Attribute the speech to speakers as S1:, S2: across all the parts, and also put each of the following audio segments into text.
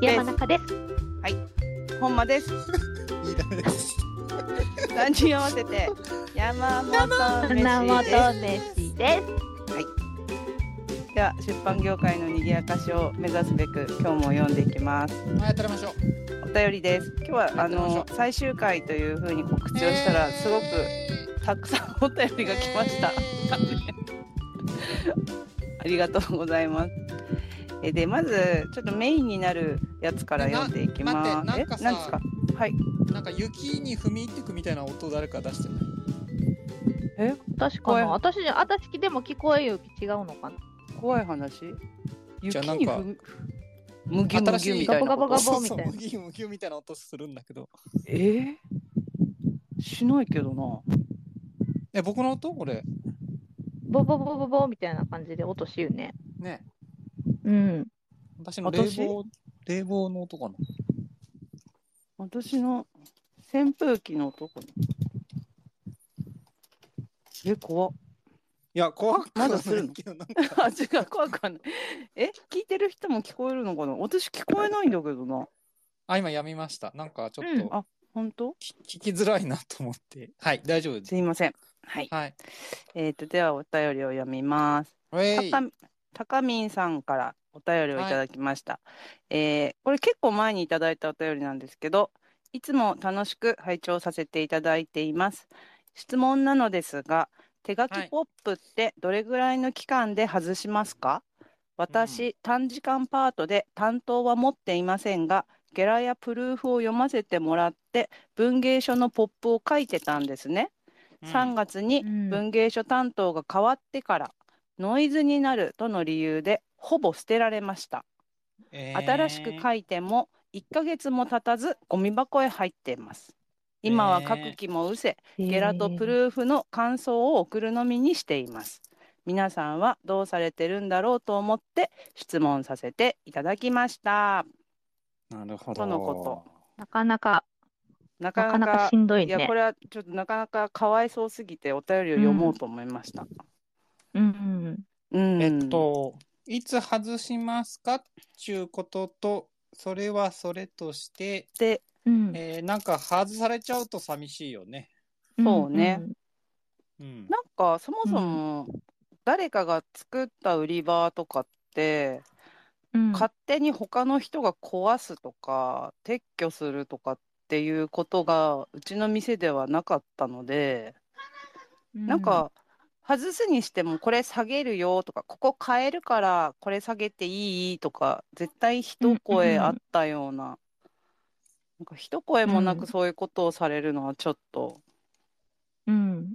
S1: 山中です。
S2: ほんまです。
S3: いいだね。
S2: 三人合わせて山本飯
S1: 花
S2: です。
S1: 本飯です。
S2: では出版業界の賑やかしを目指すべく今日も読んでいきます。
S3: はい、食べましょう。
S2: お便りです。今日はあの最終回というふうに告知をしたらすごくたくさんお便りが来ました。ありがとうございます。えでまずちょっとメインになるやつから読んでいきます。
S3: えな待ってな
S2: え
S3: んかさ
S2: ですか？はい。
S3: なんか雪に踏み入ってくみたいな音誰か出してない。
S1: 確
S2: こ
S1: か
S2: え
S1: に私じゃ私でも聞こえよ違うのかな。
S2: 怖い話。
S3: じ
S2: 雪
S3: ゃあなん
S2: に
S3: か
S2: 踏むむぎゅむ
S3: 新
S2: ぎゅ
S3: しい
S2: みたいな
S1: ガ
S2: こ
S1: バガバ
S2: と
S1: ガ。ボみたいな
S3: そうそうムギムギみたいな音するんだけど。
S2: えーしないけどな。
S3: え、僕の音これ。
S1: ボボボボボみたいな感じで落としよね。
S3: ね。
S1: うん。
S3: 私の冷
S2: 私
S3: 房、冷房の音かな。
S2: 私の扇風機の男の。え怖っ。
S3: いや、怖くは
S2: ま
S3: な
S2: だする
S3: い
S2: の
S3: けど、なんか
S2: あ違う怖くはない。え聞いてる人も聞こえるのかな。私聞こえないんだけどな。
S3: あ、今やみました。なんかちょっ
S1: うん
S3: と
S2: あ本当？
S3: き、聞きづらいなと思って。はい、大丈夫です。
S2: すいません。はい。
S3: はい。
S2: えっ、とではお便りを読みます。
S3: ウェイ
S2: たかたかみんさんからお便りをいただきました、えーこれ結構前にいただいたお便りなんですけどいつも楽しく拝聴させていただいています質問なのですが手書
S3: は
S2: き
S3: い
S2: ポップってどれぐらいの期間で外しますか、私、短時間パートで担当は持っていませんがゲラやプルーフを読ませてもらって文芸書のポップを書いてたんですね、
S3: うん
S2: 3月に
S1: うん
S2: 文芸書担当が変わってからノイズになるとの理由でほぼ捨てられました、
S3: えー
S2: 新しく書いても1ヶ月も経たずゴミ箱へ入っています今は書く気もうせ、ゲラとプ
S1: ー
S2: ルーフの感想を送るのみにしています皆さんはどうされてるんだろうと思って質問させていただきました
S3: なるほど。
S2: とのこ
S1: なかなか
S2: な
S1: な
S2: か
S1: か
S2: な
S1: な
S2: か
S1: かしんどい
S2: いや
S1: ね
S2: こ。れはちょっとなかなかかわいそうすぎてお便りを読もうと思いました、
S1: うん。
S2: うん
S3: えっと、いつ外しますかっていうことと、それはそれとして、
S2: で
S1: うん。
S3: えーなんか外されちゃうと寂しいよね。
S2: そうね
S1: ん。
S3: うん。
S2: なんかそもそも誰かが作った売り場とかって、
S1: うん。
S2: 勝手に他の人が壊すとか撤去するとかっていうことがうちの店ではなかったので、なんか外すにしてもこれ下げるよとかここ変えるからこれ下げていいとか絶対一声あったような、なんか一声もな
S1: う
S2: く
S1: ん
S2: そういうことをされるのはちょっと、
S1: うん。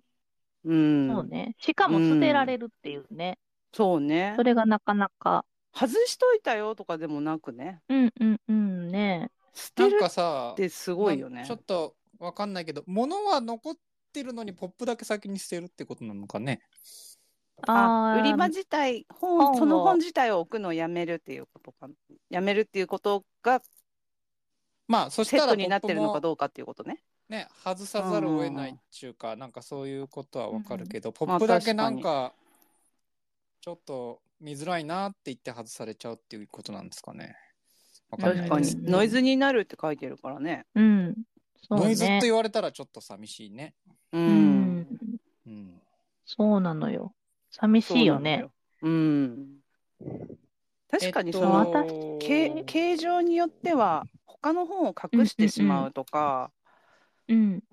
S2: うん、
S1: そうね。しかも捨てられるっていうね。
S2: そうね
S1: それがなかなか。
S2: 外しといたよとかでもなくね
S1: うんうんうんね。
S2: 捨
S3: な
S2: て
S3: ん
S2: る
S3: か
S2: っ
S3: さ、
S2: てすごいよ
S3: な
S2: ね
S3: ちょ。っとわかんないけど、物は残ってるのにポップだけ先に捨てるってことなのかね。
S2: あ
S1: ー
S2: 売り場自体
S1: 本
S2: 本
S1: を
S2: その本自体を置くのをやめるっていうことかなやめるっていうことが
S3: まあ、そし
S2: セッ
S3: たら
S2: ト
S3: ポ
S2: にな
S3: ッ
S2: っ
S3: プ
S2: てるのか
S3: も
S2: どうかっていうことね。
S3: ね、外さざるを得ないっていうか、なんかそういうことはわかるけど、ポ
S2: まあ
S3: ップだけなん
S2: 確
S3: か、ちょっと見づらいなって言って外されちゃうっていうことなんですかね。わかん
S2: 確
S3: ない
S2: か
S3: で
S2: に
S3: す。
S1: うん
S2: ノイズになるって書いてるからね。
S1: うん。そうね。
S3: ノイズって言われたらちょっと寂しいね。
S2: う。
S1: うんん。
S3: うん。
S1: そうなのよ。寂しいよね。
S2: そうなのよ。うん。確かにその、
S1: えっと
S2: け形状によっては他の本を隠してしまうとか、
S1: うん。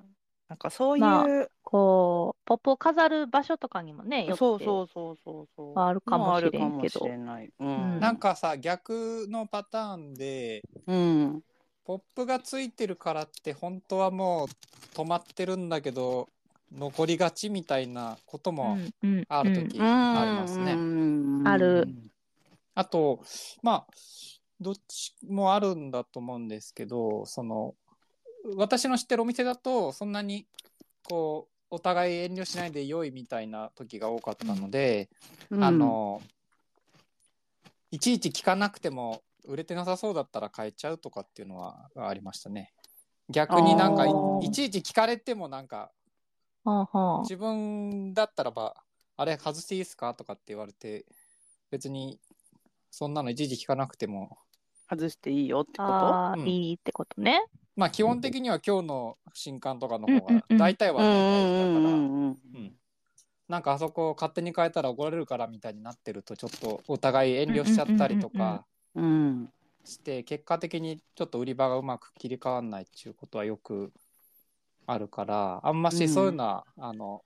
S2: なんかそういう、
S1: まこう、ポップを飾る場所とかにもね、よって
S2: そうそうそうそうそう
S1: あるかもしれんけど
S2: あるかもしれない。う
S1: うん
S2: ん。
S3: なんかさ、逆のパターンで、
S2: うん。
S3: ポップがついてるからって本当はもう止まってるんだけど、残りがちみたいなこと
S1: う
S3: も
S1: んうん
S3: ある時ありますね。
S2: ね
S1: ある
S3: あと、まあ、どっちもあるんだと思うんですけど、その、私の知ってるお店だと、そんなに、こう、お互い遠慮しないで良いみたいな時が多かったので、あ、の、いちいち聞かなくても、売れてなさそうだったら変えちゃうとかっていうのはありましたね。逆になんかい
S1: あー、
S3: いちいち聞かれてもなんか、
S1: はあはあ
S3: 自分だったらば、あれ外していいですかとかって言われて、別にそんなのいちいち聞かなくても
S2: 外していいよってこと
S1: ああ、
S3: うん
S1: いいってことね。
S3: まあ基本的には今日の新刊とかの方
S1: うんうん
S3: が
S1: うん
S3: 大体は
S2: うん
S3: ね
S2: うんう
S3: 大丈夫
S2: ん
S3: だから、
S2: うん
S3: うんなんかあそこを勝手に変えたら怒られるからみたいになってるとちょっとお互い遠慮しちゃったりと
S1: うんうんうんうん
S3: か
S2: うん
S3: して結果的にちょっと売り場がうまく切り替わんないっていうことはよくあるからあんましそういうのは、あの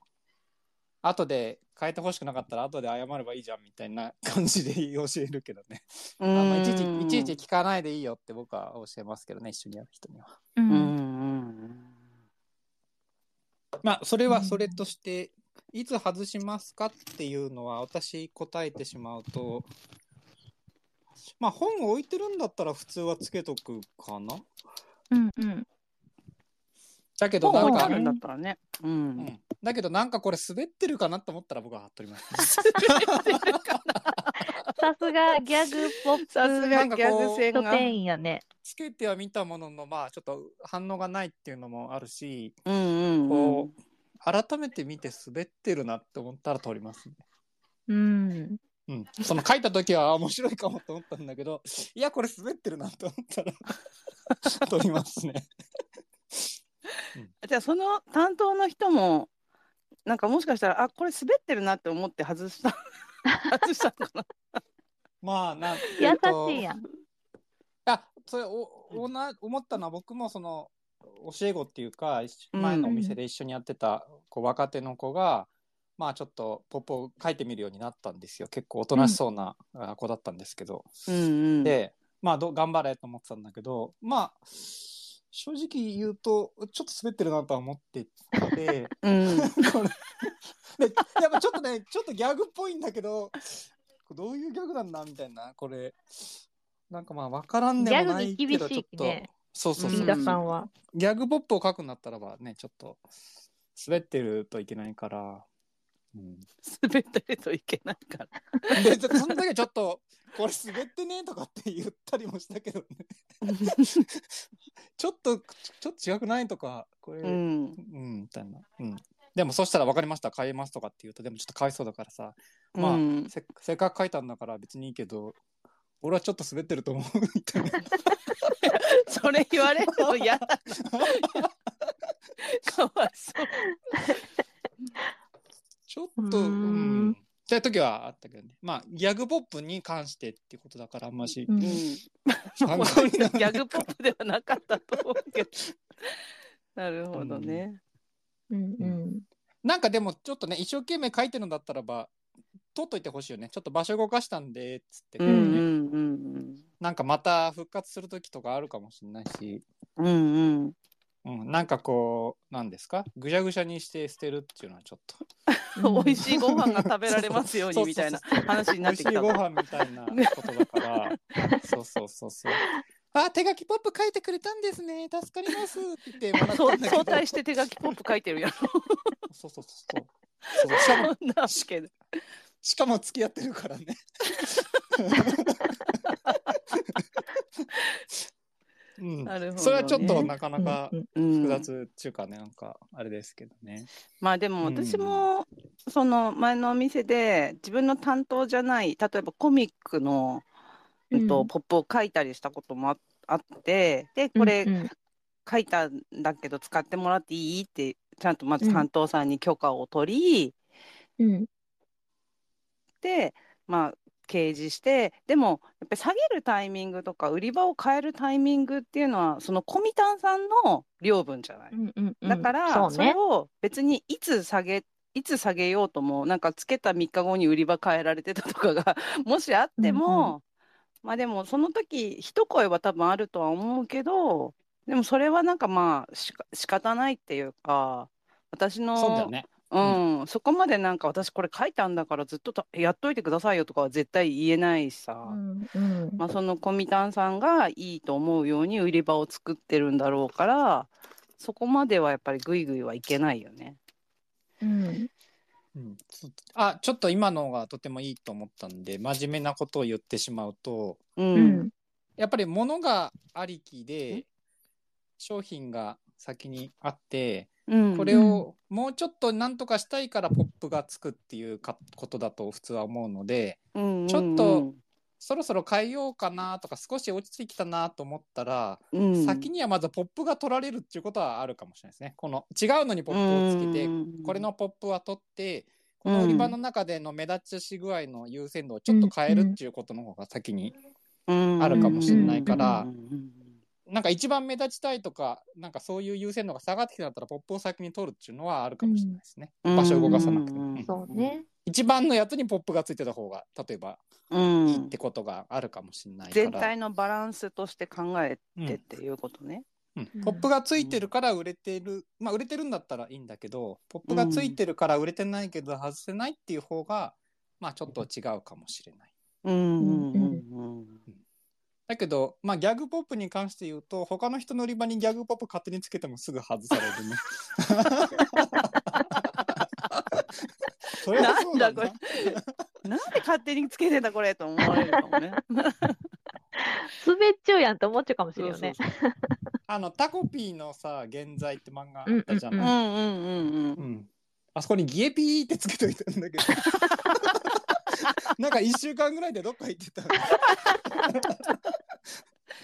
S3: 後で変えてほしくなかったら後で謝ればいいじゃんみたいな感じで教えるけどね
S2: う
S3: あん
S2: ん
S3: まいちいちいちいち聞かないでいいよって僕は教えますけどね一緒にやる人には。
S1: う。
S2: うんうんん
S3: まあそれはそれとして、いつ外しますかっていうのは私答えてしまうとまあ本を置いてるんだったら普通はつけとくかな
S1: うんうん。
S3: だけ
S2: う
S3: ど
S2: ん
S3: な
S2: 本
S3: ん
S2: 置いて
S3: か
S2: あ、るんだったらねう
S3: うんん、だけどなんかこれ滑ってるかなと思ったら僕は貼っとり ます、
S1: さすがギャグポップ
S2: さすがギャグ性
S1: 書
S2: が
S1: 店員やね。
S3: つけては見たもののまあちょっと反応がないっていうのもあるし
S2: うんうんうん
S3: こう改めて見て滑ってるなって思ったら撮りますね
S1: うん。
S3: うん、その書いた時はあ面白いかもと思ったん だけどいやこれ滑ってるなと思ったら撮ります ね
S2: じゃあその担当の人もなんかもしかしたらあこれ滑ってるなって思って外した 外したのかな
S3: まあなん
S1: 優
S3: えっと
S1: しいやん。
S3: あそれおおな思ったのは僕もその教え子っていうか
S2: うん
S3: 前のお店で一緒にやってたこう若手の子が、まあちょっとポップを書いてみるようになったんですよ結構おとなしそうなあ子だったんですけど、
S2: うんうん
S3: で、まあど、頑張れと思ってたんだけど、まあ、正直言うと、ちょっと滑ってるなとは思ってて、
S2: うん
S3: これでやっぱちょっとね、ちょっとギャグっぽいんだけど、どういうギャグなんだみたいな、これ、なんかまあ、わからんでもないけ
S1: ギャグ
S3: ど、
S1: に厳
S3: ちょ
S1: し
S3: っ
S1: い
S3: と、
S1: ね
S3: そうそうそう、
S1: 飯
S2: うん
S1: 田さんは。
S3: ギャグポップを書くんだったらばね、ちょっと、滑ってるといけないから、うん、
S2: 滑ってるといけないから
S3: で、その時はちょっと、これ滑ってねとかって言ったりもしたけどね。ちょっと、ちょっと違くないとか、これ、
S2: う
S3: うん、
S2: ん
S3: みたいな。うん。でも、そしたら分かりました、変えますとかって言うと、でもちょっとかわいそうだからさ、まあ
S2: うん
S3: せせっかく書いたんだから別にいいけど、俺はちょっと滑ってると思う みたいな。
S2: それ言われるの嫌だなかわいそう
S3: ちょっと、う
S1: うーん
S3: ん。そういう時はあったけどね。まあ、ギャグポップに関してっていうことだから、あんまし
S1: う、ん
S3: 参考にならない
S2: ギャグポップではなかったと思うけど。なるほどね。
S1: うんうん。
S3: なんかでもちょっとね一生懸命書いてるんだったらば取っといてほしいよねちょっと場所動かしたんでっつって、
S2: うんうんうん
S3: なんかまた復活する時とかあるかもしれないし、
S2: うん。うんうん。
S3: うん、なんかこうなんですかぐしゃぐしゃにして捨てるっていうのはちょっと
S2: 美味しいご飯が食べられますようにみたいな話に
S3: 美
S2: なっ
S3: 味
S2: て
S3: し
S2: き
S3: い
S2: た
S3: ご
S2: わ。
S3: 飯みたいなことだからそうそうそうそうあ手書きポップ書いてくれたんですね助かりますって言ってもらった
S2: そうん
S3: だけ
S2: 相
S3: ど
S2: 対して手書きポップ書いてるやろ。
S3: そうそうそうそうそうしかも
S2: そんなわけど。
S3: しかも付き合ってるからね。うん
S2: なるほどね
S3: それはちょっとなかなか
S1: うんうん
S2: うん
S3: 複雑っていうかね、なんかあれですけどね。
S2: まあでも私もその前のお店で自分の担当じゃない例えばコミックのうん
S1: う
S2: と
S1: ん
S2: ポップを書いたりしたこともああってでこれ
S1: うんうん
S2: 書いたんだけど使ってもらっていいってちゃんとまず担当さんに許可を取り、
S1: うん
S2: でまあ掲示してでもやっぱり下げるタイミングとか売り場を変えるタイミングっていうのはそのコミタンさんの量分じゃない。
S1: うんうん
S2: だから
S1: そう
S2: それ
S1: ね。
S2: を別にいつ下げいつ下げようともなんかつけた3日後に売り場変えられてたとかが もしあって
S1: うん
S2: も、まあでもその時一声は多分あるとは思うけどでもそれはなんかまあしか仕方ないっていうか私の
S3: そうだよね。
S2: うんそこまでなんか私これ書いたんだからずっとたやっといてくださいよとかは絶対言えないしさ。
S1: うんうん
S2: まあ、そのコミタンさんがいいと思うように売り場を作ってるんだろうからそこまではやっぱりグイグイはいけないよね。
S1: うん
S3: うん、あちょっと今のがとてもいいと思ったんで真面目なことを言ってしまうと
S2: う
S1: うんん
S3: やっぱり物がありき
S2: ん
S3: で商品が先にあって
S2: うん
S3: これをもうちょっと何とかしたいからポップがつくっていうかことだと普通は思うので
S2: うんうんうん
S3: ちょっとそろそろ変えようかなとか少し落ちてきたなと思ったら、
S2: うん、
S3: 先にはまずポップが取られるっていうことはあるかもしれないですね。この違うのにポップをつけて、
S2: うん
S3: これのポップは取ってこの売り場の中での目立ちし具合の優先度をちょっと変えるっていうことの方が先に、ある
S1: かもしれない
S3: から
S2: うんうん
S3: なんか一番目立ちたいとかなんかそういう優先度が下がってきたんだったらポップを先に取るっていうのはあるかもしれないですね、
S2: うん
S3: 場所を動かさなくて
S2: うん
S3: も、うん
S1: そうね。
S3: 一番のやつにポップがついてた方が例えば
S2: うん
S3: いいってことがあるかもしれないから、
S2: 全体のバランスとして考えてっていうことね。
S3: うんポップがついてるから売れてるまあ売れてるんだったらいいんだけどポップがついてるから売れてないけど外せないっていう方がまあちょっと違うかもしれない。
S2: うんうんうん
S3: だけど、まあ、ギャグポップに関して言うと他の人の売り場にギャグポップ勝手につけてもすぐ外されるね。それはそう
S2: な
S3: だなん
S2: だうん。なんで勝手につけてんだこれと思われるかもね。
S1: 滑っちゃうやんって思っちゃうかもしれんよね。
S2: そうそう
S3: あのタコピーのさ「現在」って漫画あったじゃ
S1: うん
S2: そう
S3: ない、
S2: う。うんうんうんうん。
S3: うんあそこに「ギエピー」ってつけといたんだけどなんか1週間ぐらいでどっか行ってたの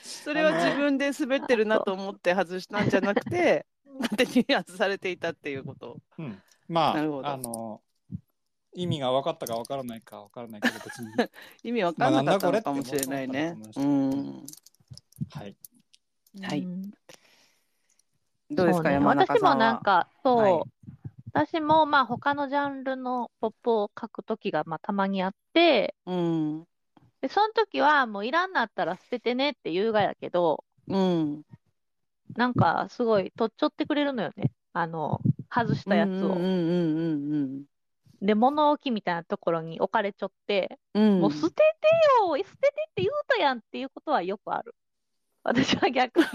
S2: それは自分で滑ってるなと思って外したんじゃなくて、勝手に外されていたっていうこと。
S3: うん、ま
S2: なるほど
S3: ああの意味が分かったか分からないか分からないけど別に
S2: 意味わかんなかったのかもしれない
S3: まあな
S2: ね
S3: んだこれっ。て
S2: う
S3: 思ったのか
S2: ん。
S3: はい。
S2: はい
S1: うん
S2: どうですか、
S1: そうね
S2: 山中さんは。
S1: 私もなんか、そう、
S3: はい
S1: 私もまあ他のジャンルのポップを書くときがまあたまにあって、
S2: うん。
S1: で、その時はもういらんなったら捨ててねって言うがやけど、
S2: うん。
S1: なんかすごい取っちょってくれるのよね。あの、外したやつ
S2: うんうん
S1: を。
S2: うん
S1: で、物置みたいなところに置かれちょって、
S2: うんうん。
S1: もう捨ててよ、捨ててって言うたやんっていうことはよくある。私は逆に捨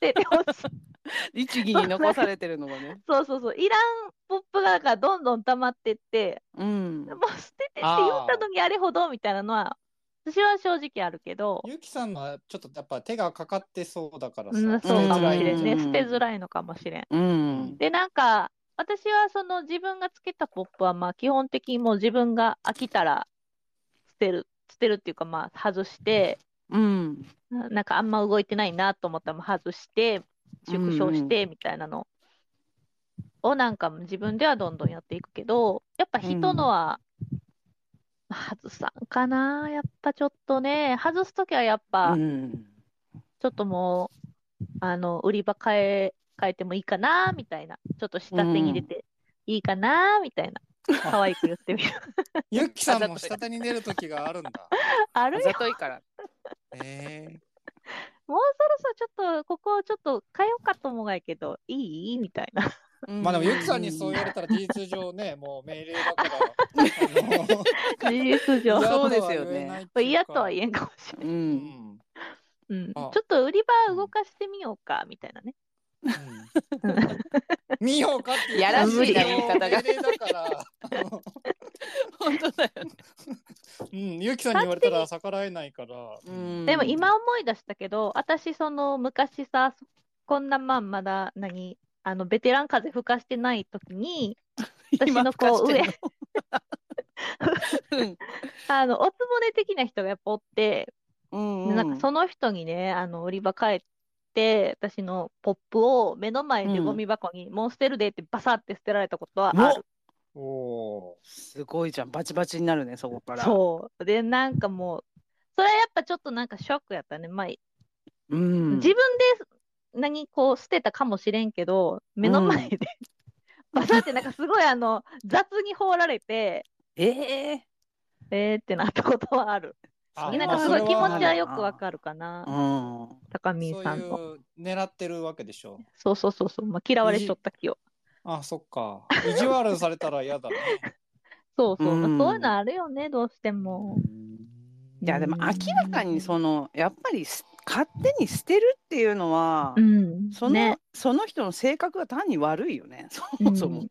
S1: ててほしい。
S2: 律儀に残されてるのがね。
S1: そうそうそう。いらんポップがなんかどんどん溜まってって、
S2: うん
S1: も。う捨ててって言ったのにあれほどみたいなのは、私は正直あるけど、
S3: ゆきさんのはちょっとやっぱ手がかかってそうだからさ、
S1: うん、
S3: 捨て
S1: そうか
S3: づ
S1: も
S3: らい
S1: し
S3: んじゃ
S1: れ
S3: なんい
S1: ね。
S2: うん
S1: 捨てづらいのかもしれん。
S2: うん。
S1: で、なんか、私はその自分がつけたポップは、まあ基本的にもう自分が飽きたら捨てる、捨てるっていうかまあ外して、
S2: うん。
S1: ななんかあんま動いてないなと思ったらもう外して、縮小してみたいなのをなんか自分ではどんどんやっていくけど、やっぱ人のは、まあ外さんかな、やっぱちょっとね、外すときはやっぱ
S2: うん。
S1: ちょっともう、あの、売り場変え、変えてもいいかな、みたいな。ちょっと下手に出ていいかな、みたいな。可愛く言ってみ る。
S3: ゆっきさんも下手に出る時があ るんだ。
S1: あ
S2: あ
S1: るよ。
S2: ざといから。
S3: え
S1: もうそろそろちょっと、ここちょっと変えようかと思うがやけど、いいみたい な。
S3: えまあでもゆっきさんにそう言われたら事実上ね、もう命令だから。あ
S1: 事実
S3: の
S1: 上。
S2: そうですよね
S3: 嫌とは言えないってい
S1: 嫌とは言えんかもし
S3: うか
S1: れ
S2: う。
S1: ん。
S3: うんん。
S1: うん。ちょ
S3: あ
S1: っと売り場動かしてみようか、みたいなね。
S3: うん見ようかっていう
S2: や
S1: らしいな
S3: 事実上
S2: 言い方が
S3: 命令 だから。
S2: 本当だよね。
S3: うん、ゆっきさんに言われたら逆らえないから。
S2: うん
S1: でも今思い出したけど、私その昔さ、こんなまんまだ、何、あの、ベテラン風吹かしてない時に、私のこう上、
S2: 上。
S1: あの、おつぼね的な人がやっぱおって、
S2: うん。
S1: でなんかその人にね、あの、売り場帰って、私のポップを目の前で
S2: うん
S1: ゴミ箱に、もう捨てるでってバサって捨てられたことはある。
S3: おお
S2: すごいじゃん。バチバチになるね、そこから。
S1: そう。で、なんかもう、それはやっぱちょっとなんかショックやったね。まあ、
S2: う。うん。
S1: 自分で何こう捨てたかもしれんけど、目の前で、バサってなんかすごいあの、雑に放られて、
S2: ええ。
S1: えーってなったことはある。
S3: ー。
S2: いや
S1: なんかすごい
S2: そ
S1: 気
S2: れは
S1: 持
S2: ある
S1: ちはよくわかるかな
S2: う。ん。
S1: 高
S3: そ
S1: 見
S3: う
S1: さんの。
S3: いう狙ってるわけでしょ。
S1: そうそうそうそう、まあ、嫌われちょった気を。
S3: あ、そっか。意地悪されたら嫌だね。
S1: そうそう、ま
S2: う
S1: あ
S2: ん
S1: そういうのあるよね、どうしても。
S2: いやでも明らかにそのやっぱりす勝手に捨てるっていうのは、
S1: うん。
S2: その
S1: ね、
S2: その人の性格が単に悪いよね そもそも。
S1: うん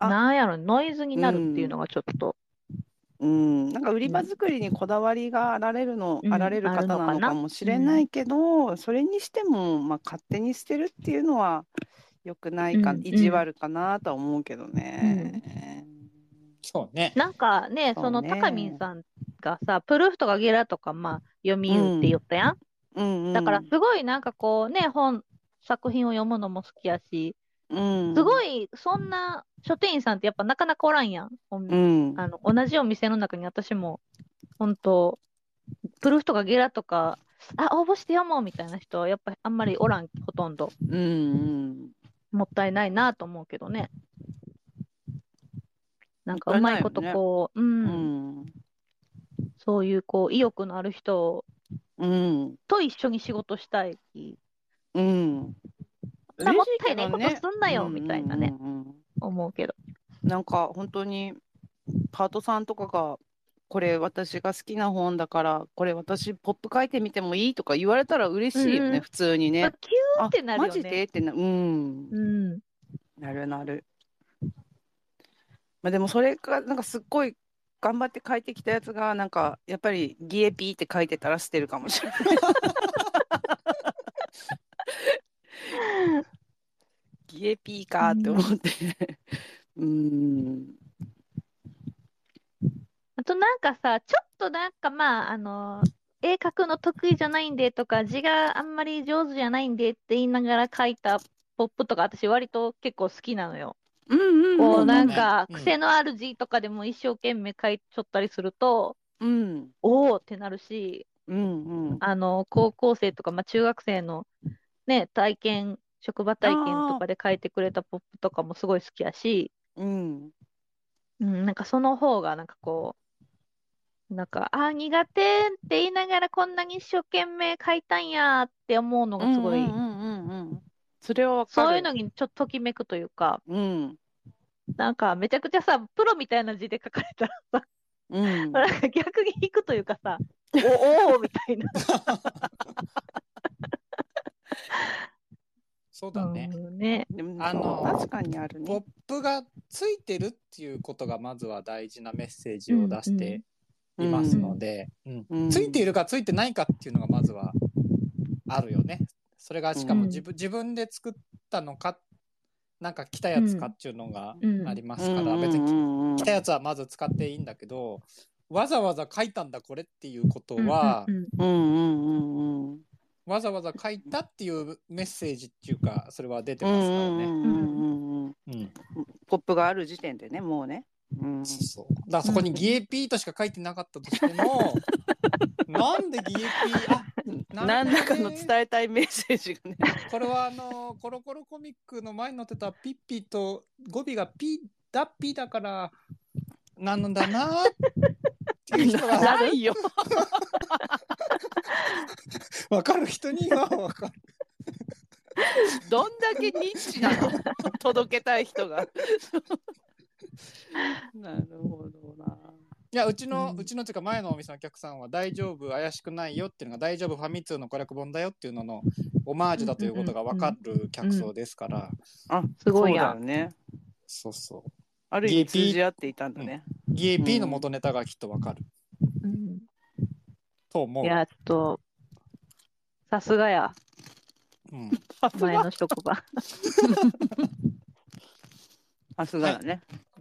S2: あ
S1: なんやろ、ノイズになるっていうのがちょっと、
S2: うん、なんか売り場作りにこだわりがあられるの、
S1: うん
S2: あられる
S1: ある
S2: 方
S1: のかな
S2: なのかもしれないけど、それにしても、まあ、勝手に捨てるっていうのは良くないか、
S1: うん
S2: 意地悪かなとは思うけどね。
S3: そうね。
S1: なんかね、
S2: そう
S1: その
S2: ね
S1: 高見さんがさ、プルーフとかゲラとか、まあ、読み言うって言ったやん。
S2: うんうん
S1: だから、すごいなんかこうね、本、作品を読むのも好きやし、
S2: うん
S1: すごい、そんな書店員さんってやっぱなかなかおらんやん。お
S2: うん
S1: あの同じお店の中に私も、本当プルーフとかゲラとか、あ、応募して読もうみたいな人は、やっぱりあんまりおらん、ほとんど。
S2: うんうん
S1: もったいないなと思うけどね。なんか
S2: も
S1: う
S2: ったいないよ
S1: まい
S2: ね
S1: ことこう、
S2: う
S1: うん、
S2: ん
S1: そういうこう意欲のある人
S2: うん
S1: と一緒に仕事したい。
S2: うん
S1: なもったいないこ
S2: 嬉
S1: と
S2: しいけどね
S1: すんなよ、みたいなね、
S2: うんうんうん
S1: 思うけど。
S2: なんか本当にパートさんとかがこれ私が好きな本だからこれ私ポップ書いてみてもいいとか言われたら嬉しいよ
S1: うんう
S2: ね
S1: ん
S2: 普通に
S1: まあ
S2: ね。
S1: キューってなるよ
S2: あ
S1: ね。
S2: マジでってなうん
S1: うん。
S2: なるなる。まあ、でもそれがなんかすっごい頑張って書いてきたやつがなんかやっぱりギエピーって書いてたら捨てるかもしれない。ギエピーかって思って。うん。
S1: あとなんかさ、ちょっとなんかまあ、あの、絵描くの得意じゃないんでとか、字があんまり上手じゃないんでって言いながら描いたポップとか、私割と結構好きなのよ。
S2: うんうん
S1: こ
S2: う
S1: うんなんか
S3: うん
S1: 癖のある字とかでも一生懸命書いちょったりすると、
S2: うん
S1: おおってなるし、
S2: うんうん。
S1: あの、高校生とか、まあ、中学生のね、体験、職場体験とかで書いてくれたポップとかもすごい好きやし、
S2: うん
S1: うん、なんかその方がなんかこう、なんか、あー苦手って言いながらこんなに一生懸命書いたんやって思うのがすごい、
S2: うんうんうんうん。それはわかる。
S1: そういうのにちょっとときめくというか、
S2: うん
S1: なんかめちゃくちゃさ、プロみたいな字で書かれたら さ、
S2: うん。
S1: なんか逆に引くというかさ、おおーみたいな。
S3: そうだね。
S1: うんね。
S2: でも
S3: あの
S2: 確かにある
S3: ポッ
S2: ね。
S3: プがついてるっていうことがまずは大事なメッセージを出していますので、うん
S2: うん
S3: ついているかついてないかっていうのがまずはあるよね。それがしかも自分,、自分で作ったのかなんか来たやつかっていうのが
S1: うん
S3: あります
S2: うん
S3: か
S2: う
S3: ら、
S2: ん
S3: 別
S2: う
S3: に
S2: んうん
S3: 来たやつはまず使っていいんだけどわざわざ書いたんだこれっていうことは、
S1: うんうんうん
S2: うんうんうんうん。
S3: わざわざ書いたっていうメッセージっていうかそれは出て
S2: う
S3: ますか
S2: ん
S3: ら
S2: う
S3: ね。
S2: んうんうんうん。
S3: うん
S2: ポップがある時点でね、もうね。うん。
S3: そう。だからそこにギエピーとしか書いてなかったとして も、なんでギエピー、あ、
S2: 何らかの伝えたいメッセージがね。
S3: これはあの、コロコロコミックの前に載ってたピッピと語尾がピー、ダッピーだから、なのだなっていう人が、
S2: ないよ。
S3: わかる人にはわかる。
S2: どんだけニッチなの届けたい人が。なるほどな。
S3: いや、うちの、
S1: うん
S3: うちのっていうか前のお店のお客さんは大丈夫、怪しくないよっていうのが、大丈夫、ファミ通の攻略本だよっていうののオマージュだということがわかる客層ですから、
S2: あ、
S1: すごい
S2: そう
S1: やん
S2: だよね。
S3: そうそう。
S2: ある意味通じ合っていたんだね。
S3: ギエピーの元ネタがきっとわかる。
S1: うん
S3: と思う
S1: い。やっと、さすがや、
S3: うん、
S2: さす
S1: 前
S2: が。
S1: の職場。
S2: さすがだね。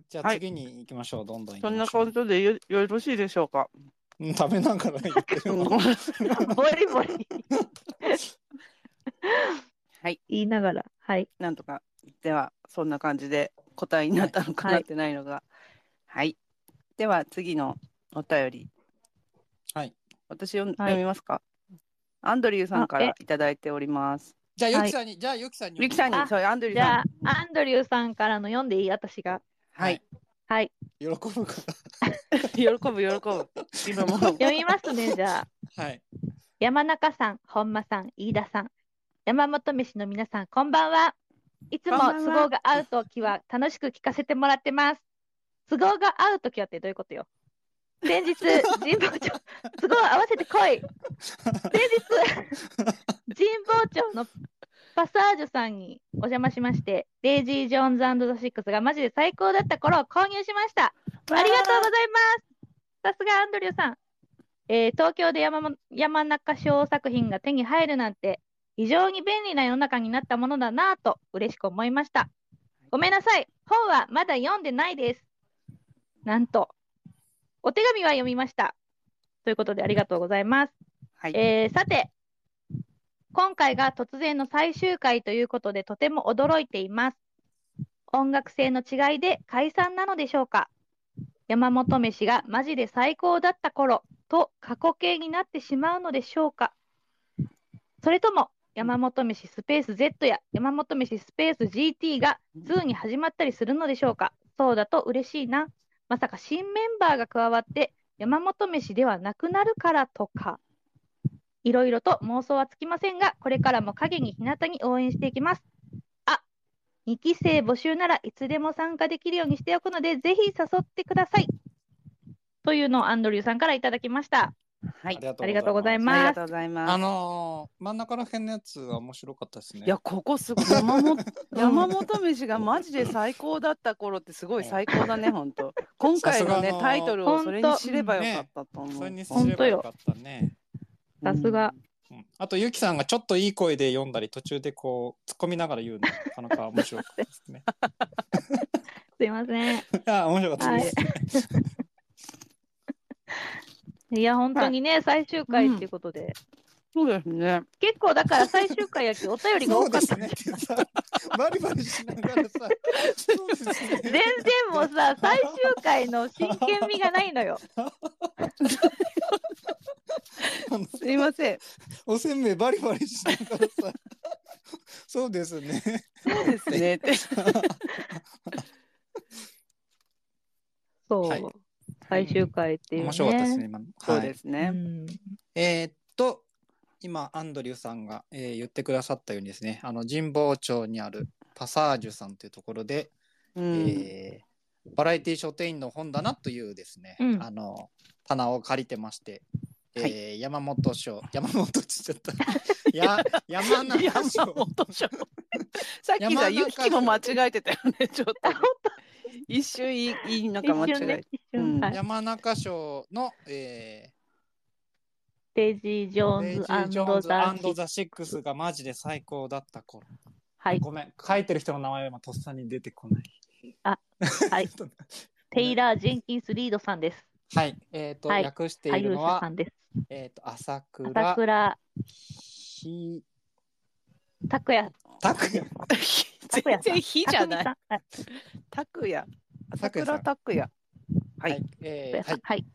S3: じゃあ
S2: はい
S3: 次に行きましょう、どんどん行き
S2: そん
S3: ま
S2: な
S3: しょう。
S2: ことでよよろしいでしょうか。
S3: うん食べながら言ってるの。
S1: ボリボリ。
S2: はい。
S1: 言いながら、はい。
S2: なんとか。では、そんな感じで答えになったのか
S1: はい
S2: なってないのが。はい。では、次のお便り。
S3: はい。
S2: 私を
S1: はい
S2: 読みますか。アンドリューさんか
S1: あえ
S2: らいただいております。
S3: じゃあゆきさんに、じゃあゆきさんに。
S2: ゆきさんに、
S1: あ
S2: そう、アンドリュ
S1: じ
S2: ーさ
S1: ゃ
S2: ん
S1: あ。、アンドリューさんからの読んでいい私が。
S2: はい。
S1: はい。
S3: 喜ぶか
S2: 喜ぶ、喜ぶ。今もう。
S1: 読みますね、じゃあ。
S3: ら。はい。
S1: 山中さん、本間さん、飯田さん、山本飯の皆さん、こんばんは。いつも
S2: こんばん
S1: 都
S2: は
S1: 合が合うときは楽しく聞かせてもらってます。都合が合うときはってどういうことよ先日、神保 町、都合合わせてこい先日、神保町のパサージュさんにお邪魔しまして、デイジー・ジョーンズザ・シックスがマジで最高だった頃を購入しました。ありがとうございます。さすがアンドリューさん。えー東京で山も山中賞作品が手に入るなんて、非常に便利な世の中になったものだなぁと嬉しく思いました。ごめんなさい。本はまだ読んでないです。なんと。お手紙は読みました。ということでありがとうございます。
S2: はい。
S1: えーさて、今回が突然の最終回ということで、とても驚いています。音楽性の違いで解散なのでしょうか山本飯がマジで最高だった頃と過去形になってしまうのでしょうかそれとも山本飯スペース Z や山本飯スペース GT が2に始まったりするのでしょうかそうだと嬉しいな。まさか新メンバーが加わって山本飯ではなくなるからとか。いろいろと妄想はつきませんが、これからも陰に日向に応援していきます。あ、2期生募集ならいつでも参加できるようにしておくので、ぜひ誘ってください。というのをアンドリューさんからいただきました。
S2: はい。
S1: ありがとうござい
S3: ま
S2: ありが
S1: ます
S2: と。うございます。
S3: あのー、真ん中ら辺のやつは面白かったですね。
S2: いや、ここすごい。山 本、山本飯がマジで最高だった頃ってすごい最高だね、本当。今回のね、
S3: さすがの
S2: タイトルをそれに知ればよかったと思う。
S3: それにす
S1: 本
S3: れ
S1: 当
S3: ば
S1: よ
S3: よかったね。
S1: さすが。
S3: うんあと、ゆきさんがちょっといい声で読んだり、途中でこう、突っ込みながら言うの、なかなか面白かったですね。
S1: すいません。
S3: いや、面白かったです。
S1: いや、本当にね、最終回っていうことで。
S2: そうですね。
S1: 結構だから最終回やけお便りが
S3: そ
S1: 多
S3: う
S1: か
S3: で
S1: った
S3: す
S1: ん
S3: ね
S1: で
S3: っ
S1: す
S3: てさ、バリバリしながらさ、そうですね。
S1: 全然もうさ、最終回の真剣味がないのよ。
S3: あの
S2: すいません。
S3: おせんべいバリバリしながらさ、そうですね。
S2: そうです ね。って
S1: そう、
S3: はい
S1: 最終回っていう、ね。
S3: 面白かったですね、今の。
S2: そう
S3: はい
S2: ですね。
S1: うん
S3: えーっと、今、アンドリューさんが、えー言ってくださったようにですね、あの、神保町にあるパサージュさんというところで、
S2: うん。
S3: えーバラエティ書店員の本棚というですね、
S1: うん
S3: あの、棚を借りてまして、えー
S2: は
S3: 山本賞、 山本って言っちゃった。や、 山中
S2: 山
S3: 賞。
S2: 本賞。さっきさ、ゆきも間違えてたよね、ちょっとね。一瞬いい、いいのか間違
S1: 一瞬
S2: え
S1: ね
S2: て。、
S1: 一瞬、
S2: うん
S1: はい。
S3: 山中賞の、えー
S1: デイジー・ジョ
S3: デイジ
S1: ー
S3: ー・
S1: ン
S3: ジ
S1: ズ
S3: ョーンズア
S1: ザ
S3: ン・ド・ザ・シックスがマジで最高だった頃。
S1: はい、
S3: ごめん、書いてる人の名前は今とっさに出てこない。
S1: あ、はい。テイラー・ジェンキンス・リードさんです。
S3: はい。えっ、と、
S1: はい
S3: 訳して
S1: 俳
S3: いる
S1: 優
S3: の
S1: 者さ
S3: は、
S1: んです。
S3: えっ、と、朝
S1: 朝
S3: 倉
S1: 倉
S3: ひ、
S1: 拓也、
S3: たくや。
S2: 全然火じゃない。
S1: 拓
S2: 拓
S1: 也
S2: 也。朝
S3: 拓也
S2: 倉
S3: さん
S2: 拓也。は
S3: はいい。えー
S1: さ
S3: は
S1: ん
S3: い。
S1: はい、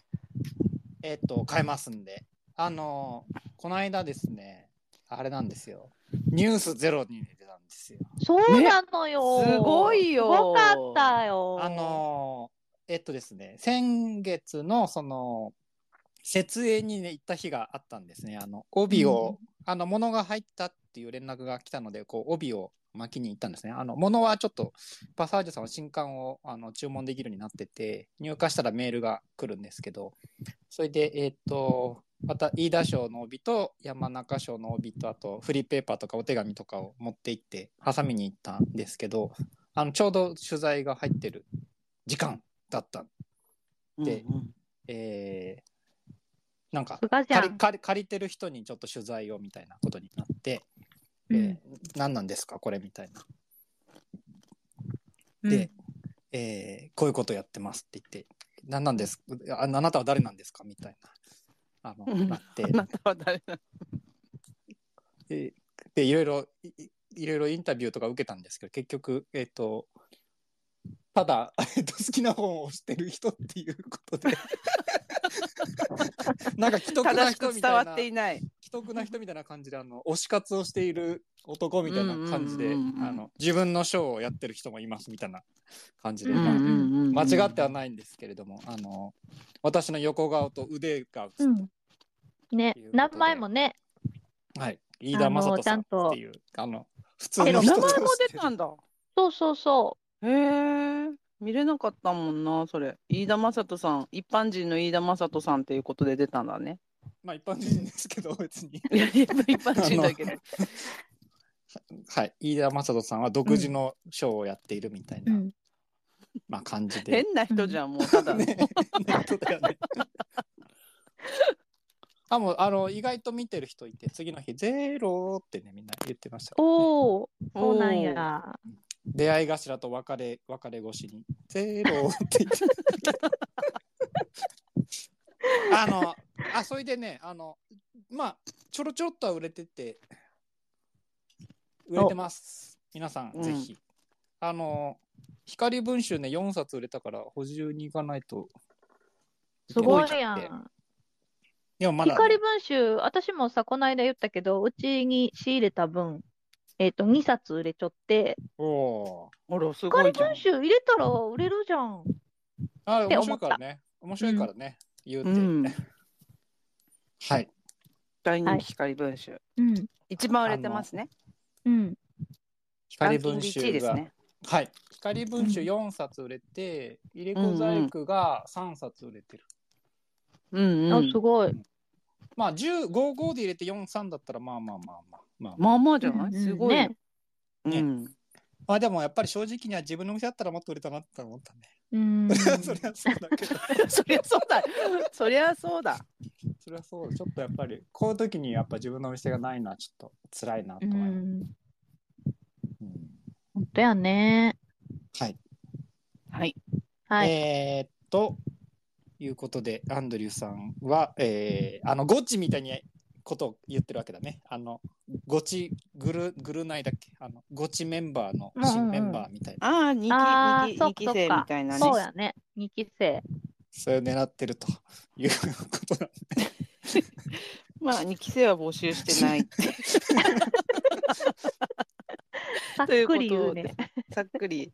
S3: えっ、と、変えますんで。あのーこの間ですね、あれなんですよ。ニュースゼロに出たんですよ。
S1: そうなのよ、
S2: ねすごいよ
S1: すごかったよ。
S3: あのーえっとですね、先月のその、設営にね、行った日があったんですね。あの、帯を、あの、物が入ったっていう連絡が来たので、こう、帯を巻きに行ったんですね。あの、物はちょっと、パサージュさんは新刊をあの注文できるようになってて、入荷したらメールが来るんですけど、それで、えっと、また、飯田賞の帯と山中賞の帯と、あと、フリーペーパーとかお手紙とかを持って行って、挟みに行ったんですけど、あの、ちょうど取材が入ってる時間だった。で
S2: うんうん
S3: えーなんか
S1: す、がじゃ
S3: 借り
S1: ん。
S3: 借り借りてる人にちょっと取材をみたいなことになって、えー
S1: うん
S3: 何なんですかこれみたいな。
S1: うん
S3: で、えーこういうことやってますって言って、何なんですああなたは誰なんですかみたいな、あの、
S2: うん
S3: なって、
S2: あなたは誰なの
S3: えーでいろいろいいいろいろインタビューとか受けたんですけど結局えっ、とただ、 えっと好きな本を推してる人っていうことで なんか既得な
S2: 正し
S3: 人
S2: く
S3: み
S2: 伝
S3: た
S2: わ
S3: いな
S2: っていない。
S3: 既得な人みたいな感じであの推し活をしている男みたいな感じ
S2: うん
S3: で
S2: うんうんうん
S3: あの自分のショーをやってる人もいますみたいな感じで、
S1: うん
S3: まあ
S1: うん
S3: 間違っては
S2: な
S3: ないんですけれどもあの私の横顔と腕が映っ
S1: うん、ね
S3: ということで、
S1: 名前もね、
S3: はい、飯田雅人さんっていうあの普通の
S1: あ
S3: 人
S2: 名
S3: と
S2: 前
S3: して
S2: も出たんだ。
S1: そうそうそう。
S2: へえ。見れなかったもんな、それ。飯田雅人さん、一般人の飯田雅人さんっていうことで出たんだね。
S3: まあ一般人ですけど 別に
S2: いや、一般人だけど。
S3: はい飯田雅人さんは独自のショーをやっているみたいな、
S1: うん
S3: まあ感じ で
S2: 変な人じゃん、もうただの。
S3: ね本当だよねあもうあの意外と見てる人いて次の日「ゼロ」ってねみんな言ってました、ね、
S1: おお、そうなんや。
S3: 出会い頭と別れ別れ越しに「ゼロ」って言って あのあ、それでね、あの、まあ、ちょろちょろっとは売れてて、売れてます。皆さ、
S2: うんん
S3: ぜひ。あの、光文集ね、4冊売れたから補充に行かないと。
S1: すごい
S3: け
S1: や
S3: なくて。
S1: ん。
S3: でもまだね、
S1: 光文集、私もさ、この間言ったけど、うちに仕入れた分、えっと、2冊売れちゃって、
S3: おおー。
S2: あら、すごい
S1: 光
S2: じゃん
S1: 文。集入れたら売れるじゃん。
S3: あれ、
S1: って
S3: 面
S1: 思っ
S3: 白いか
S1: た
S3: らね。面白いからね。言うて。
S2: うん
S3: はい。
S2: 大人気光文集。
S1: うん。
S2: 一番売れてますね。
S1: うん。
S2: ラン
S3: 光
S2: キン
S3: 文
S2: グ
S3: 集
S2: 1位です
S3: が、
S2: ね。
S3: はい。光文集4冊売れて、入れ子細工が3冊売れてる。
S2: うんう
S1: あ、
S2: ん
S1: す。ごい。
S3: まあ、10、5、5で入れて4、3だったら、まあまあまあまあ。まあ、
S2: ま
S3: まあ
S2: あまあじゃないすごいよ。
S1: ね。
S2: うん。
S3: まあでもやっぱり正直には自分の店だったらもっと売れたなって思ったね。
S1: うん。
S3: そりゃそうだけど、
S2: そりゃそうだ。そりゃそうだ。
S3: そりゃそうだ。ちょっとやっぱり、こういう時にやっぱ自分のお店がないのはちょっと辛いなと
S1: う
S3: 思います。
S1: ん。
S3: うん
S1: 本当やね。
S3: はい。
S2: はい。
S1: はい。
S3: えーっと、いうことで、アンドリューさんは、えーあの、ゴチみたいにことを言ってるわけだね。あの、ゴチ、グル、グルナイだっけあの、ゴチメンバーの新メンバーみたいな。
S2: ああ、二期、
S1: あ
S2: 二
S1: ー
S2: 期、
S1: そっ
S2: 二期生
S1: か
S2: みたいなね
S1: そう。やね。2期生。
S3: それを狙ってるということ なんで
S2: まあ、二期生は募集してない。
S1: さっ
S2: というこ
S1: く
S2: と
S1: り言うね。
S2: ざっくり。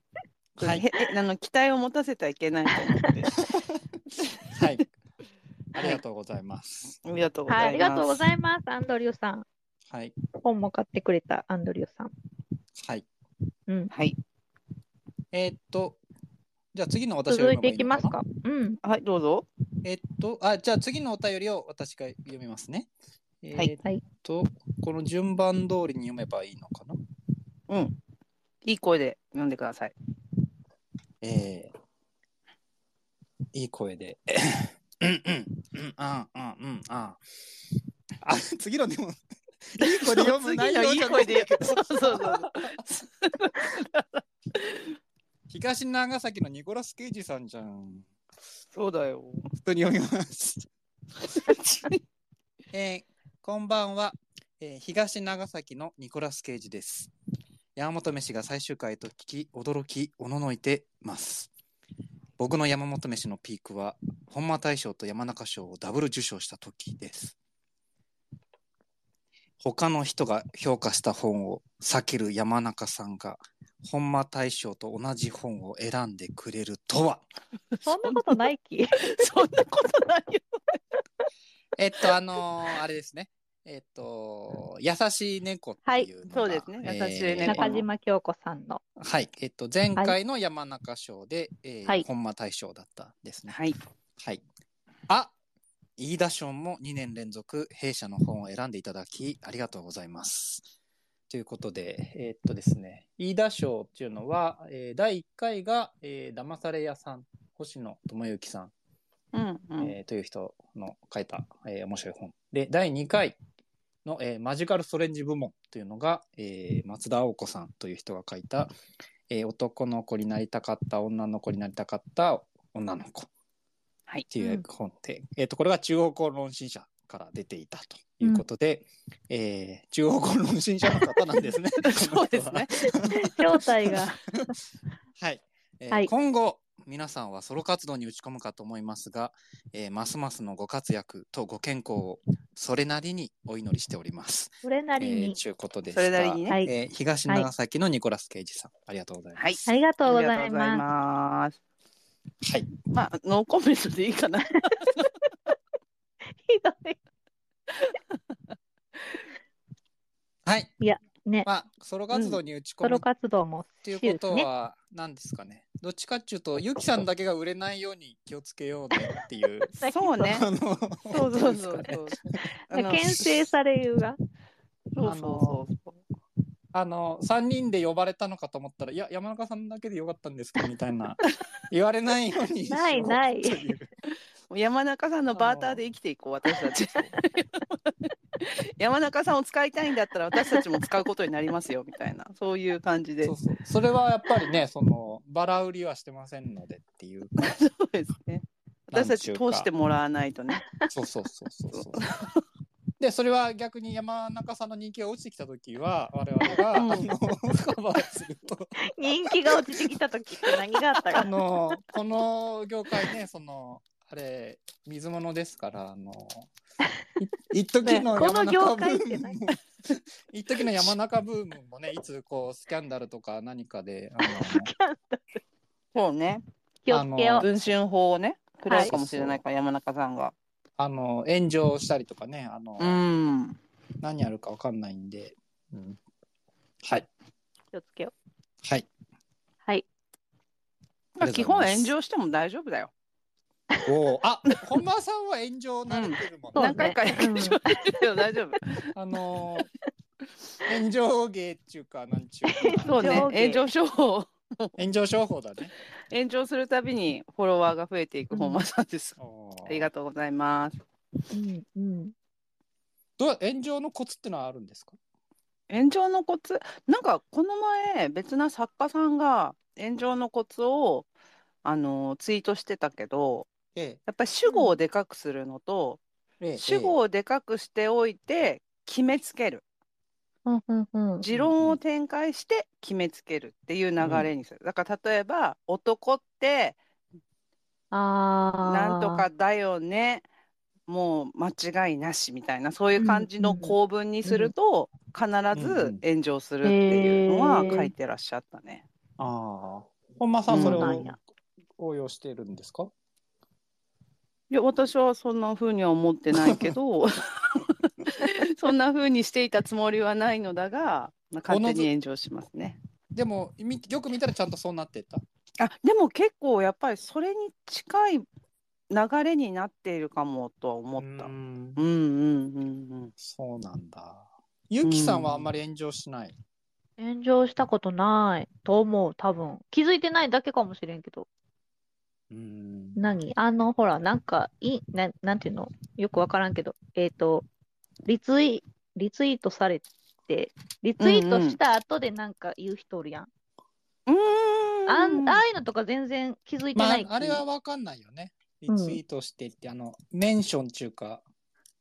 S3: はい
S2: へへあの期待を持たせてはいけないと思 って。
S3: はい。ありがとうございます。
S2: ありがとうご
S1: はい。
S2: ざ
S1: あり
S2: います。
S1: がとうございます。アンドリューさん。
S3: はい。
S1: 本も買ってくれたアンドリューさん。
S3: はい。
S1: うん。
S2: はい。
S3: えーっと、じゃあ次の私を
S1: 続
S3: 読
S1: い
S3: めば
S1: て
S3: い
S1: い
S3: い
S1: き
S3: のかな
S1: ますか。 うん。
S2: はい、どうぞ。
S3: えーっと、あ、じゃあ次のお便りを私が読みますね。えーっ
S2: はい
S1: はい。
S3: と、この順番通りに読めばいいのかな
S2: うん。いい声で読んでください。
S3: えー、いい声で。うんうんうんあんあんうんあんあ次のでもいい声で読む内容
S2: いい
S3: じゃな
S2: 声
S3: いんだ
S2: で
S3: け。ど
S2: そうそうそう。
S3: 東長崎のニコラス・ケイジさんじゃん
S2: そうだよ。
S3: 普通に読みます えーこんばんは、えー東長崎のニコラス・ケイジです。山本飯が最終回と聞き、驚き、おののいてます。僕の山本飯のピークは、本間大賞と山中賞をダブル受賞した時です。他の人が評価した本を避ける山中さんが、本間大賞と同じ本を選んでくれるとは。
S1: そんなことないき。
S2: そんなことないよ。
S3: えっと、あのーあれですね。えっと、優しい猫っていうのが、
S2: はいそうですね優しい猫
S1: 中島京子さんの。
S3: はい。えっと、前回の山中賞で、えー
S1: はい
S3: 本間大賞だったんですね。はい。
S2: はい。
S3: あ飯田賞も2年連続弊社の本を選んでいただき、ありがとうございます。ということで、えっとですね、飯田賞っていうのは、えー第1回が、えー騙され屋さん、星野智之さん
S2: うんうん。
S3: えーという人の書いた、えー面白い本。で、第2回の、えーマジカルストレンジ部門というのが、えー松田青子さんという人が書いた、えー男の子になりたかった、女の子になりたかった女の子っ
S2: はい。。
S3: ていう本で、えーと、これが中央公論新社から出ていたということで、えー中央公論新社の方なんですね
S2: そうですね。
S1: 正体が。
S3: はい、えー
S1: はい
S3: 今後皆さんはソロ活動に打ち込むかと思いますが、えーますますのご活躍とご健康をそれなりにお祈りしております。
S1: それな
S3: え
S1: り
S3: ー、
S1: に。
S3: ちゅうことでし
S2: そ
S3: た。
S2: れなりに
S1: は
S2: ね。
S1: い。
S3: えー東長崎のニコラス・ケイジさん、ありがとうございます。
S2: はい。
S1: ありがとうご
S2: あり
S1: ざ
S2: が
S1: います。
S2: ます。
S3: はい、
S2: まあ、ノーコメントでいいかな。
S1: ひどい。
S3: はい、
S1: ね。
S3: まあソロ活動に打ち
S1: ソ
S3: 込む
S1: ロ
S3: っ
S1: 活動も
S3: ていう
S1: し
S3: こ
S1: る
S3: と
S1: ね。
S3: は何ですかね。どっちかっていうとゆきさんだけが売れないように気をつけようねっていう。
S2: そうね。
S3: あの
S2: そうそう そう
S3: ですかね
S2: そう。あの
S1: 牽制されるが。
S2: そうそうそうそう。
S3: あの3人で呼ばれたのかと思ったら「いや山中さんだけでよかったんですけど」みたいな 言われないよう にしよう
S1: ないない
S3: という
S2: もう山中さんのバーターで生きていこう、私たち。山中さんを使いたいんだったら、私たちも使うことになりますよ、みたいな。そういう感じで。
S3: そ
S2: そう
S3: そうそれはやっぱりねそのバラ売りはしてませんのでってい
S2: う
S3: う
S2: ですね。私たち
S3: なんう
S2: 通
S3: か
S2: してもらわないとね。
S3: そうそうそうそうそう。でそれは逆に山中さんの人気が落ちてきた時は我々が、
S2: うん
S3: あのカバーすると
S1: 人気が落ちてきた時って何があった
S3: あ
S1: か。
S3: のこの業界ねそのあれ水物ですからあのい一時の
S1: ねこの
S3: 山中
S1: 業
S3: ブ
S1: 界って
S3: ームも一時の山中ブームもねいつこうスキャンダルとか何かであの
S2: そうね。
S1: 気をつけよ
S3: あ
S1: う。
S2: 文春法をね、食らうかもしれないから、山中さんが。
S3: あの炎上したりとかねあの、
S2: うん。
S3: 何やるかわかんないんで、うんはい
S1: 気をつけよう。
S3: はい
S1: はい。
S2: まあ基本炎上しても大丈夫だよ。
S3: おーあ本間さんは炎上慣れてるもん
S1: うんそ
S3: ね、
S1: う
S2: 何
S1: ね
S2: 回か炎上してるけど大丈夫。
S3: あのー炎上芸っていうかなんちゅう か
S2: そうね。炎上
S1: 上下
S2: 商法。
S3: 炎上商法だね
S2: 炎上するたびにフォロワーが増えていく本間さんです。あ
S3: あ
S2: りがとうございます。
S1: うんうん。
S3: どう炎上のコツってのはあるんですか
S2: 炎上のコツなんかこの前別な作家さんが炎上のコツをあのツイートしてたけど
S3: え
S2: やっぱり主語をでかくするのと、
S3: えええ
S2: 主語をでかくしておいて決めつける
S1: うんうんうん。
S2: 持論を展開して決めつけるっていう流れにする、だから例えば「男って
S1: ああ。
S2: なんとかだよね」もう間違いなしみたいなそういう感じの
S1: うんうん
S2: 構文にすると必ず炎上するっていうのは書いてらっしゃったね。
S3: ああ本間さんそれ
S2: そう
S1: な
S3: を
S1: んや
S3: 応用してるんですか
S2: いや私はそんな風には思ってないけ どそんな風にしていたつもりはないのだが、まあ、勝手に炎上しますね。
S3: でもみよく見たらちゃんとそうなってた
S2: あでも結構やっぱりそれに近い流れになっているかもとは思った。
S3: う
S2: うんんうんうんうん。
S3: そうなんだゆきさんはあんまり炎上しない、
S1: 炎上したことないと思う、多分。気づいてないだけかもしれんけど。
S3: うん
S1: 何あの、ほら、なんか、い、な、なんていうのよくわからんけど、えっと、リツイ、リツイートされて、リツイートした後でなんか言う人おるやん。
S2: うーん
S1: あん、ああいうのとか全然気づいて
S3: ま
S1: な
S3: あ
S1: い。
S3: あれは分かんないよねリ
S1: うん
S3: ツイートしてって、あのメンションっていうか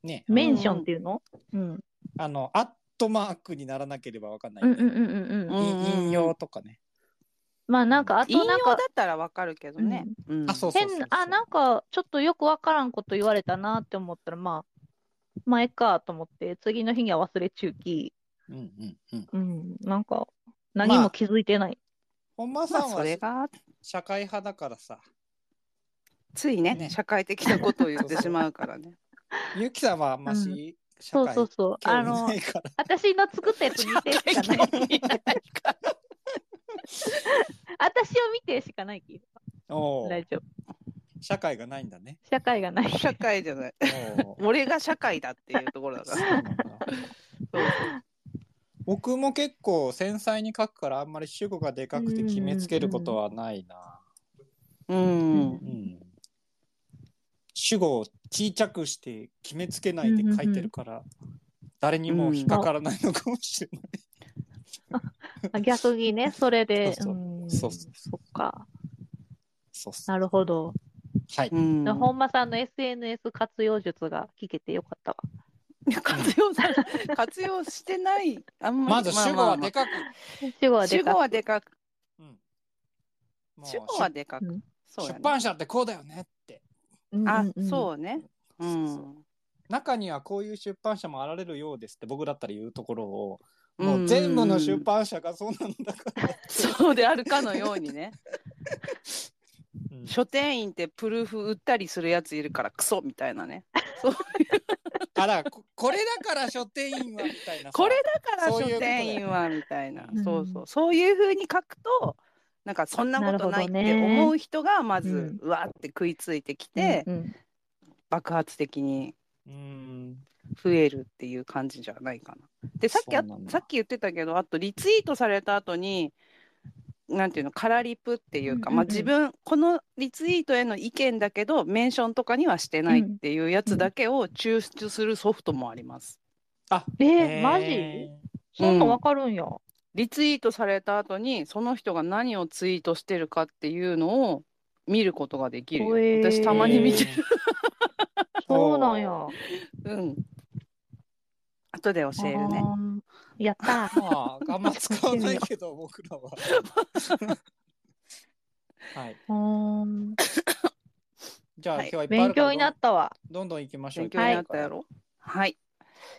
S3: ね
S1: メンションっていうのうん。
S3: あのアットマークにならなければ分かんない、
S1: うんうんうんうんう
S2: ん
S1: ん。
S2: うんうん
S3: い引用とかね
S1: まあなんか、あ
S2: 引用
S1: と
S2: だ
S1: な
S2: っ
S1: んか、
S2: たらわかるけどね。うん
S3: あそうそう
S1: 変
S3: そうそう
S1: な、あ、なんか、ちょっとよくわからんこと言われたなって思ったら、まあ、まあ、えっかと思って、次の日には忘れ中期。
S3: うんうんうん
S1: うん、なんか、何も気づいてない。
S3: 本間さ
S2: まあ
S3: ん
S2: そ
S3: は
S2: れが
S3: 社会派だからさ
S2: ついね
S3: ね
S2: 社会的なことを言ってしまうからね。
S3: ゆきさんはあんま
S1: う
S3: し社
S1: そう
S3: 会
S1: そうそう。あ
S3: 興
S1: の
S3: 味 な、いから
S1: 私の作ったやつ見てしかない。 私を見てしかないき。
S3: おう
S1: 大丈夫。
S3: 社会がないんだね。
S1: 社会がない。
S2: 社会じゃない。
S3: おう
S2: 俺が社会だっていうところだ
S3: そ
S2: か
S3: う
S2: ら。
S3: なんだ僕も結構繊細に書くからあんまり主語がでかくて決めつけることはないな。
S2: うん
S3: う。ん主語を小さくして決めつけないで書いてるから誰にも引っかからないのかもしれない。
S1: あ逆にね、それで。
S3: そうそうんそうそう
S1: そっか。
S3: そうっす
S1: なるほど。
S3: はい。
S2: うん
S1: 本間さんの SNS 活用術が聞けてよかったわ。
S2: 活用され活用してない。あん
S3: ま
S2: まり
S3: ず主語はでかく。
S1: 主語はで
S2: 主語
S1: かく
S2: はでかく。
S3: うんもう
S2: 主語はでかく。
S1: うん
S2: そうや
S3: 出
S2: ね。
S3: 版社ってこうだよねって。
S1: うん
S2: あ、
S1: うんうん
S2: そうね。う
S3: そうそ
S2: ん。
S3: 中にはこういう出版社もあられるようですって僕だったら言うところを、もう全部の出版社がそうなんだからって、
S2: そうであるかのようにね
S3: うん
S2: 書店員ってプルーフ売ったりするやついるからクソみたいなね
S3: あらここれだから書店員はみたいなさ
S2: これだから
S3: そう
S2: 書
S3: いうことだよね
S2: 店員はみたいな
S1: うん
S2: そうそうそういうふうに書くとなんかそんなことないっ
S1: なる
S2: て
S1: ほどね
S2: 思う人がまず、
S1: う
S2: うわって食いついてきて、
S1: うんうん
S2: 爆発的に
S3: うーん
S2: 増えるっていう感じじゃないかな。でさっきあ
S3: そうなんだ
S2: さっき言ってたけどあとリツイートされた後になんていうのカラリプっていうか、
S1: うんうん
S2: まあ、
S1: うん
S2: 自分このリツイートへの意見だけどメンションとかにはしてないっていうやつだけを抽出するソフトもあります。
S3: あ
S1: えー、マジ
S3: え
S1: そんなんわかるんや。
S2: リツイートされた後にその人が何をツイートしてるかっていうのを見ることができるよ。
S1: ほえー
S2: 私たまに見 てる。
S1: そうなんや。
S2: うん。後で教えるね。
S1: あーやったー。
S3: まあ、あんま使わない けど、僕らは。はい。
S1: うーん
S3: じゃあ、
S2: はい
S3: 今日はいっぱいあ
S1: 勉
S3: るから
S1: 強になったわ。
S3: どんどん行きましょう。
S2: 勉強になったやろ。はい。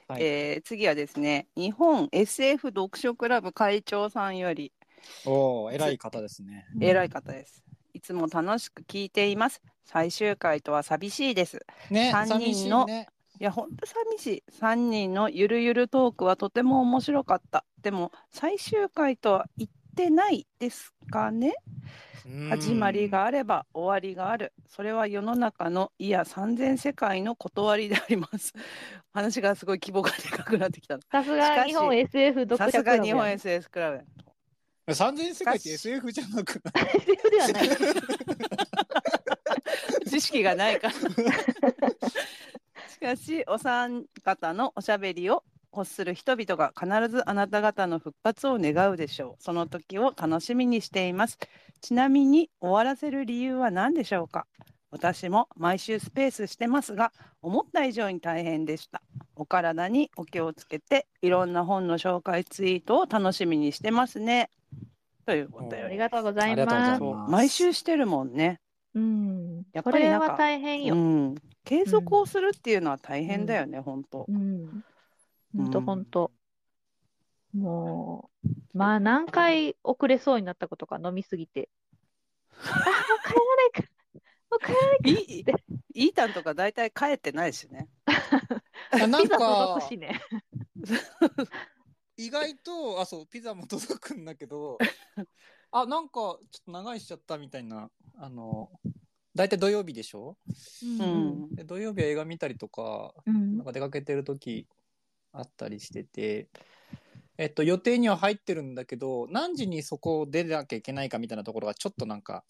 S3: はい
S2: えー次はですね、日本 SF 読書クラブ会長さんより、
S3: おお、偉い方ですね。
S2: 偉い方です。いつも楽しく聞いています。最終回とは寂しいです。
S3: ね、
S2: 三人
S3: 寂しい
S2: の
S3: ね。
S2: いや、ほんと寂しい。3人のゆるゆるトークはとても面白かった。でも、最終回とは言ってないですかね
S3: うん
S2: 始まりが。あれば終わりがある。それは世の中のいや3000世界の断りであります。話がすごい規模がでかくなってきたな。
S1: さす
S2: しか
S1: が
S2: し
S1: 日本 SF 読
S2: さ
S1: 者
S2: す
S1: クラ
S2: が
S1: ブ
S2: 日
S1: や
S2: 本
S1: ね
S2: SS クラブ。
S3: 三千世界って SF じゃなく ない
S1: SF ではない。
S2: 知識がないから。しかし、お三方のおしゃべりを欲する人々が必ずあなた方の復活を願うでしょう。その時を楽しみにしています。ちなみに、終わらせる理由は何でしょうか私も毎週スペースしてますが、思った以上に大変でした。お体にお気をつけて、いろんな本の紹介ツイートを楽しみにしてますね。というお便
S1: あり
S2: り。
S1: がとうござい
S3: ありがとうござ
S1: ま
S3: い
S1: す
S3: ます。
S2: そう毎週してるもんね。
S1: うん。
S2: やっ
S1: こ
S2: ぱり
S1: れ
S2: なんか
S1: は大変
S2: う
S1: よ。
S2: ん、継続をするっていうのは大変だよね、本当。
S1: うん。ほんと
S2: うん
S1: ほんと。もう、まあ何回遅れそうになったことか飲みすぎて。あ、もう帰らないか。もう帰らない
S2: いいイータンとか大体帰ってないしね。
S3: あな
S1: ピ
S3: ん
S1: ザ
S3: か
S1: 届くしね。
S3: 意外とあそうピザも届くんだけどあなんかちょっと長いしちゃったみたいなあの大体土曜日でしょ
S1: うん
S2: うん。
S3: で土曜日は映画見たりとか
S1: うん
S3: なんか出かけてる時あったりしてて、えっと、予定には入ってるんだけど何時にそこを出なきゃいけないかみたいなところがちょっとなんか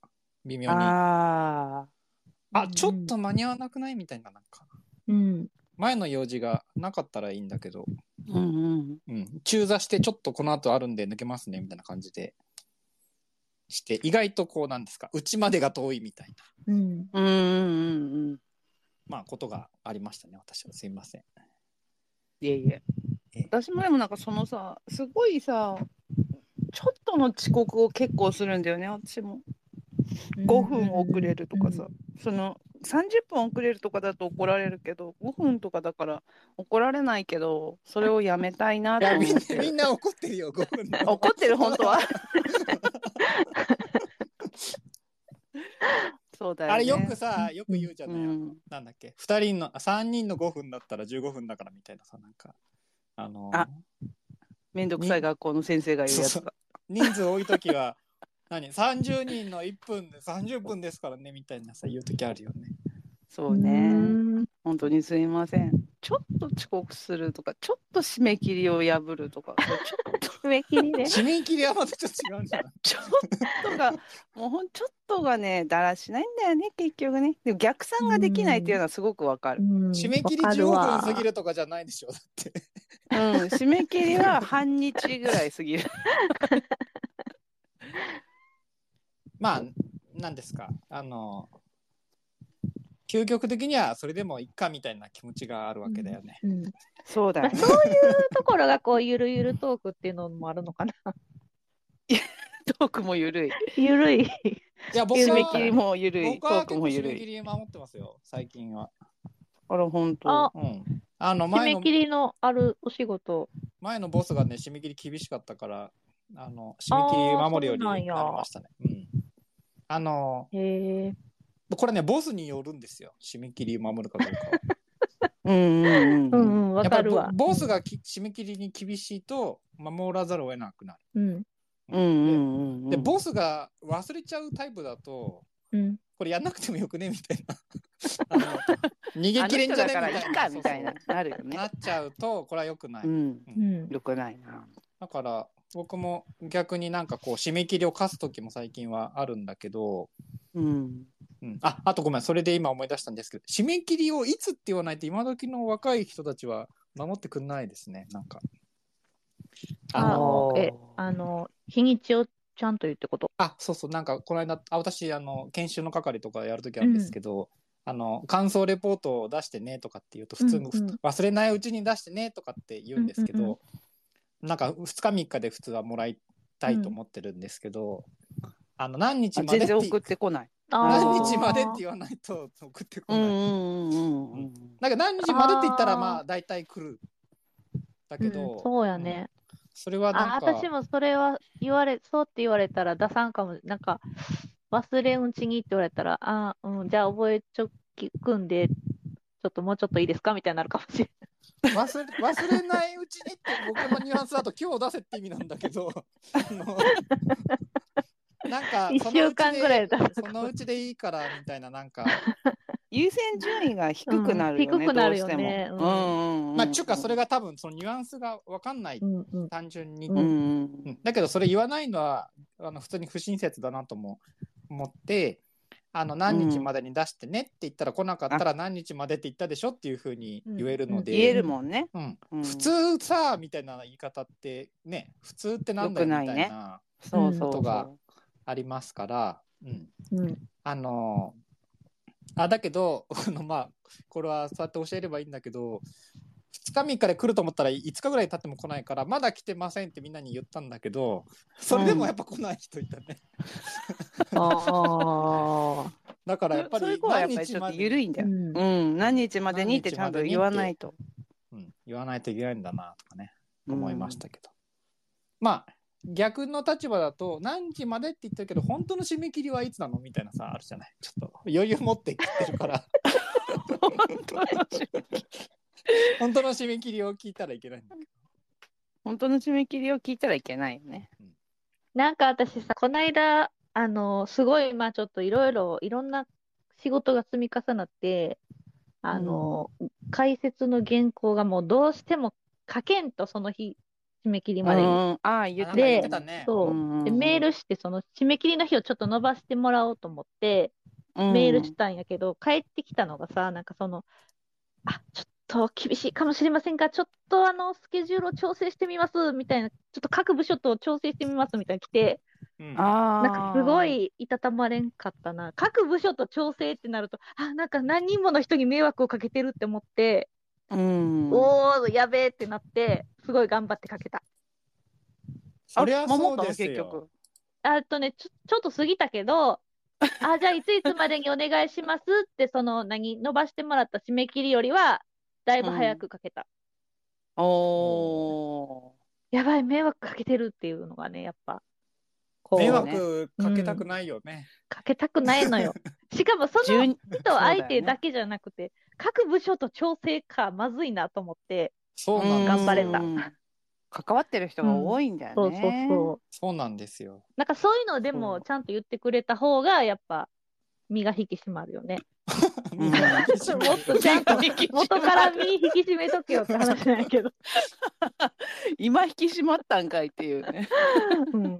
S3: 微妙にあ
S2: ああ、
S3: ちょっと間に合わなくないみたいななんか
S1: うん。
S3: 前の用事がなかったらいいんだけど、
S2: うんうん。
S3: うん、中座してちょっとこの後あるんで抜けますねみたいな感じでして意外とこうなんですかうちまでが遠いみたいな
S1: うん。
S2: うんうんうんうん。
S3: まあことがありましたね私はすいません
S2: いえいえ
S3: ええ。
S2: 私もでもなんかそのさ、すごいさ、ちょっとの遅刻を結構するんだよね、私も。5分遅れるとかさ、その30分遅れるとかだと怒られるけど、5分とかだから怒られないけど、それをやめたいないと
S3: や
S2: 思
S3: みん
S2: っ
S3: な
S2: て
S3: みんな怒ってるよ5分の
S2: 怒ってる本当は そうだよ、ね、
S3: あれよくさよく言うじゃ
S2: う
S3: ない、
S2: ん、
S3: なんだっけ2人のあ3人の5分だったら15分だからみたいなさなんかあのー
S2: あめんどくさい学校の先生が言うやつ
S3: そう
S2: だ
S3: 人数多い時は 何30人の1分で30分ですからねみたいなさ言う時あるよね
S2: そうね本当にすいませんちょっと遅刻するとかちょっと締め切りを破るとかそうちょっと
S1: 締め切 りね。
S3: 締め切りはまたちょっと違うんじゃない
S2: ちょっ とがもうほんちょっとがねだらしないんだよね結局ねでも逆算ができないっていうのはすごくわかる、
S1: 締
S3: 締め切り15分過ぎるとかじゃないでしょだって
S2: うん、締め切り は半日ぐらい過ぎる
S3: まあ何ですかあの究極的にはそれでもいっかみたいな気持ちがあるわけだよね。
S1: うん
S2: そうだ
S1: ま
S2: よ
S1: あ、
S2: ね
S1: そういうところがこうゆるゆるトークっていうのもあるのかな。
S2: トークもゆるい
S1: ゆるい。
S3: いや僕
S2: 締
S3: は
S2: め切りもゆるいト
S3: 僕は
S2: ー
S3: 結
S2: ク
S3: 構
S2: もゆ
S3: 締
S2: る
S3: め
S2: い
S3: 切り守ってますよ最近は。
S2: あら、本当。
S1: あ
S3: うん、あの
S1: 締
S3: 前
S1: め
S3: の
S1: 切りのあるお仕事。
S3: 前のボスがね締め切り厳しかったからあの締め切り守るようになりましたね。うんあの
S1: へえ。
S3: これねボスによるんですよ締め切り守るかどう かは。
S2: うんうん
S1: う
S2: うん。
S1: うんん、わ
S3: やっぱ
S1: か
S3: り
S1: る
S3: ボ
S1: わ。
S3: ボスがき締め切りに厳しいと守らざるを得なくな
S1: う
S3: る。
S1: ん。
S2: うんうんうんうん。
S3: でボスが忘れちゃうタイプだと
S1: うん。
S3: これやんなくてもよくねみた いなあの逃げ切れんじゃね
S2: あの人だから
S3: み
S2: いい
S3: たいな
S2: かみたいな
S3: そう、
S2: なるよ
S3: そうな
S2: ね
S3: っ。ちゃうとこれはよくない、
S2: うん。
S1: うん。
S2: よくないな。
S3: だから僕も逆になんかこう締め切りを課す時も最近はあるんだけど、
S2: うん。
S3: うん、ああとごめんそれで今思い出したんですけど締め切りをいつって言わないと今時の若い人たちは守ってくんないですねなんかあ
S1: あ
S3: の
S1: え、あの、日にちをちゃんと言うってこと。
S3: あ、そうそう、なんかこの間、あ私、あの、研修の係とかやるときあるんですけど、あの、感想レポートを出してねとかって言うと、普通に、
S1: うんうん
S3: 忘れないうちに出してねとかって言うんですけど、
S1: うんうん
S3: なんか2日3日で普通はもらいたいと思ってるんですけど、あの、何日
S2: あ
S3: まで
S2: 全
S3: って
S2: 然送ってこない。
S1: あー
S3: 何日までって言わないと送ってこ
S2: う
S3: ない。
S2: んうんうんうんうん。
S3: なんか何日までって言った
S1: あ
S3: ら
S1: ー
S3: まあ大体来る。だけど、
S1: うんそうやね。
S3: それは
S1: あ
S3: なんか、
S1: 私もそれは言われ、そうって言われたら出さんかも、なんか、忘れんうちにって言われたら、あーうん、じゃあ覚えちょきくんで、ちょっともうちょっといいですかみたいになるかもしれ
S3: 忘れ忘れないうちにって僕のニュアンスだと今日出せって意味なんだけど、あのなんか
S1: ない。一
S3: そのうち
S1: 週間ぐらい出
S3: で
S1: す
S3: そのうちでいいからみたいななんか、
S2: 優先順位が低くなるよね。
S1: うん低くなるよね
S2: どうしてもうんうんうん。
S3: まあちゅうかそれが多分そのニュアンスがわかんない、
S1: うんうん。
S3: 単純に、
S2: うんうんう。
S3: うんんだけどそれ言わないのはあの普通に不親切だなとも思ってあの何日までに出してねって言ったら来なかったら何日までって言ったでしょっていうふうに言えるの
S2: 言え
S3: で、
S2: るもんね。
S3: うん
S2: うん
S3: 普通さみたいな言い方ってね普通ってなんだよ
S2: よ
S3: み
S2: くな
S3: た
S2: いね
S3: いな
S2: そうそうそ
S3: こと
S2: う。
S3: がありますから、うん、
S1: うん
S3: あのあだけど あのまあこれはそうやって教えればいいんだけど2日3日で来ると思ったら5日ぐらい経っても来ないからまだ来てませんってみんなに言ったんだけどそれでもやっぱ来ない人いたね。
S1: あ
S3: だからやっぱ
S2: そういう
S3: り
S2: 子はやっぱりちょっ
S3: ま
S2: と
S3: で
S2: 緩いんだ
S1: あ。
S2: よ。
S1: ん
S2: うん、何日までにってちゃんと言わないと。
S3: うん、言わないといけないんだなとかね思いましたけど、まあ逆の立場だと何時までって言ってるけど本当の締め切りはいつなのみたいなさあるじゃないちょっと余裕持って切ってるから本当の締め切りを聞いたらいけないんだけど
S2: 本当の締め切りを聞いたらいけないよね。
S1: なんか私さ、こないだ、あの、すごい、まあちょっといろいろ、いろんな仕事が積み重なって、あの、解説の原稿がもうどうしても書けんと、その日、締め切り
S2: う
S1: までに。
S2: ん、ああ、言っ
S3: あな
S2: て
S3: んか言
S1: で
S3: ってたね
S1: そう
S2: うん
S1: でメールして、その締め切りの日をちょっと伸ばしてもらおうと思って、メールしたんやけど、帰ってきたのがさ、なんかその、あ、ちょっと厳しいかもしれませんが、ちょっとあの、スケジュールを調整してみます、みたいな、ちょっと各部署と調整してみます、みたいな来て、
S3: うん
S2: ああ。
S1: なんかすご。いいたたまれんかったな。各部署と調整ってなると、あ、なんか何人もの人に迷惑をかけてるって思って、
S2: うん。
S1: おー、やべえってなって、すごい頑張ってかけた。
S3: そりゃそう
S2: 守った
S3: で
S2: の
S3: す
S2: 結
S3: よ
S2: 局。
S1: あとね、ちょ、ちょっと過ぎたけど、あ、じゃあいついつまでにお願いしますって、その、何、伸ばしてもらった締め切りよりは、だいぶ早くかけた。
S2: おお
S1: やばい、迷惑かけてるっていうのがね、やっぱ、こう、
S3: 迷
S2: ね
S3: 惑かけたくないよね、
S1: かけたくな いのよ。しかもそ
S2: ー。
S1: の
S2: 12
S1: 人相手だけじゃなくて、各部署と調整か、まずいなと思って、
S3: そうなんですよ
S1: 頑張れた
S2: うん関わってる人が多いんだ
S1: そ
S2: よ
S1: うそう
S2: ね。
S1: そう。
S3: そうなんですよ
S1: なんかそういうので
S2: そ
S1: も
S2: う
S1: ちゃんと言ってくれた方が、やっぱ、身が引き締まるよね。
S2: うん
S1: もっとちゃん と、元から身引き締めとけよって話なんやけど。
S2: 今引き締まったんかいっていうね。
S1: うん。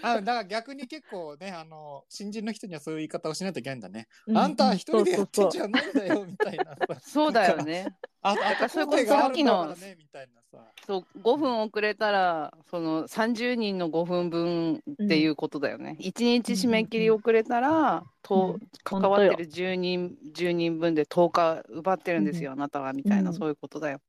S3: あだから逆に結構ねあの新人の人にはそういう言い方をしないといけないんだね、 あんた一人でやってんじ
S1: ゃ
S3: ゃないんだよみたいなさ
S2: そうだよね。
S3: あ、あと工程があるんだからね、みたいなさ。
S2: そう5分遅れたらその30人の5分分っていうことだよね、一1日締め切り遅れたら、と
S1: うん
S2: 関わってる10人10人分で10日奪ってるんですよ、あなたはみたいな、
S1: うん
S2: そういうことだよ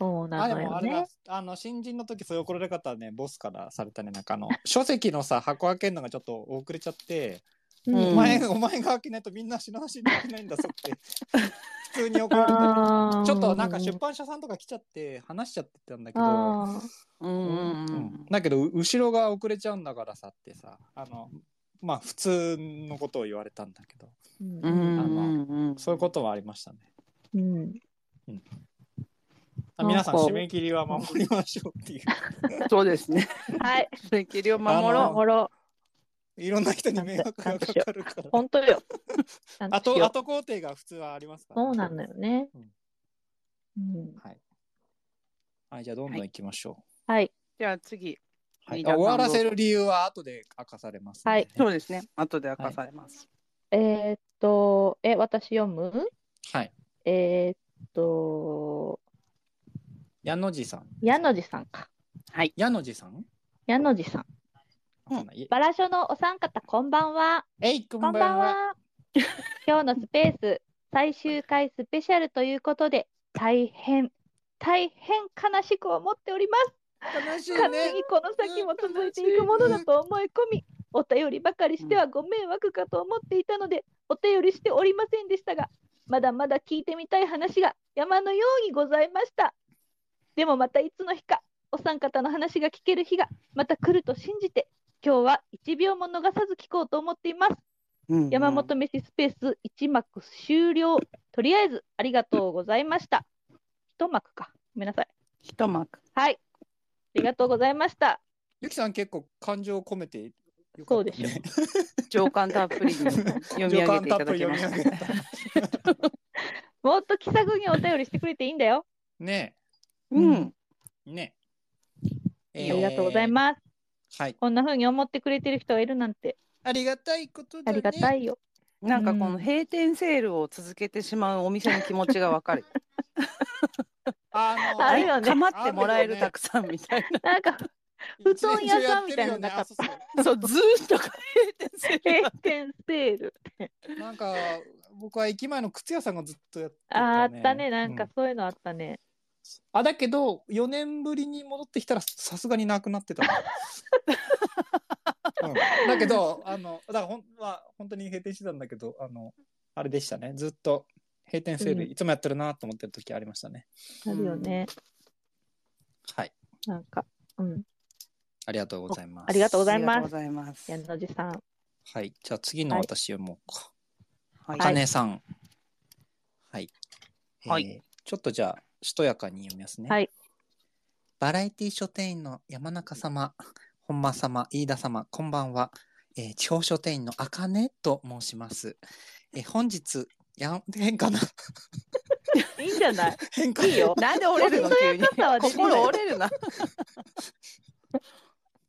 S1: そう
S3: あ、
S1: な
S3: で
S1: の
S3: も
S1: よ
S3: あれだ
S1: ね。、
S3: あの、新人の時そういう怒られ方はね、ボスからされたね、なんかあの、書籍のさ、箱開けるのがちょっと遅れちゃって、
S1: うん
S2: お
S3: お前、お前が 開けないとみんな品出しできないんだぞ って、普通に怒られたね。
S1: あー
S3: ちょっとなんか出版社さんとか来ちゃって、話しちゃってたんだけど、
S1: あー
S2: うんうんう
S3: うんんだけど、う後ろが遅れちゃうんだからさってさ、あの、まあ普通のことを言われたんだけど、
S1: うん
S2: う
S1: うん
S2: ん
S1: あ
S2: うんうん
S3: そういうことはありましたね。
S1: うん
S3: あ皆さん
S1: なんか
S3: 締め切りは守りましょう っていう。
S2: そうですね
S1: はい。
S2: 締め切りを
S3: あ
S2: 守
S3: の
S2: ろ
S1: もろ。
S3: いろんな人に迷惑がかかるから。
S1: 本当 よ。ちゃんと
S3: あ
S1: し
S3: と、
S1: よ
S3: あ
S1: う
S3: と工程が普通はありますから、
S1: そうなのよ。ね
S3: うん。
S1: うん。
S3: はい。はい、じゃあどんどん行きましょ
S1: はい。
S2: うじゃあ次
S3: う。はい。
S2: 飯田さん
S3: 終わらせる理由は後で明かされます、
S1: はい
S2: そうですね後で明かされます、
S1: えーっと、え、私読む
S3: はい。
S1: えーっと、
S3: 矢野寺さん。
S1: 矢野寺さんか。
S3: 矢野寺さん
S1: 矢野寺さん。
S2: うん
S3: わかんない
S1: バラショのお三方、こんばんは。
S3: えい、こ
S1: こ
S3: んばんは。。
S1: 今日のスペース、最終回スペシャルということで、大変、大変悲しく思っております。
S3: 悲しい
S1: 勝
S3: ね
S1: 手。にこの先も続いていくものだと思い込み、お便りばかりしてはご迷惑かと思っていたので、お便りしておりませんでしたが、まだまだ聞いてみたい話が山のようにございました。でもまたいつの日か、お三方の話が聞ける日がまた来ると信じて、今日は1秒も逃さず聞こうと思っています。
S2: うんうん
S1: 山本飯スペース1幕終了。とりあえずありがとうございました。1幕か。ごめんなさい。
S2: 一幕
S1: はい。ありがとうございました。
S3: ゆきさん結構感情を込めてよかったね。
S1: そうでし
S2: 情感たっぷりに読み上げていただきました
S3: 情感たっぷり読み上げた
S1: もっと気さぐにお便りしてくれていいんだよ。
S3: ね
S2: うん
S3: え、ね
S1: あ
S3: え。
S1: りがとうございます。
S3: す。はい。
S1: こんな風に思ってくれてる人がいるなんて
S3: ありがたいこと
S1: あ
S3: だね。
S1: りがた
S3: い。
S1: い よ。
S2: なんかこ
S3: う
S2: の
S3: ん
S2: 閉店セールを続けてしまうお店の気持ちがわかる
S3: あの、
S1: あるよね
S2: 構ってもらえるたくさんみたい
S1: なんか、布団屋さんみたいなのなかった
S3: 一年中やってるよね。あそうそう
S2: なそうずーっと閉店セール
S1: 閉店セー ル。
S3: なんか僕は駅前の靴屋さんがずっとやって
S1: あーあったね。なん
S3: う
S1: かそういうのあったね。
S3: あだけど4年ぶりに戻ってきたらさすがになくなっ てた、うん、だけどあのだからほん、まあ、本当に閉店してたんだけどあのあれでしたねずっと閉店セール、
S1: うん
S3: いつもやってるなと思ってる時ありましたね
S1: あるよね。
S3: はい
S1: なんか、うん。
S3: ありがとうございます
S1: ありがとうござい
S2: あ
S1: ま
S2: りがとうご
S1: す。
S2: ざいます
S1: 矢野じさん。
S3: はいじゃあ次の私読もうか、
S2: はい
S3: かねさんはい、
S2: はい
S3: えーちょっとじゃあしとやかに読みますね
S1: はい
S3: バラエティ書店員の山中様、本間様、飯田様、こんばんは。えー地方書店員のあかねと申します。えー本日、やん変かな
S1: いいんじゃない
S3: 変か
S1: い
S3: ない
S1: よ。
S2: なんで折れるの急に
S1: 本当にやっぱさ
S2: 心折れるな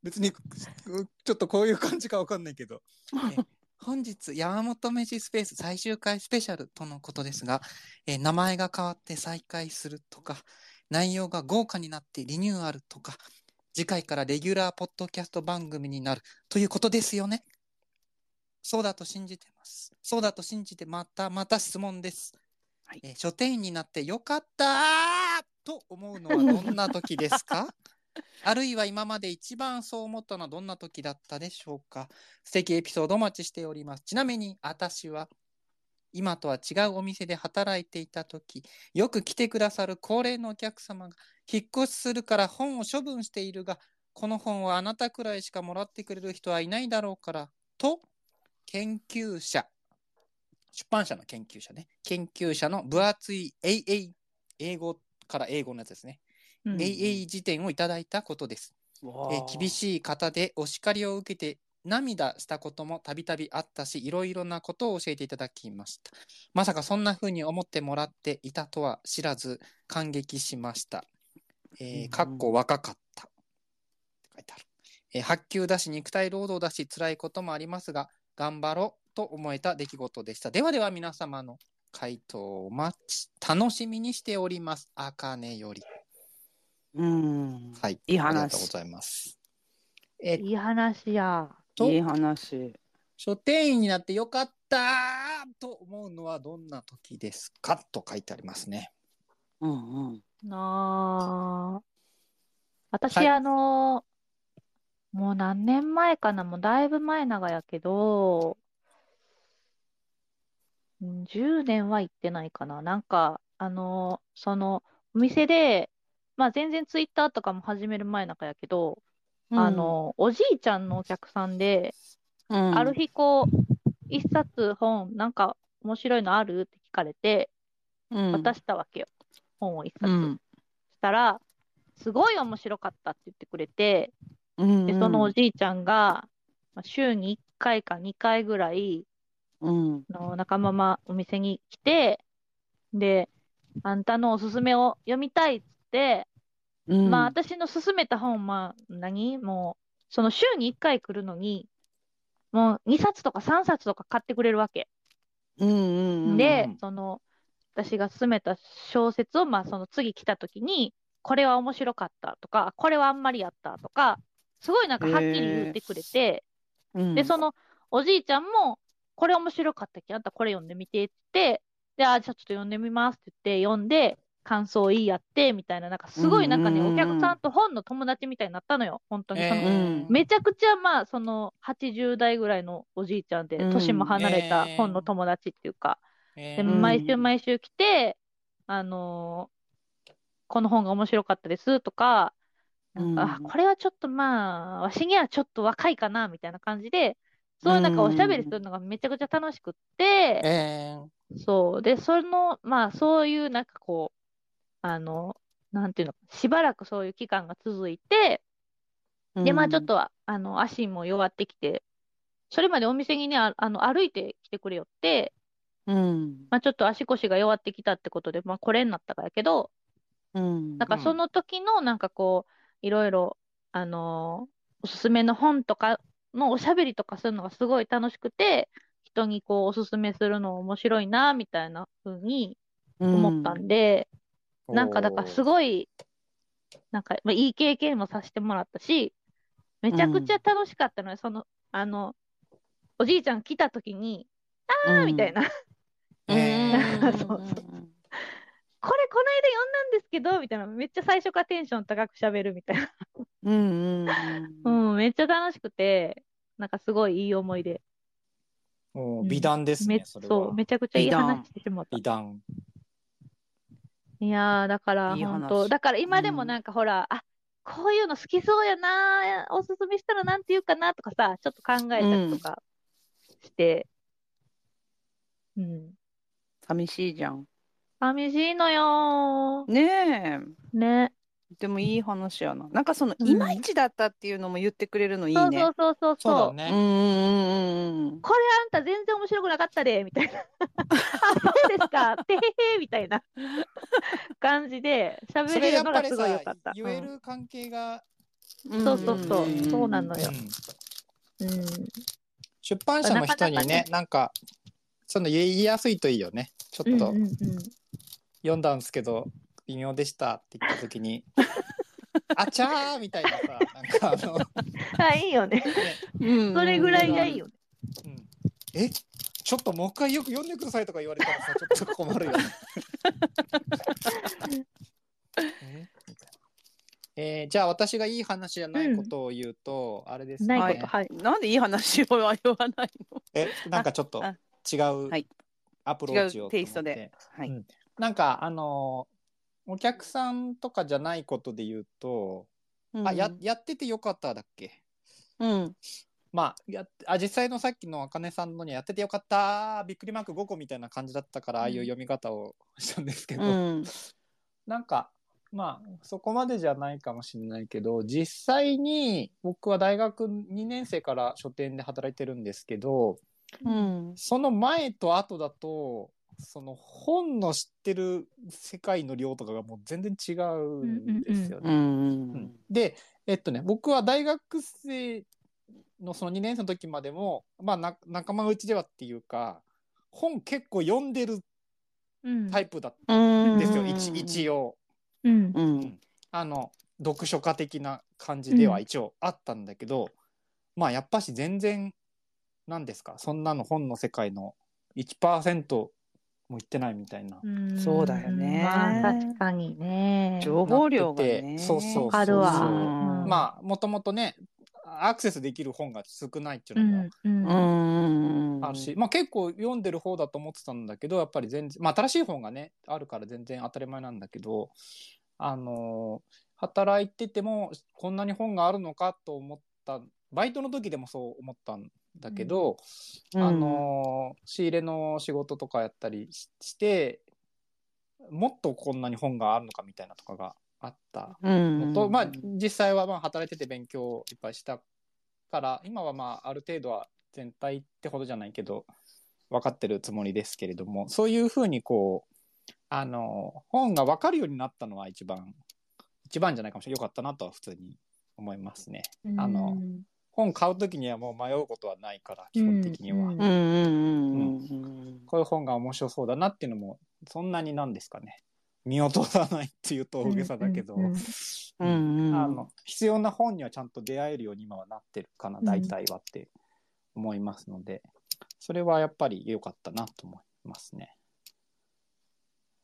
S3: 別に、うちょっとこういう感じかわかんないけど。えー本日、山本飯スペース最終回スペシャルとのことですが、えー名前が変わって再開するとか、内容が豪華になってリニューアルとか、次回からレギュラーポッドキャスト番組になるということですよね。そうだと信じてます。そうだと信じて、またまた質問です。
S2: はい
S3: えー書店員になってよかったーと思うのはどんな時で すかあるいは今まで一番そう思ったのはどんな時だったでしょうか素敵エピソードお待ちしております。ちなみに私は今とは違うお店で働いていた時よく来てくださる高齢のお客様が引っ越しするから本を処分しているがこの本はあなたくらいしかもらってくれる人はいないだろうからと研究者出版社の研究者ね研究者の分厚い AA 英語から英語のやつですね、
S1: うん
S3: AA 辞典をいただいたことですえー厳しい方でお叱りを受けて涙したこともたびたびあったしいろいろなことを教えていただきましたまさかそんな風に思ってもらっていたとは知らず感激しました、
S2: う
S3: えー、
S2: ん
S3: かっこ若かったって書いてある、えー発給だし肉体労働だし辛いこともありますが頑張ろうと思えた出来事でしたではでは皆様の回答をお待ち楽しみにしておりますあかねより
S2: うん
S3: はい
S2: いい話
S3: ありがとうございますえー
S1: いい話や。
S3: と
S2: いい話
S3: 書店員になってよかったと思うのはどんな時ですかと書いてありますね。
S2: うんうん
S1: なあ。私、
S3: はい
S1: あの、もう何年前かな、もうだいぶ前長やけど、うん10年は行ってないかな。なんか、あの、その、お店で、まあ全然ツイッターとかも始める前中やけど、あの、おじいちゃんのお客さんで、
S2: うん
S1: ある日こう、一冊本、なんか面白いのあるって聞かれて、
S2: うん
S1: 渡したわけよ。本を一
S2: う
S1: 冊。
S2: ん
S1: したら、すごい面白かったって言ってくれて、
S2: うん
S1: で、そのおじいちゃんが、まあ週に1回か2回ぐらい、
S2: うん
S1: あの仲間まお店に来て、で、あんたのおすすめを読みたいっつって、
S2: うん
S1: まあ私の勧めた本、まあ何もう、その週に1回来るのに、もう2冊とか3冊とか買ってくれるわけ。
S2: うんうんうん
S1: で
S3: うん、
S1: その、私が勧めた小説を、まあ、その次来た時に、これは面白かったとか、これはあんまりやったとか、すごいなんかはっきり言ってくれて、で、そのおじいちゃんも、これ面白かったっけあんたこれ読んでみてって言って、で、あ、じゃあちょっと読んでみますって言って、読んで、感想いいやって、みたいな、なんかすごいなんかね、
S2: うんうんう
S1: お
S2: ん
S1: 客さんと本の友達みたいになったのよ、本当にその。
S2: えうん
S1: めちゃくちゃまあその80代ぐらいのおじいちゃんで
S2: うん
S1: 年も離れた
S3: えー
S1: 本の友達っていうか、
S3: え
S1: で
S2: も
S3: ー
S1: 毎週毎週来て、あのーこの本が面白かったですとか、なんか、
S2: うん
S1: あこれはちょっとまあ、わしにはちょっと若いかなみたいな感じで、そういうなんかおしゃべりするのがめちゃくちゃ楽しくって、
S3: えー
S1: そう。で、その、まあ、そういう、なんかこう、あの、なんていうの、しばらくそういう期間が続いて、で、まあ、ちょっとは、あの、足も弱ってきて、それまでお店にね、ああの、歩いて来てくれよって、
S2: うん、
S1: まあ、ちょっと足腰が弱ってきたってことで、まあ、これになったからやけど、
S2: うん
S1: なんか
S3: うん
S1: その時の、なんかこう、いろいろ、あのおすすめの本とかのおしゃべりとかするのがすごい楽しくて、人にこう、おすすめするの面白いな、みたいな風に思ったんで、なんかだからすごい、なんか、まあ、いい経験もさせてもらったし、めちゃくちゃ楽しかったのよ、その、あの、おじいちゃん来た時に、あーみたいな、こ
S2: うん
S3: えー
S1: そうそうれこの間呼んだんですけど、みたいな、めっちゃ最初からテンション高く喋るみたいな。
S2: うんうん
S1: うん、めっちゃ楽しくて、なんかすごいいい思い出。
S3: もう美談です
S1: め
S3: ね、それ
S1: そ
S3: は
S1: う、。めちゃくちゃいい
S2: いいな
S1: 話してしまった
S3: 美。談。
S1: いやー、だから、
S2: いい話
S1: 本当、だから今で
S2: う
S1: も
S2: ん
S1: なんかほら、あ、こういうの好きそうやなー、おすすめしたらなんて言うかなとかさ、ちょっと考えたりとかして、うん。
S2: 寂しいじゃん
S1: 寂しいのよ
S2: ねえ
S1: ー。ね。
S2: でもいい話やななんかその
S1: うん
S2: いまいちだったっていうのも言ってくれるのいい
S1: そう
S2: ね
S1: そうそうそう
S3: そう
S1: そ
S3: だ
S1: う。
S2: う
S3: ね。
S2: んうん
S1: これあんた全然面白くなかったで、みたいな。あ、そうですか。てへへ、みたいな感じで喋
S3: それ
S1: れ
S3: や
S1: る
S3: っ
S1: の
S3: ぱ
S1: が
S3: り
S1: すごい良か
S3: さ
S1: った。、
S3: 言える関係が、
S2: うんうん
S1: そうそうそう
S3: うん
S1: そうなのよ
S3: うん
S1: うん。うん。
S3: 出版社の人にね、なんか、その言いやすいといいよね。ちょ
S1: う
S3: っ
S1: ん
S3: と
S1: うんうん。
S3: 読んだんですけど、微妙でしたって言った 時に、あちゃーみたいなさ、なんかあの、
S1: あ、いいよね。
S2: うん
S1: それぐらいがいいよね。
S3: うんえちょっともう一回よく読んでくださいとか言われた らさ、ちょっと困るよね。えみたいなえーじゃあ私がいい話じゃないことを言うと、あれですね。
S1: ないこと、はい。
S2: なんでいい話を言わないの
S3: えなんかちょっと
S2: あ
S3: 違う
S2: はい
S3: アプローチをと思って
S2: 違うテイストではい
S3: うんなんかあのお客さんとかじゃないことで言うと、あややっててよかっただっけ
S2: うん
S3: まあやあ実際のさっきのあかねさんのにやっててよかったびっくりマーク5個みたいな感じだったから、
S1: うん
S3: ああいう読み方をしたんですけど、
S2: うん
S3: なんかまあそこまでじゃないかもしれないけど実際に僕は大学2年生から書店で働いてるんですけど、
S2: うん
S3: その前と後だとその本の知ってる世界の量とかがもう全然違うんですよね。
S2: うん
S3: うんでえっとね僕は大学生のその2年生の時までもまあな仲間内ではっていうか本結構読んでる
S1: うん。
S3: タイプだっ
S2: う
S3: た
S2: ん
S3: んですよ、一一応
S1: うん。
S2: うん
S3: あの読書家的な感じでは一応あったんだけど、まあやっぱし全然何ですかそんなの本の世界の1%もいってないみたいな
S1: うん
S2: そうだよね
S1: まあ、確かにね。
S2: 情報量がね
S3: そうそうそう
S1: わかるわ
S3: そう
S1: うん
S3: まあもともとねアクセスできる本が少ないっていう
S1: う
S3: のも
S1: ん。うん。
S2: うんうん
S3: あるし、まあ結構読んでる方だと思ってたんだけどやっぱり全然、まあ、新しい本がねあるから全然当たり前なんだけどあのー働いててもこんなに本があるのかと思ったバイトの時でもそう思ったんだけど、あのー仕入れの仕事とかやったりししてもっとこんなに本があるのかみたいなとかがあった
S2: うん
S3: のと、まあ実際はまあ働いてて勉強をいっぱいしたから今はまあある程度は全体ってほどじゃないけど分かってるつもりですけれどもそういうふうにこうあのー本が分かるようになったのは一番一番じゃないかもしれないよかったなとは普通に思いますね。あの本買う時にはもう迷うことはないから基本的には。
S1: うんう
S2: うん
S1: ん
S2: うんうんうん
S3: こういう本が面白そうだなっていうのもそんなになんですかね見落とさないっていうと大げさだけど、
S1: うんう
S2: う
S1: ん
S2: んうん
S3: あの必要な本にはちゃんと出会えるように今はなってるかな
S1: うん
S3: 大体はって思いますので、それはやっぱり良かったなと思いますね。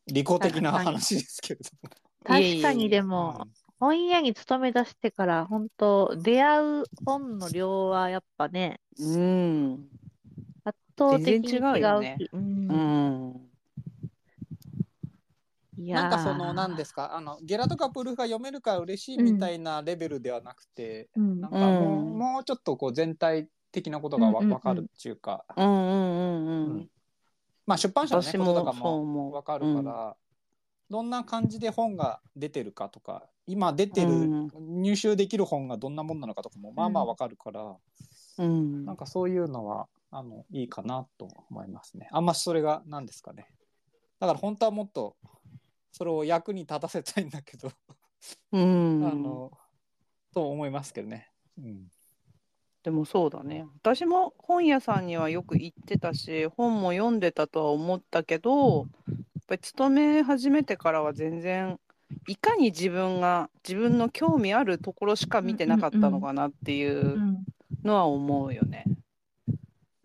S3: 利己的な話ですけれども。
S1: 確か
S2: いえいえいえ
S1: にでも、
S3: うん
S1: 本屋に勤め出してから、本当出会う本の量はやっぱね、
S2: うん
S1: 圧倒的に
S2: 全然違うよね
S1: 違うし。う。
S2: うんん
S1: いやー
S3: なんかその何ですかあのゲラとかプルフが読めるから嬉しいみたいなレベルではなくて、
S1: うん
S3: なんかもう,、
S2: うん
S3: もうちょっとこう全体的なことがわ
S1: うんうんうん
S3: 分かるっていうか、
S2: うんうんうんうん
S3: まあ出版社の、ね、
S2: 私
S3: ことと
S2: も
S3: か
S2: そう
S3: も
S2: 思う
S3: わかるから、どんな感じで本が出てるかとか今出てる、
S2: うん
S3: 入手できる本がどんなもんなのかとかもまあまあわかるから、
S2: うん
S3: なんかそういうのはあのいいかなと思いますねあんまそれが何ですかねだから本当はもっとそれを役に立たせたいんだけど、
S2: うん
S3: あのと思いますけどね、うん、
S2: でもそうだね私も本屋さんにはよく行ってたし本も読んでたとは思ったけどやっぱり勤め始めてからは全然いかに自分が自分の興味あるところしか見てなかったのかなっていうのは思うよね。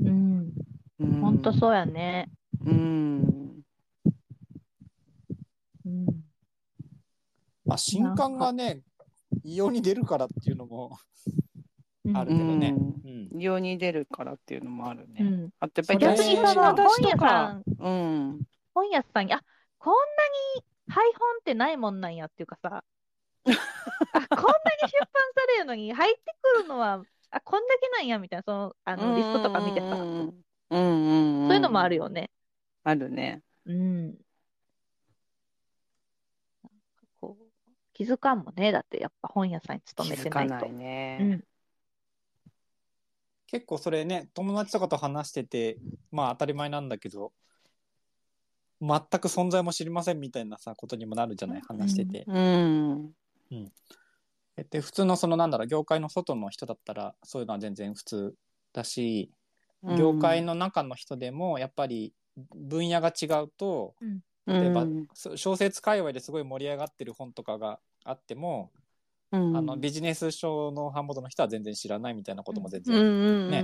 S1: うん。うん。
S2: うん
S1: 本当そうやね。
S2: うん
S1: うん。
S3: まあ新刊がね異様に出るからっていうのも
S1: うん
S3: ある
S2: う
S3: けどね、
S2: ん
S3: うん
S2: 世に出るからっていうのもあるね。
S1: うん。
S2: あとやっぱり
S1: 逆に
S2: 雑誌
S1: その
S2: の
S1: 本
S2: 出し
S1: 屋
S2: と
S1: さ
S2: か
S1: ん、、
S2: うん、
S1: 本屋さんに、あ、こんなに配本ってないもんなんやっていうか さ、あ、こんなに出版されるのに入ってくるのは、あ、こんだけなんやみたいな、その、あの、リストとか見てさ、
S2: う
S1: そ
S2: んうんうんうん、
S1: ういうのもある
S2: よ。
S1: よね。
S2: あるね。
S1: うん。なんかこう、気づかんもんね。だってやっぱ本屋さんに勤めてないと。
S2: ね
S1: うん。
S3: 結構それね友達とかと話しててまあ当たり前なんだけど全く存在も知りませんみたいなさことにもなるじゃない話してて、
S2: うん。
S3: で普通のそのなんだろう業界の外の人だったらそういうのは全然普通だし業界の中の人でもやっぱり分野が違うと例えば
S2: うん
S3: そ小説界隈ですごい盛り上がってる本とかがあっても、
S2: うん
S3: あのビジネス書の版元の人は全然知らないみたいなことも
S2: う
S3: 全
S2: ん
S3: 然、
S2: うん
S3: ね
S2: う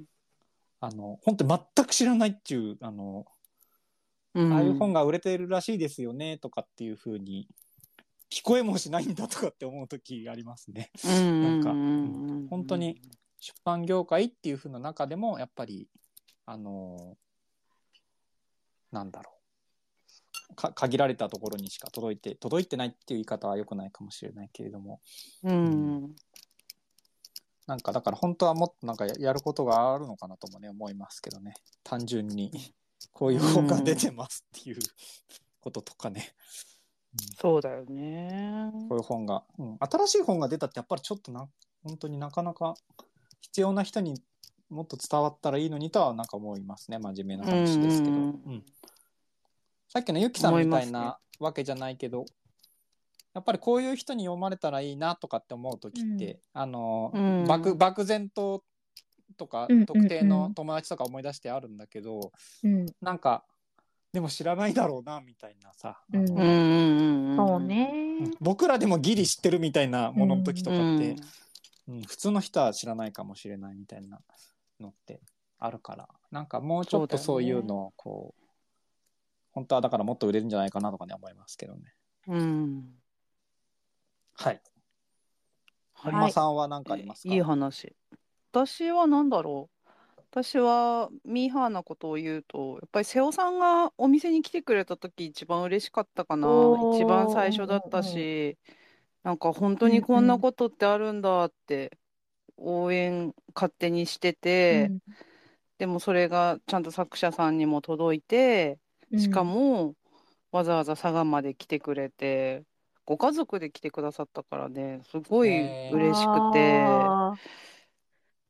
S2: ん
S3: あの本当に全く知らないっていうあの
S2: うん
S3: ああいう本が売れてるらしいですよねとかっていう風に聞こえもしないんだとかって思う時ありますね。
S2: うん
S3: なんか
S2: う
S3: うん本当に 出版業界っていう風な中でもやっぱりあのなんだろうか限られたところにしか届いて届いてないっていう言い方は良くないかもしれないけれども
S2: うん
S3: なんかだから本当はもっとなんかややることがあるのかなともね思いますけどね単純に こういう本が出てますっていうこととかね。
S2: そうだよね。
S3: こういう本が、うん、新しい本が出たってやっぱりちょっとな本当になかなか必要な人にもっと伝わったらいいのにとはなんか思いますね真面目な話ですけど、
S2: う
S3: うんんさっきのゆきさんみたいなわけじゃないけど、やっぱりこういう人に読まれたらいいなとかって思う時って、あの、
S2: うん
S3: 漠漠然ととか
S1: うんうんうん
S3: 特定の友達とか思い出してあるんだけど、
S1: うん。
S3: なんかでも知らないだろうなみたいなさ、あの
S1: うん
S2: うんうんうんん
S1: そう。ね。
S3: 僕らでもギリ知ってるみたいなものの時と
S2: う
S3: かって、
S2: ん
S3: うん、普通の人は知らないかもしれないみたいなのってあるからなんかもうちょっと
S2: そ
S3: そうう
S2: だ
S3: い
S2: よね
S3: うのをこう本当はだからもっと売れるんじゃないかなとかね思いますけどね
S2: うん。
S3: はい
S2: は
S3: 本間さんは何かありますか、
S2: いい話。私は何だろう。私はミーハーなことを言うと、やっぱり瀬尾さんがお店に来てくれた時一番嬉しかったかな。
S1: おー
S2: 一番最初だったし、なんか本当にこんなことってあるんだって応援勝手にしてて、でもそれがちゃんと作者さんにも届いて、
S1: うん
S2: しか、もわざわざ佐賀まで来てくれて、ご家族で来てくださったからね、すごい
S3: へー
S2: 嬉しくて。
S1: あー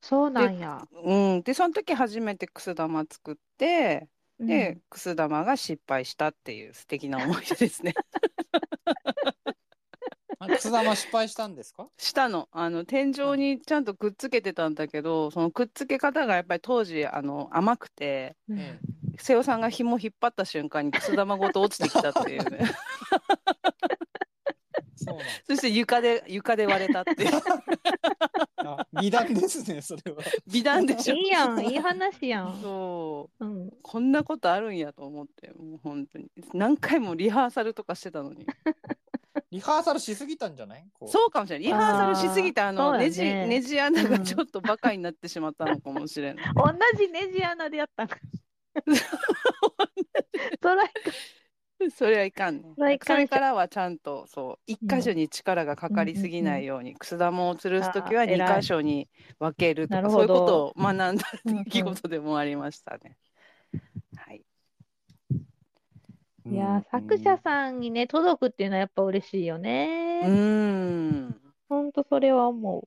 S1: そうなんや。
S2: うん、でその時初めてくす玉作って
S1: う
S2: で
S1: ん
S2: くす玉が失敗したっていう素敵な思い出ですね。
S3: あ津田は失敗したんですか
S2: したのあの天井にちゃんとくっつけてたんだけどそのくっつけ方がやっぱり当時あの甘くて
S1: うん
S3: え
S2: 瀬尾さんが紐引っ張った瞬間にくす玉ごと落ちてきたっていう ね
S3: そうなん
S2: そして床で床で割れたっていう
S3: だ。あ美談ですね、それは。
S2: 美談でしょ
S1: いい やん、いい話やん。
S2: そう
S1: うん、
S2: こんなことあるんやと思ってもう本当に何回もリハーサルとかしてたのに
S3: リハーサルしすぎたんじゃないこう
S2: そうかもしれないリハーサルしすぎてあの
S1: そうだね
S2: ねじねじ穴がちょっとバカになってしまったのかもしれない
S1: 同じネジ穴でやったんか。トライ
S2: それはいかんね。
S1: それはいかん
S2: それからはちゃんとそう一箇所に力がかかりすぎないように、くす玉を吊るすときは
S1: あー偉い
S2: 二箇所に分けると
S1: な
S2: か
S1: る
S2: そうい
S1: ほ
S2: う
S1: ど
S2: ことを学んだ出来
S1: うんうん
S2: 事でもありましたね。はい。
S1: いやー、作者さんにね、届くっていうのはやっぱ嬉しいよ
S2: う
S1: ね。
S2: ーん。
S1: ほんとそれは思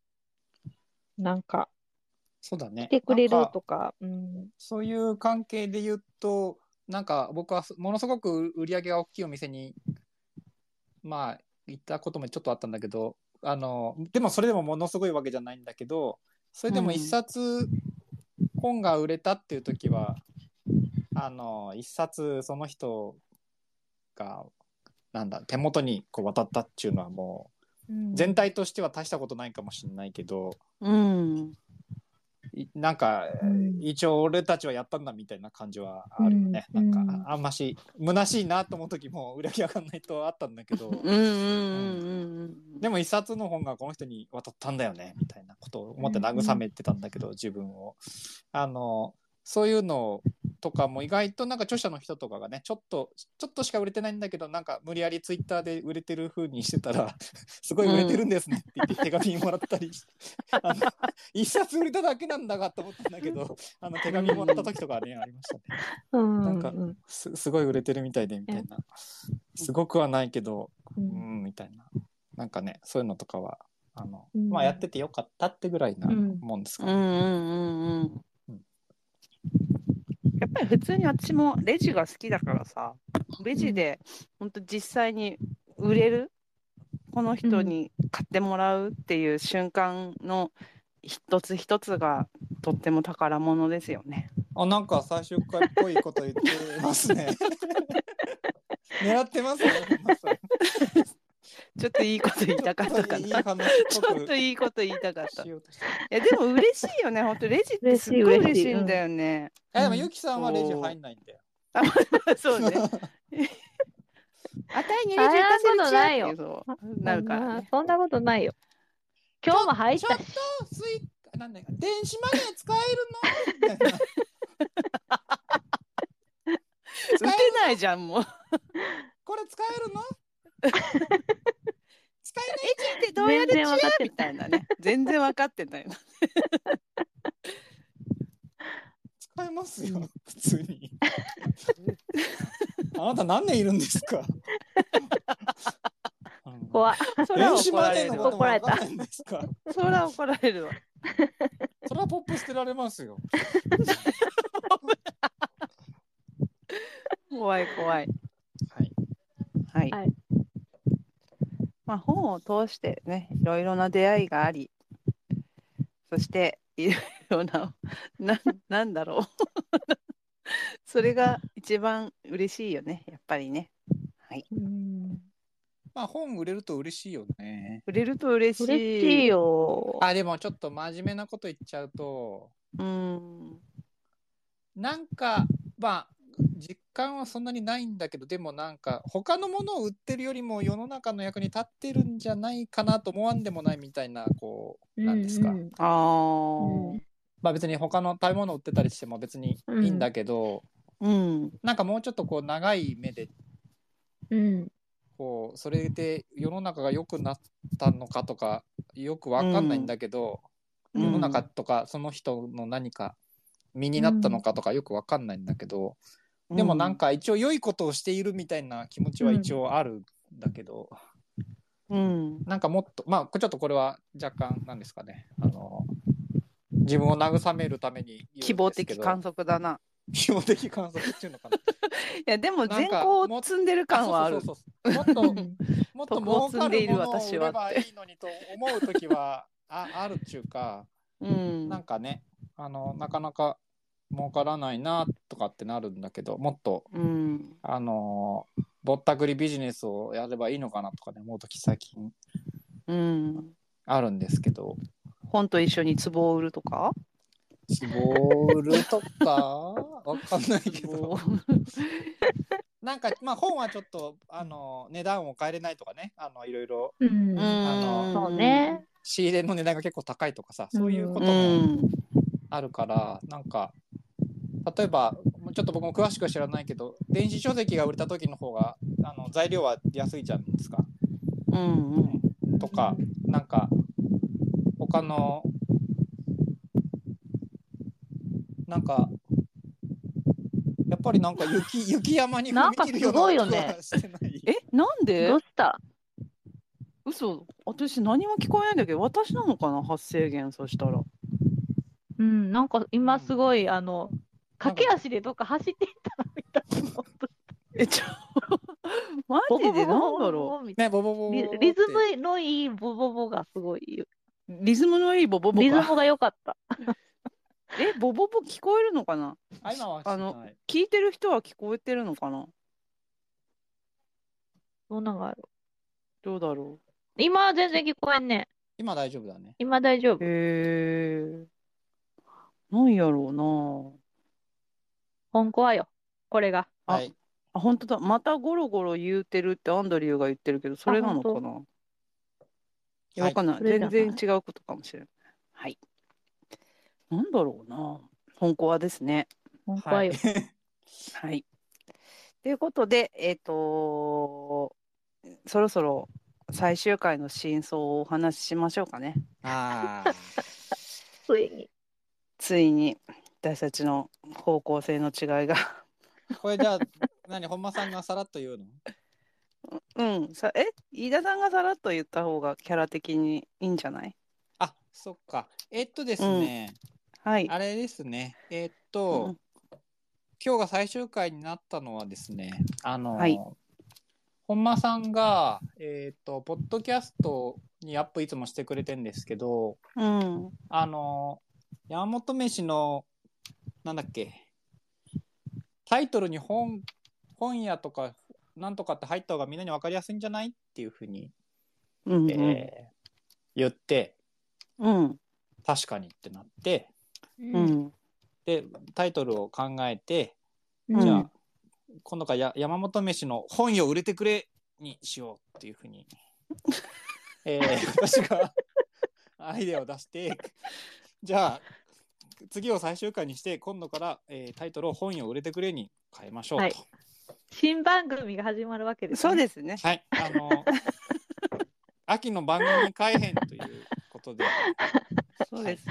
S1: う。なんか、
S3: そうだね。
S1: 来てくれる
S3: なんか
S1: とか、うん。
S3: そういう関係で言うと、なんか僕はものすごく売り上げが大きいお店に、まあ、行ったこともちょっとあったんだけど、あの、でもそれでもものすごいわけじゃないんだけど、それでも一冊本が売れたっていう時は、あの、一冊その人が、なんだ、手元にこう渡ったっていうのはもう、全体としては大したことないかもしれないけど、
S2: うん。
S3: いなんか、
S1: うん
S3: 一応俺たちはやったんだみたいな感じはあるよね、
S1: うん
S3: なんか、
S1: うん
S3: ああんまし虚しいなと思う時も裏切らかんないとあったんだけど
S2: うんうんうんうんうん。
S3: でも一冊の本がこの人に渡ったんだよねみたいなことを思って慰めてたんだけど、自分をあのそういうのとかも意外となんか著者の人とかがねちょっとちょっとしか売れてないんだけどなんか無理やりツイッターで売れてる風にしてたら すごい売れてるんですねって言って手紙もらったりしてあの一冊売れただけなんだがと思ったんだけどあの手紙もらった時とかねありましたね。
S1: うん、
S3: なんか
S1: うん
S3: すすごい売れてるみたいでみたいなすごくはないけど
S1: う
S3: うんんみたいななんかねそういうのとかはあの、
S1: うん
S3: まあやっててよかったってぐらいな
S1: うん
S3: もんですか
S2: う
S3: ら、
S2: んうんうんうん
S3: うん。
S2: やっぱり普通に私もレジが好きだからさ、レジで本当実際に売れる、この人に買ってもらうっていう瞬間の一つ一つがとっても宝物ですよね。
S3: あなんか最終回っぽいこと言ってます ね狙ってますねまさに
S2: ちょっといいこと言いたかったか
S3: いい
S2: な。
S3: 話っ
S2: ち
S3: ぽ
S2: ょっと
S3: く
S2: いいこと言いたか った。
S3: し
S2: い
S3: ようとして
S2: やでも嬉しいよね、本当レジってすっごい嬉しいんだよね。
S3: えでもゆきさんはレジ入んないんだよ
S2: そうね。あたいにレジ行かせる気やってそうなるからね。
S1: そんなことないよ。今日も入っ
S3: ちょ
S1: た
S3: っ
S1: し。
S3: とスイッなんだよ電子マネー使えるのみたいな
S2: 打てないじゃんもう。
S3: これ使え るの使えない
S2: えってどうやるち
S1: 全然分か
S2: や
S1: ってな
S2: み
S1: い
S2: たいなね。全然分かってないな。
S3: 使えますよ普通 にあなた何年いるんですか
S1: 怖っ
S2: 空
S3: 電子
S2: 怒
S3: マ
S2: ら
S3: ネ
S2: れ
S3: ー
S2: る
S3: の
S2: わ
S3: ことも分かんないんですか
S2: 空怒られるわ。
S3: それはポップ捨てられますよ
S2: 怖い怖い。
S3: はい
S2: はい。
S1: はい
S2: まあ本を通してねいろいろな出会いがあり、そしていろいろなななんだろう。 それが一番嬉しいよねやっぱりね。はい。
S1: うん
S3: まあ本売れると嬉しいよね
S2: 売れると嬉しい。
S1: 嬉しいよ。
S3: あでもちょっと真面目なこと言っちゃうと
S2: うん。
S3: なんかまあ実感はそんなにないんだけどでもなんか他のものを売ってるよりも世の中の役に立ってるんじゃないかなと思わんでもないみたいなこうなんですか、
S1: ううん
S2: ああ。
S3: まあ別に他の食べ物売ってたりしても別にいいんだけど、
S2: うん。
S3: なんかもうちょっとこう長い目で
S1: うん。
S3: こうそれで世の中が良くなったのかとかよくわかんないんだけど、
S2: うん
S3: 世の中とかその人の何か身になったのかとかよくわかんないんだけど、でもなんか一応良いことをしているみたいな気持ちは一応あるんだけど、
S2: うん。
S3: なんかもっとまあちょっとこれは若干なんですかねあの自分を慰めるために
S2: 希
S3: 言
S2: 望
S3: うんですけ
S2: 的
S3: ど
S2: 観測だな。
S3: 希望的観測っていうのかない
S2: やでも
S3: なん
S2: 善
S3: か
S2: 行を積んでる感はある。
S3: そうそうそうそうもっともっと
S2: 徳を
S3: 儲
S2: 積
S3: か
S2: んで
S3: る
S2: いる
S3: ものを
S2: 私
S3: 売
S2: は
S3: れ
S2: って
S3: ばいいのにと思う時はああるっちゅうか
S2: うん
S3: なんかねあのなかなか儲からないなとかってなるんだけどもっと
S2: うん。
S3: あのーぼったくりビジネスをやればいいのかなとかね思う時最近
S2: うん。
S3: あるんですけど
S2: 本と一緒に壺を売るとか
S3: 希望売るとかわかんないけどなんかまあ本はちょっとあの値段を変えれないとかねあのいろいろ
S1: うん
S3: の
S1: そうね。
S3: 仕入れの値段が結構高いとかさそういうこ
S2: う
S3: とも
S2: ん。
S3: あるから、なんか例えばちょっと僕も詳しくは知らないけど電子書籍が売れた時の方があの材料は安いじゃないですか
S2: うんうん。
S3: とかなんか他のなんかやっぱりなんか 雪雪山に踏み切るようなこと
S1: なんかすごいよ
S3: は
S1: ね
S3: してない。
S2: え、なんで
S1: どうした
S2: 嘘私何も聞こえないんだけど、私なのかな発生源、そしたら。
S1: うん、なんか今すごい、あの、駆け足でどっか走っていったみたいな。
S2: え、ちょ、 マジでなんだろ
S1: う。みたい
S3: ねボボボボボ
S1: な
S3: って
S1: リリズムのいいボボボがすごい。
S2: う。リズムのいいボボボ
S1: リズ
S2: か。
S1: ムが良かった。
S2: え、ボボボ聞こえるのかな
S3: あ今はして
S2: あ
S3: な
S2: の
S3: い
S2: 聞いてる人は聞こえてるのかな
S1: どうなんかある
S2: どうだろ
S1: 今は全然聞こえんね。
S3: 今大丈夫だね。
S1: 今大丈
S2: う。
S1: 夫。
S2: へえ。なんやろ
S1: 本コアよ。これが。
S2: あ
S3: はい。
S2: うな。あ、本当だ。またゴロゴロ言うてるってアンドリューが言ってるけど、それなのかないや、
S3: は
S2: わ
S3: い
S2: かんない。
S1: それじゃ
S2: 全
S1: ない
S2: 然違うことかもしれない。はい。なんだろうな。本コアですね。
S1: 本コア
S3: はい
S1: よ。。
S2: はい。ということで、えっ、とそろそろ最終回の真相をお話ししましょうかね。
S3: ああ。
S1: ついに。
S2: ついに私たちの方向性の違いが
S3: これじゃあ、何、本間さんがさらっと言うの
S2: うんさえ飯田さんがさらっと言った方がキャラ的にいいんじゃない
S3: あ、そっか。えっとですね、
S2: はい
S3: あれですね。えっ
S2: う
S3: と、
S2: ん
S3: 今日が最終回になったのはですね、あの、
S2: はい
S3: 本間さんが、えっと、ポッドキャストにアップいつもしてくれてんですけど、
S2: うん
S3: あの、山本飯の、なんだっけ、タイトルに本、本屋とか、なんとかって入った方がみんなに分かりやすいんじゃないっていうふうに、
S2: うん
S3: えー言って、
S2: うん
S3: 確かにってなって、
S2: う
S1: うん。
S2: ん
S3: で、タイトルを考えて、
S2: うん
S3: じゃあ、今度からや山本飯の本よ売れてくれにしようっていうふ うに、えー私が アイデアを出して、じゃあ、次を最終回にして、今度から、えータイトルを本よ売れてくれに変えましょうと。
S1: は
S3: はいい。
S1: 新番組が始まるわけです、ね。
S2: そうですね
S3: あの、 秋の番組改編ということで、
S2: そうです、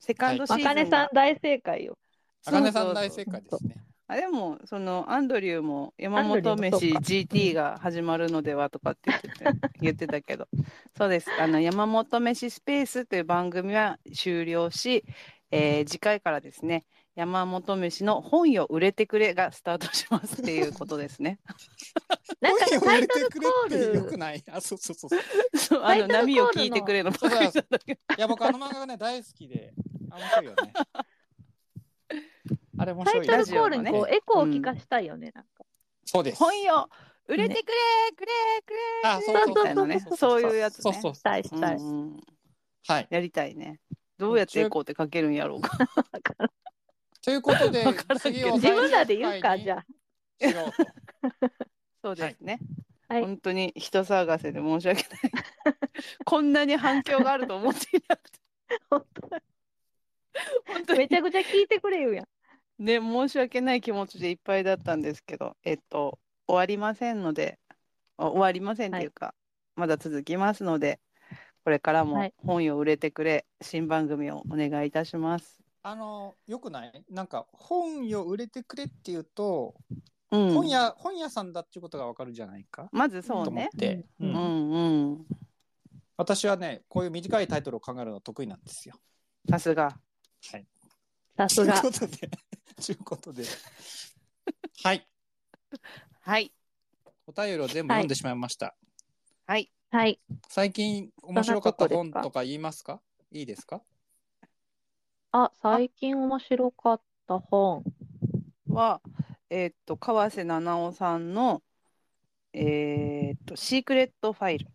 S2: セカンドシー
S1: ま
S2: ズンが
S1: かねさん大正解よ。
S3: あかねさ
S2: そ
S3: ん
S2: うそうそう
S3: 大正解ですね。
S2: あでもそのアンドリューも山本
S1: アンドリ
S2: 飯
S1: ューも
S2: GT が始まるのではとかって言ってて言ってたけど そうですあの山本飯スペースという番組は終了し、えー次回からですね山本飯の本よ売れてくれがスタートしますっていうことですね
S1: なんか
S3: 本よ
S1: タ
S3: 売
S1: イ
S3: れ
S1: ト
S3: て
S1: ルコ
S3: くれってよ
S1: ー
S3: く
S1: ル。
S3: ないあ、そうそうそうそう。
S2: そうあの
S1: タイトルコールの
S2: 波を聞いてくれの番組なんだけど
S3: いや僕あの漫画がね大好きであ面白いよ ね。あれ面
S1: タ
S3: 白
S1: イ
S3: い
S1: ト
S3: よ
S1: ル
S3: ね。
S1: コールにこう
S3: え
S1: エコーを聞かしたいよね。なんか
S3: そうです。
S2: 本よ売れてくれくれくれ
S3: あそう
S1: そう
S2: みたいなね
S1: そう
S2: そういうやつ
S3: そう
S2: ね
S3: そう
S1: し
S3: そ
S1: たいし
S2: う
S1: たい。
S2: んうん
S3: う。はい。
S2: やりたいねどうやってエコーって書けるんやろうか
S3: ということ で
S2: わからんけど
S3: 次を
S1: 自分らで言うか、じゃあ。
S3: あ。しようと
S2: そうですね。
S1: はい
S2: 本当に人騒がせで申し訳ない。 こんなに反響があると思っていなく て、
S1: 本当だ
S2: 本当
S1: め
S2: に
S1: ちゃくちゃ聞いてくれよやん。
S2: ね、申し訳ない気持ちでいっぱいだったんですけど、えっと、終わりませんので、あ終わりませんっていうか、まだ続きますので、これから
S1: は
S2: も
S1: い
S2: 本を売れてくれ、新番組をお願いいたします。
S3: あのよくないなんか本よ売れてくれっていうと、
S2: うん、
S3: 本屋本屋さんだっていうことがわかるじゃないか。
S2: まずそう
S3: と思っ
S2: ね。
S3: て、
S1: うん
S3: う
S2: うんんうん。
S3: 私はねこういう短いタイトルを考えるの得意なんですよ。
S2: さすが。
S3: はい。
S1: さすが
S3: とい。うことでということではい
S2: はい。
S3: お便りを全部読んでしまいました。
S2: はい。
S1: はい。
S3: 最近面白かった
S1: そん
S3: 本
S1: なとこですか
S3: とか言いますかいいですか
S1: あ、最近面白かっった本。
S2: は、えーっと、川瀬七尾さんの、えーっと、シークレットファイル。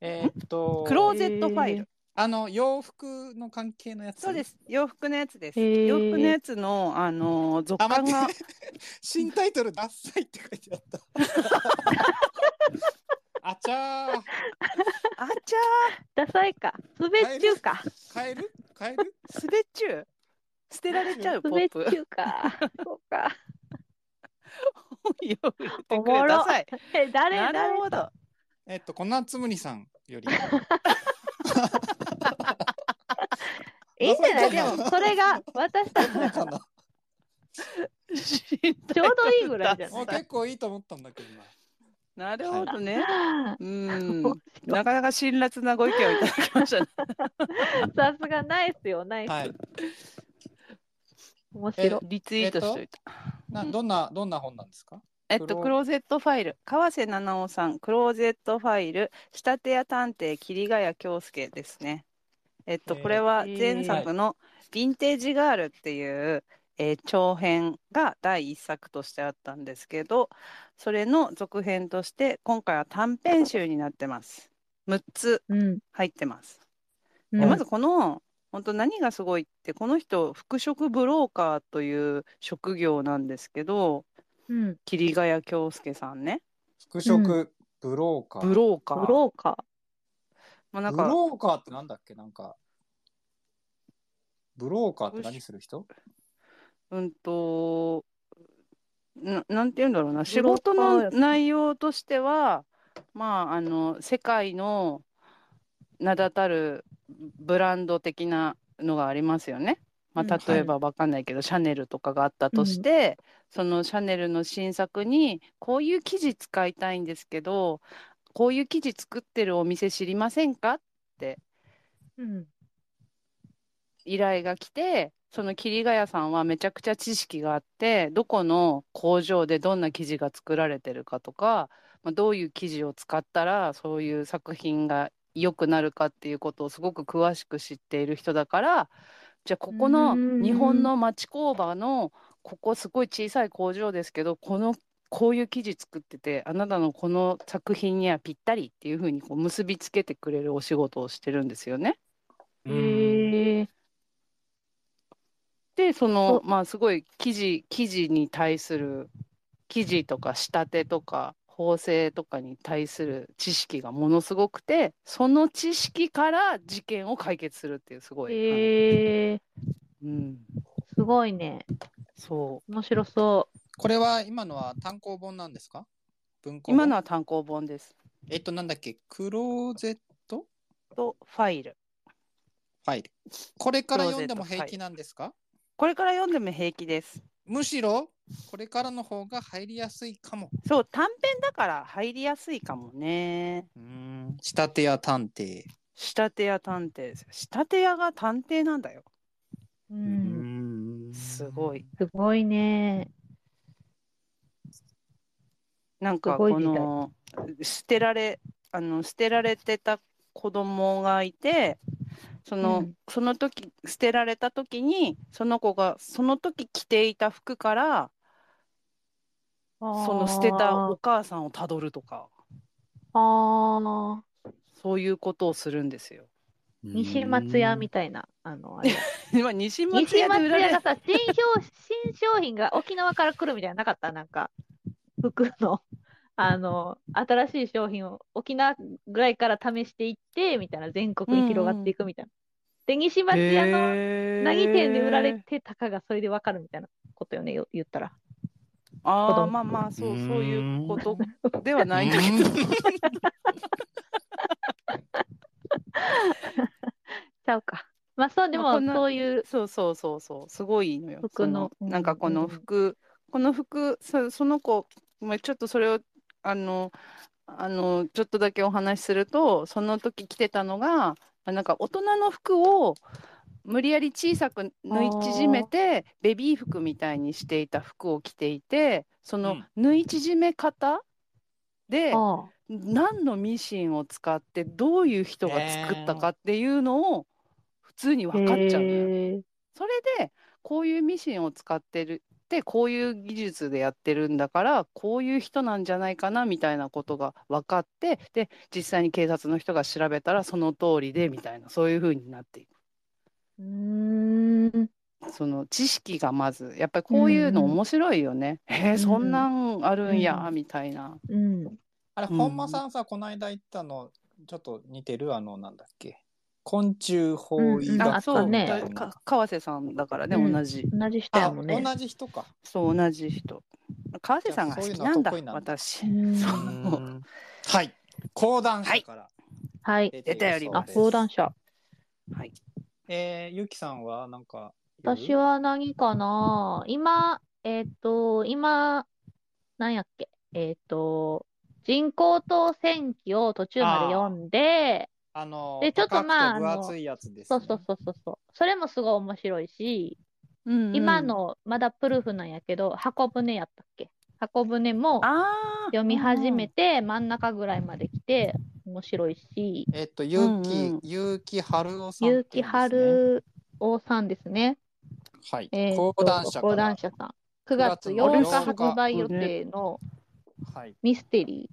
S3: えーっと、
S2: クローゼットファイル。
S3: あの、洋服の関係のやつ。
S2: そうです。洋服のやつです。
S1: へー
S2: 洋服のやつの、あのー、続
S3: あ、
S2: 刊
S3: 待っ
S2: が
S3: て。 新タイトル、ダッサイって書いてあった。 あちゃー、
S2: あちゃ
S1: ダサいか。すべっちゅうか。
S3: カエルカエル
S2: ー、すべっちゅう。捨てられちゃう、
S1: す
S2: ポ
S1: べ
S2: ッ
S1: っち
S2: プ。
S1: ゅうか。そうか。
S2: よく言って
S1: お
S2: く
S1: も
S2: れ
S1: ろ
S2: たさい。
S1: え、誰
S2: な
S1: 誰
S2: るほど。
S3: えっと、こんなつむりさんより。
S1: いいんじゃないで
S3: ダサいかな
S1: も、それが私たちだ
S3: か
S1: から。
S3: な
S1: ちょうどいいぐらい じゃ
S3: も
S1: ない
S3: う結構いいと思ったんだけどな。
S2: なるほどね。うん。な
S1: さ
S2: かなか辛辣なご意見をいただきましたね。
S1: すがナイスよ、ナイス。
S3: はい。
S1: 面白い。
S2: リツイートしといた。
S3: などんなどんな本なんですか？
S2: えっと、クローゼットファイル、川瀬七尾さん、クローゼットファイル、仕立て屋探偵、桐ヶ谷京介ですね。えっと、
S3: えー
S2: これは前作のヴィンテージガールっていう、えー長編が第一作としてあったんですけど、それの続編として、今回は短編集になってます。6つ
S1: うん。
S2: 入ってます。
S1: う
S2: で
S1: ん
S2: まずこの本当何がすごいってこの人服飾ブローカーという職業なんですけど
S1: うん。
S2: 桐ヶ谷京介さんね
S3: 服飾、
S1: う
S3: ブローカー。
S2: ブローカー
S1: ブローカ
S2: まあ、なん
S3: ブ
S2: か
S3: ローカーってなんだっけなんかブローカーって何する人？
S2: うんとななんて言うんだろうな仕
S1: ブロー
S2: 事
S1: カー
S2: の内容としてはまああの世界の名だたるブランド的なのがありますよね。ま
S1: うん
S2: あ、例えばわかんないけど、シャネルとかがあったとして、そのシャネルの新作にこういう生地使いたいんですけどこういう生地作ってるお店知りませんか
S1: ー。うん。
S2: 依頼が来てその桐ヶ谷さんはめちゃくちゃ知識があってどこの工場でどんな生地が作られてるかとか、まあ、どういう生地を使ったらそういう作品が良くなるかっていうことをすごく詳しく知っている人だからじゃあここの
S1: うん
S2: 日本の町工場のここすごい小さい工場ですけどこのこういう生地作っててあなたのこの作品にはぴったりっていうふうにこう結びつけてくれるお仕事をしてるんですよね。
S1: へえ。
S2: でその
S1: お
S2: まあすごい生地生地に対する生地とか仕立てとか縫製とかに対する知識がものすごくてその知識から事件を解決するっていうすごい、
S1: へえ。
S2: うん、
S1: すごいね。
S2: そ
S1: 面白そ
S3: これは今のは単行本なんですか？文
S2: う
S3: 庫本。
S2: 今のは単行本です
S3: えっとなんだっけクローゼット
S2: とファイル
S3: ファイル。これから読んでも
S2: クローゼット
S3: 平気なんですか？
S2: これから読んでも平気です
S3: むしろこれからの方が入りやすいかも。
S2: そう短編だから入りやすいかもね
S3: うん。仕立て屋探偵。
S2: 仕立て屋探偵ですよ仕立て屋が探偵なんだよ
S1: う。うん。
S3: うん
S2: すごい。
S1: すごいね。
S2: なんか
S1: すごい
S2: この捨てられあの捨てられてた子供がいてその,、
S1: うん
S2: その時捨てられた時にその子がその時着ていた服からその捨てたお
S1: あ
S2: 母さんをたどるとか
S1: あー。
S2: そういうことをするんですよ。
S1: 西松屋みたいな。あの、あれ。
S2: 今西松
S1: 西
S2: 屋で
S1: 松
S2: 売られ
S1: 屋
S2: る
S1: がさ、新商新商品が沖縄から来るみたいなのなかったなんか、服の、あの、新しい商品を沖縄ぐらいから試していって、みたいな、全国に広がっていくみたいな。で、西松屋のなぎ店で売られてたかがそれでわかるみたいなことよね、よ言ったら。子
S2: ああ
S1: 供
S2: まあまあそう
S3: うーん
S2: そういうことではないんだけど
S1: ちゃうか。まあそう、で
S2: まあ
S1: も
S2: こんな
S1: そういう、
S2: そうそうそうそうすごいのよ
S1: 服の
S2: そのなんかこ
S1: うん
S2: の
S1: うんうん
S2: 服この服そその子まあちょっとそれをあのあのちょっとだけお話しするとその時着てたのがあなんか大人の服を無理やり小さく縫い縮めてベビー服みたいにしていた服を着ていてその縫い縮め方で
S1: あ
S2: 何のミシンを使ってどういう人が作ったかっていうのを普通に分かっちゃうのよ。
S1: へえ
S2: それでこういうミシンを使ってるってこういう技術でやってるんだからこういう人なんじゃないかなみたいなことが分かってで実際に警察の人が調べたらその通りでみたいなそういうふうになっていく
S1: うーん。
S2: その知識がまずやっぱりこういうの
S1: うんうん
S2: 面白いよね、えーそんなんあるんや、
S1: うんうん
S2: みたいな
S1: うん。
S3: あれ、
S2: うん
S3: 本間さんさ、この間行ったの、ちょっと似てる、あの、なんだっけ。昆虫法医
S1: うん
S3: 学
S1: あ
S2: あそう
S1: ったね
S3: みたいな
S2: か川瀬さんだからね、
S1: うん
S2: 同じ
S1: 同じ人
S3: あ
S1: やもんね。
S3: 同じ人か。
S2: そう同じ人川瀬さんが好きなんだ
S3: じゃあそういうのは得意なんだ
S2: 私
S1: うん
S2: そう
S3: はい。講談社から
S1: はい。
S3: 出ているそうです
S2: 出ており
S1: あ、
S2: ます
S1: 講談社。
S2: はい
S3: えー、ゆきさんは、なんか、
S1: 私は何かな今、えっ、と、今、なんやっけえっ、と、人工党戦記を途中まで読んで、
S3: あの、
S1: でちょっと
S3: 高くて
S1: まあ
S3: 分
S1: あの
S3: 厚いやつです、
S1: そ
S3: ね。
S1: うそうそうそうそう。それもすごい面白いし、
S2: うんうん
S1: 今のまだプルーフなんやけど、箱舟やったっけ箱舟も
S2: あー
S1: 読み始めて、真ん中ぐらいまで来て、面白いし、
S3: えっと、ゆう
S2: うんう
S3: き
S2: ん、
S3: ゆうきはるおさんっていうん
S1: 結
S3: ですね、
S1: 城春夫さんですね。
S3: はい。
S1: えーと
S3: 講談社から。
S1: 講談社さん。9
S3: 9
S1: 月
S3: 月
S1: 8日
S3: 8日
S1: 発売予定の
S3: はい。
S1: ミステリ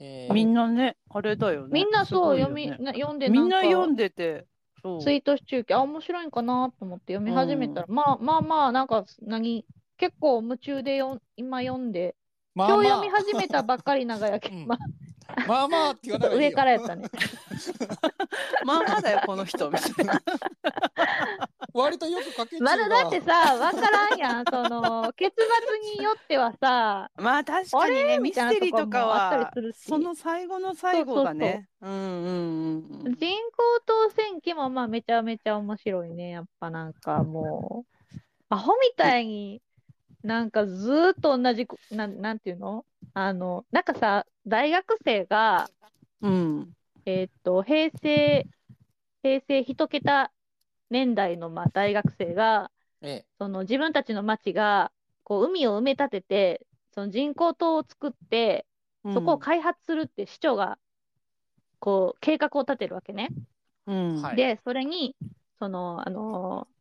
S3: え
S2: うんみんなねあれだよ
S1: ー。
S2: ね
S1: みんなそう、
S2: す
S1: 読
S2: ごい
S1: み、
S2: よ
S1: な
S2: ね
S1: 読んで
S2: みんな読
S1: ん
S2: んでてそう
S1: ツイートし中継、あ、面白いんかなと思って読み始めたら、まあまあまあ、なんか、何、結構夢中でよん今読んで、
S3: まあ
S1: 今
S3: まあ
S1: 日読み始めたばっかり長やけ
S3: うん
S1: まあ、
S3: まあまあって
S1: ちょ
S3: 言
S1: っと
S3: わない方がいい
S1: 上
S3: よ
S1: からやったね。
S2: まあまだよこの人みたい な
S3: 割とよく書けてる
S1: ま
S3: わ
S1: だだってさ、わからんやん。その、結末によってはさ、
S2: まあ確かに
S1: あれ
S2: ね
S1: み
S2: ミ
S1: たい
S2: ス
S1: な
S2: テリーとか
S1: とこもあっ
S2: は
S1: たりするし
S2: その最後の最後がねうんうんうんう
S1: 人
S2: ん
S1: 工当選機もまあめちゃめちゃ面白いね。やっぱなんかもう、アホみたいに、なんかずーっと同じこ、なん、なんていうのあの、なんかさ、大学生が、
S2: うん
S1: えーっと、平成、平成一桁年代のまあ大学生が、
S3: ええ
S1: その自分たちの町が、こう海を埋め立てて、その人工島を作って、そこを開発するって市長が、こう、計画を立てるわけね。
S2: うん
S3: はい
S1: で、それに、その、あのー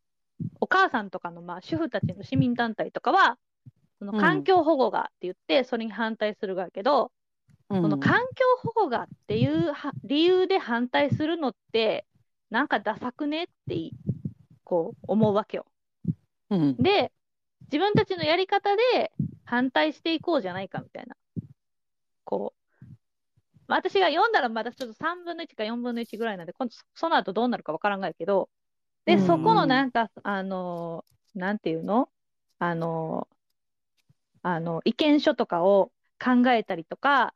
S1: お母さんとかの、まあ、主婦たちの市民団体とかは、その
S2: うん
S1: 環境保護がって言って、それに反対するがやけど、
S2: うん
S1: その環境保護がっていうは理由で反対するのって、なんかダサくねっていこう思うわけよ。
S2: うん
S1: で、自分たちのやり方で反対していこうじゃないかみたいな。こう。まあ、私が読んだらまだちょっと3分の1か4分の1ぐらいなんで、今度そその後どうなるかわからんがやけど、で、
S2: うん
S1: そこのなんか、あのーなんていうのあのーあの、意見書とかを考えたりとか、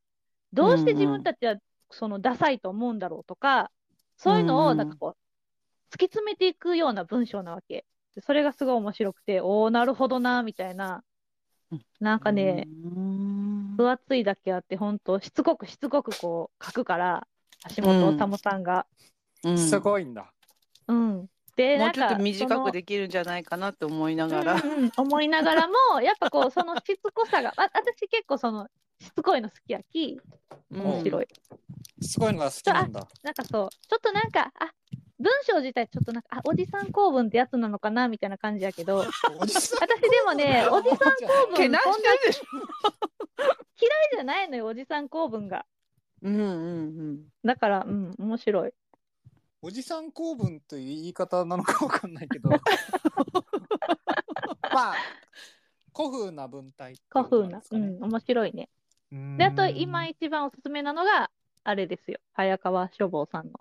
S1: どうして自分たちはそのダサいと思うんだろうとか、そういうのをなんかこう、突き詰めていくような文章なわけ。でそれがすごい面白くて、おおなるほどな、みたいな
S2: うん。
S1: なんかね、
S2: うん
S1: 分厚いだけあって、ほんと、しつこくしつこくこう、書くから、橋本治さんが。
S2: うん
S3: すごいんだ。
S1: うん。で、
S2: も
S1: なん
S2: うちょっ
S1: か、
S2: と短
S1: その
S2: くできるんじゃないかなって思いながら、
S1: うんうん、思いながら も、やっぱこう、そのしつこさが、あ私結構その、しつこいの好きやき、
S2: うん
S1: 面白い。
S3: すごいのが好きなんだ。
S1: なんかそう、ちょっとなんか、あ文章自体ちょっとなんか、あ、おじさん公文ってやつなのかなみたいな感じやけど、私
S3: おじさん。
S1: で もね、おじさん公文、こ
S2: け
S1: ん
S2: な
S1: な
S2: してるでしょ。
S1: じゃないのよ、おじさん公文が。
S2: うんうんうん。
S1: だから、うん、面白い。
S3: おじさん公文という言い方なのかわかんないけ ど。まあ、古風な文体っていう
S1: 古
S3: こと
S1: 風
S3: んで
S1: な。
S3: す
S1: う
S3: かね。
S1: ん、面白いね。
S3: うん
S1: で、あと、今一番おすすめなのが、あれですよ。早川書房さんの。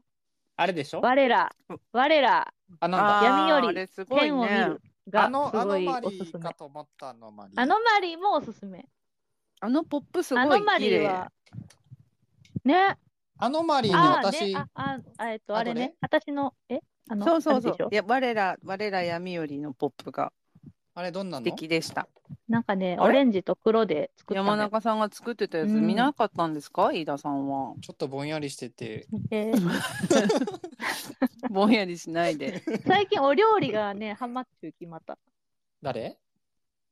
S3: あれでしょ
S1: 我ら、我ら、
S3: あ、なんだ。
S1: 闇より
S2: あれすごい
S1: 天を見
S2: ね。
S1: るが
S3: あの、
S1: す
S3: あ
S1: ご
S3: の
S1: い
S3: マ
S1: お
S3: リ
S1: すす
S3: ー
S1: め
S3: か。と思ったあのマリー。
S1: アノマリーもおすすめ。
S2: あのポップすごい
S1: ア
S2: 綺
S1: ノ
S2: 麗。
S1: マリーは、ね、
S3: あのマリーに
S1: あーね
S3: 私、、
S1: あ、あ、あえっと、
S3: あ
S1: あれ
S3: ど
S1: ね
S3: れ、
S1: 私の、えあの、
S2: そうそう
S1: あれ
S2: そ
S1: でしょ
S2: う。いや我ら我ら闇よりのポップが
S3: あれどんな
S2: 素
S3: の
S2: 敵でした。
S1: なんかね、
S2: あ
S1: オ
S2: れ
S1: レンジと黒で作った
S2: 山
S1: のよ
S2: 中さんが作ってたやつ
S1: うん
S2: 見なかったんですか、飯田さんは。
S3: ちょっとぼんやりしてて。
S1: で
S2: ぼんやりしないで。
S1: 最近お料理がね、ハマっちゅうきまた。
S3: 誰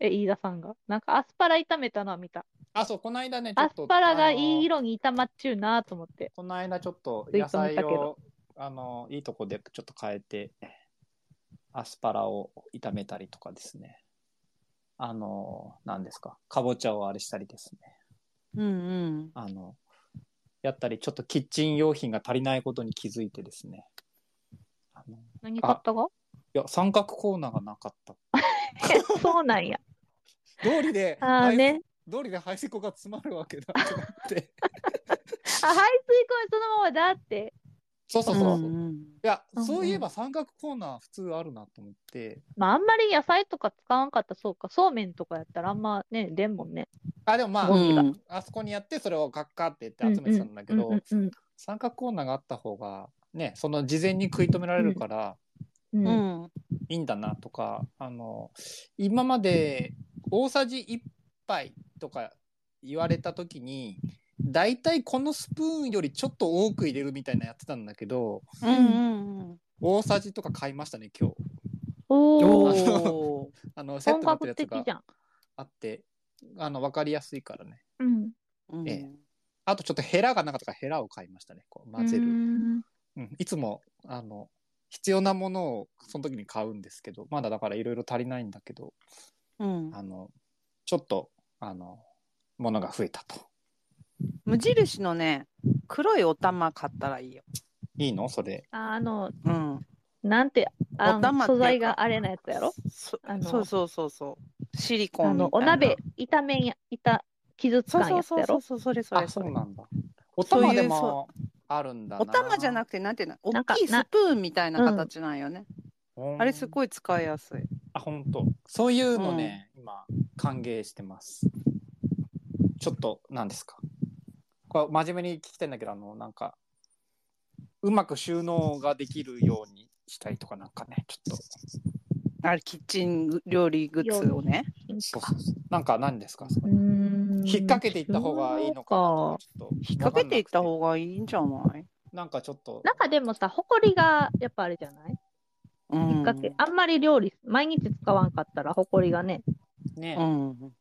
S1: え、飯田さんが。なんかアスパラ炒めたのは見た。
S3: あ、そう、この間ね、ちょ
S1: ア
S3: っ
S1: ス
S3: と。
S1: パラが
S3: あの
S1: いい色に炒まっちゅうなと思って。
S3: この間ちょっと
S1: ツイー
S3: 野
S1: ト見たけ
S3: 菜
S1: ど
S3: をあのいいとこでちょっと変えてアスパラを炒めたりとかですね。あの、何ですか。かぼちゃをあれしたりですね。
S2: うん
S3: あの、やったり、ちょっとキッチン用品が足りないことに気づいてですね。あのい
S1: 何買ったか
S3: や、三角コーナーがなかった。
S1: そうなんや。
S3: 道理で、
S1: ああね。
S3: 道理で排水口が詰まるわけだと 思って。
S1: あ、排水口はそのままだって。
S3: そうそううそう。い
S2: ん
S3: や、
S1: うんうん
S3: そういえば三角コーナー普通あるなと思って。
S1: まあ、あんまり野菜とか使わんかったらそうか、そうめんとかやったらあんまね、出んもんね。
S3: あ、でもまあ、
S1: ゴミが
S2: うん
S3: あそこにやってそれをガッカって言って集めてたんだけど、
S1: うんうん
S3: 三角コーナーがあった方が、ね、その事前に食い止められるから、
S1: うんうん
S2: うん
S3: いいんだなとか、あの、今まで大さじ1杯とか言われた時に、だいたいこのスプーンよりちょっと多く入れるみたいなやってたんだけど、
S2: うんうんうん
S3: 大さじとか買いましたね、今日。
S1: おー、
S2: おー
S3: あの、セット
S1: 本
S3: にな
S1: 格
S3: ってるやつ
S1: 的
S3: が
S1: じゃん。
S3: あって、あの、わかりやすいからね。
S1: うん。
S2: うん
S3: ええあとちょっとヘラがなかったからヘラを買いましたね、こう混ぜ
S1: う
S3: る。
S1: ん
S3: うん、いつも、あの、必要なものをその時に買うんですけど、まだだからいろいろ足りないんだけど、
S2: うん
S3: あの、ちょっと、あの、ものが増えたと。
S2: 無印のね黒いお玉買ったらいいよ。
S3: いいのそれ。
S1: ああの、
S2: うん、
S1: なんて、あ
S2: お玉って
S1: の
S2: い
S1: 素
S2: うか
S1: 材があれなやつやろ
S2: そ
S1: あの
S2: そうそうそうそうシリコン
S1: あ
S2: みたいな
S1: の、お鍋、炒めんや、いた、傷つ
S2: そう
S1: かん
S2: そ
S1: や
S2: う
S1: つや
S2: そう
S1: ろ
S2: そうそれそれ
S3: あ、
S2: そ
S3: そ
S2: れ
S3: うなんだ。お
S2: そういう
S3: 玉でもあるんだな。
S2: お玉じゃな
S3: く
S2: くてなんていうの
S1: な
S2: 大
S1: んか
S2: きい
S1: な
S2: スプーンみたいな形なんよね、あれす
S3: い。
S2: ごい使いやすい
S3: あ、本当。そういうのね、今、歓迎してます。ちょっと、何ですか。これ、真面目に聞きたいんだけど、あの、なんか、うまく収納ができるようにしたりとかなんかね、ちょっと。
S2: あれキッチン料理グッズをね
S3: そうそうそうなんか何ですかそこ
S1: う
S3: に
S1: ん
S3: 引っ掛けていった方がいいのかなとか。ちょっと
S2: 引っ掛けていった方がいいんじゃない
S3: なんかちょっと。
S1: なんかでもさ、ほこりがやっぱあれじゃない
S2: うん
S1: 引っ掛け、あんまり料理、毎日使わんかったら、ほこりがね、
S3: ね
S2: う、ん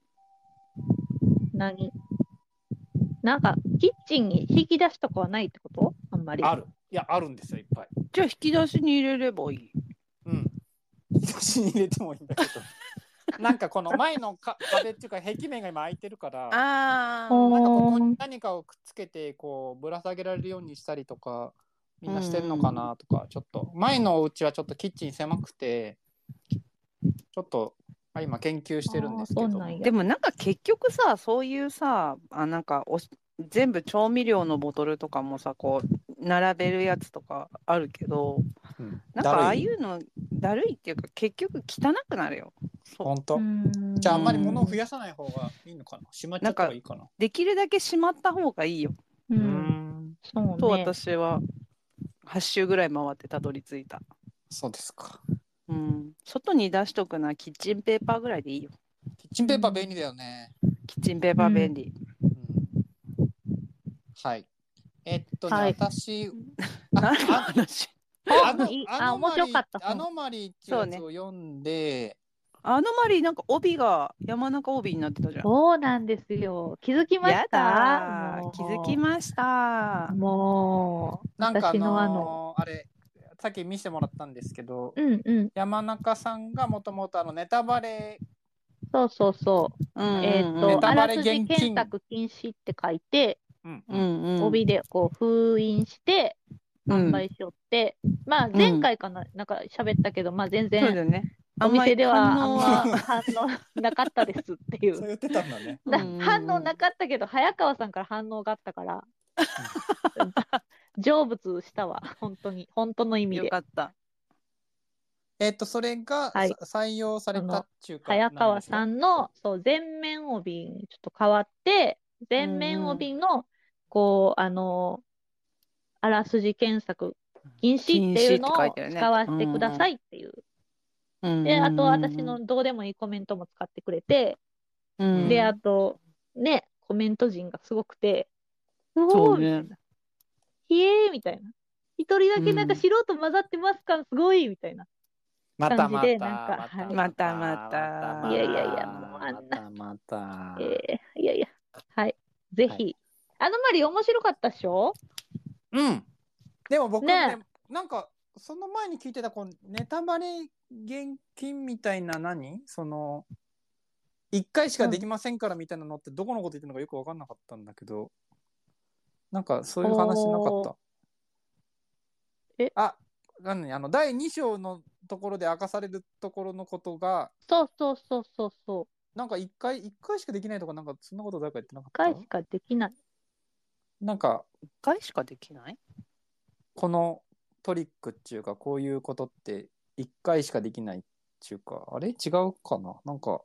S1: 何なんか、キッチンに引き出しとかはないってことあんまり。
S3: ある。いや、あるんですよ、いっぱい。
S2: じゃあ引き出しに入れればいい
S3: うん。引き出しに入れてもいいんだけ ど。なんかこの前のか壁っていうか壁面が今空いてるから、なん
S2: あ
S3: か
S1: ー
S3: ここに何かをくっつけて、こう、ぶら下げられるようにしたりとか、みんなしてるのかなとか、ちょっと。前のお家はちょっとキッチン狭くて、ちょっと、あ今研究してるんですけ
S1: あーそ
S3: ど
S1: う。なんや
S2: でもなんか結局さそういうさあなんかおし全部調味料のボトルとかもさこう並べるやつとかあるけど
S3: うん
S2: なんかああ
S3: だるい
S2: いうのだるいっていうか結局汚くなるよそう
S3: 本当。
S1: ん
S3: じゃああんまり物を増
S1: や、
S3: やさない方がいいのかな。しまっちゃった方がいいかな。
S2: できるだけしまった方がいいよ
S1: う、
S3: うんん。
S1: そうね。
S2: と私は8周ぐらい回ってたどり着いた、
S3: そうですか。
S2: うん、外に出しとくのはキッチンペーパーぐらいでいいよ
S3: キッチンペーパー便利だよね。
S2: キッチンペーパー便利、
S3: うんはい。えっとね、
S1: はい
S3: 私、
S2: 何の話
S3: あの
S1: いい、
S3: あ
S1: あ
S3: のマ
S1: 面
S3: リ
S1: 白かった
S3: アノマリーっていうやつを読んで、
S2: あのマリーなんか帯が山中帯になってたじゃん
S1: そうなんですよ。気づきま
S2: や
S1: した
S2: だ
S1: もう
S2: ー気づきました
S1: もう、
S3: なんかあ
S1: 私のあ
S3: の
S1: の
S3: ーあれ、さっき見せてもらったんですけど、
S1: うんうん、
S3: 山中さんがもともとあのネタバレ、
S1: そうそうそ
S2: う
S1: う。
S2: んうんうん
S1: えっ、
S3: ネ
S1: と、
S3: タ
S1: あ
S3: バ
S1: ら
S3: レ
S1: す
S3: 厳
S1: じ
S3: 禁
S1: 検索禁止って書いて、
S3: うん
S2: うんうん
S1: 帯でこう封印して、販売しよって、まあ前回かな、なんか喋ったけど、まあ全
S2: そうだ
S1: 然
S2: よね
S1: お店ではあん
S2: あんまり
S1: ま反応なかったですってい
S3: そう
S1: う。
S3: 言ってたんだね。
S1: な
S2: うん
S1: 反応なかったけど、早川さんから反応があっ たから、成仏したわ、本当に、本当の意味
S2: よ
S1: で
S2: か。った
S3: えっと、それが、
S1: はい
S3: さ採用されたっていうか。
S1: 早川さ
S3: ん
S1: んの、そう、全面帯にちょっと変わって、全面帯の、こう、あの、あらすじ検索禁止っていうのを
S2: 禁止って書いてあるね
S1: 使わせてくださいっていう。で、あと私のどうでもいいコメントも使ってくれて、
S2: うん
S1: で、あと、ね、コメント陣がすごくて、う
S2: そ
S1: お
S2: う
S1: ーみた
S2: ね
S1: いな。ひえーみたいな。一人だけなんか素人混ざってますから、すごいみたいな。
S3: またま
S1: 感じで
S3: た
S1: なんかはい
S2: またまた
S1: いやいやいやもうあんな
S3: またまた
S1: えーいやいや、はい。ぜひ。
S3: はい
S1: あのマリ面白かったっしょ
S3: うん。でも僕ね
S1: ね
S3: なんかその前に聞いてた、このネタバレ現金みたいな何その、一回しかできませんからみたいなのって、どこのこと言ってるのかよくわかんなかったんだけど、なんかそういう話なかった。
S1: え
S3: あ、なのに、あの、第2章のところで明かされるところのことが、
S1: そうそうそうそうそう。
S3: なんか一回、一回しかできないとか、なんかそんなこと誰か言ってなか
S1: 一回
S3: った
S1: しかできない。
S3: なんか、
S2: 一回しかできない
S3: このトリックっていうかこういうことって一回しかできないっていうかあれ違うかななんか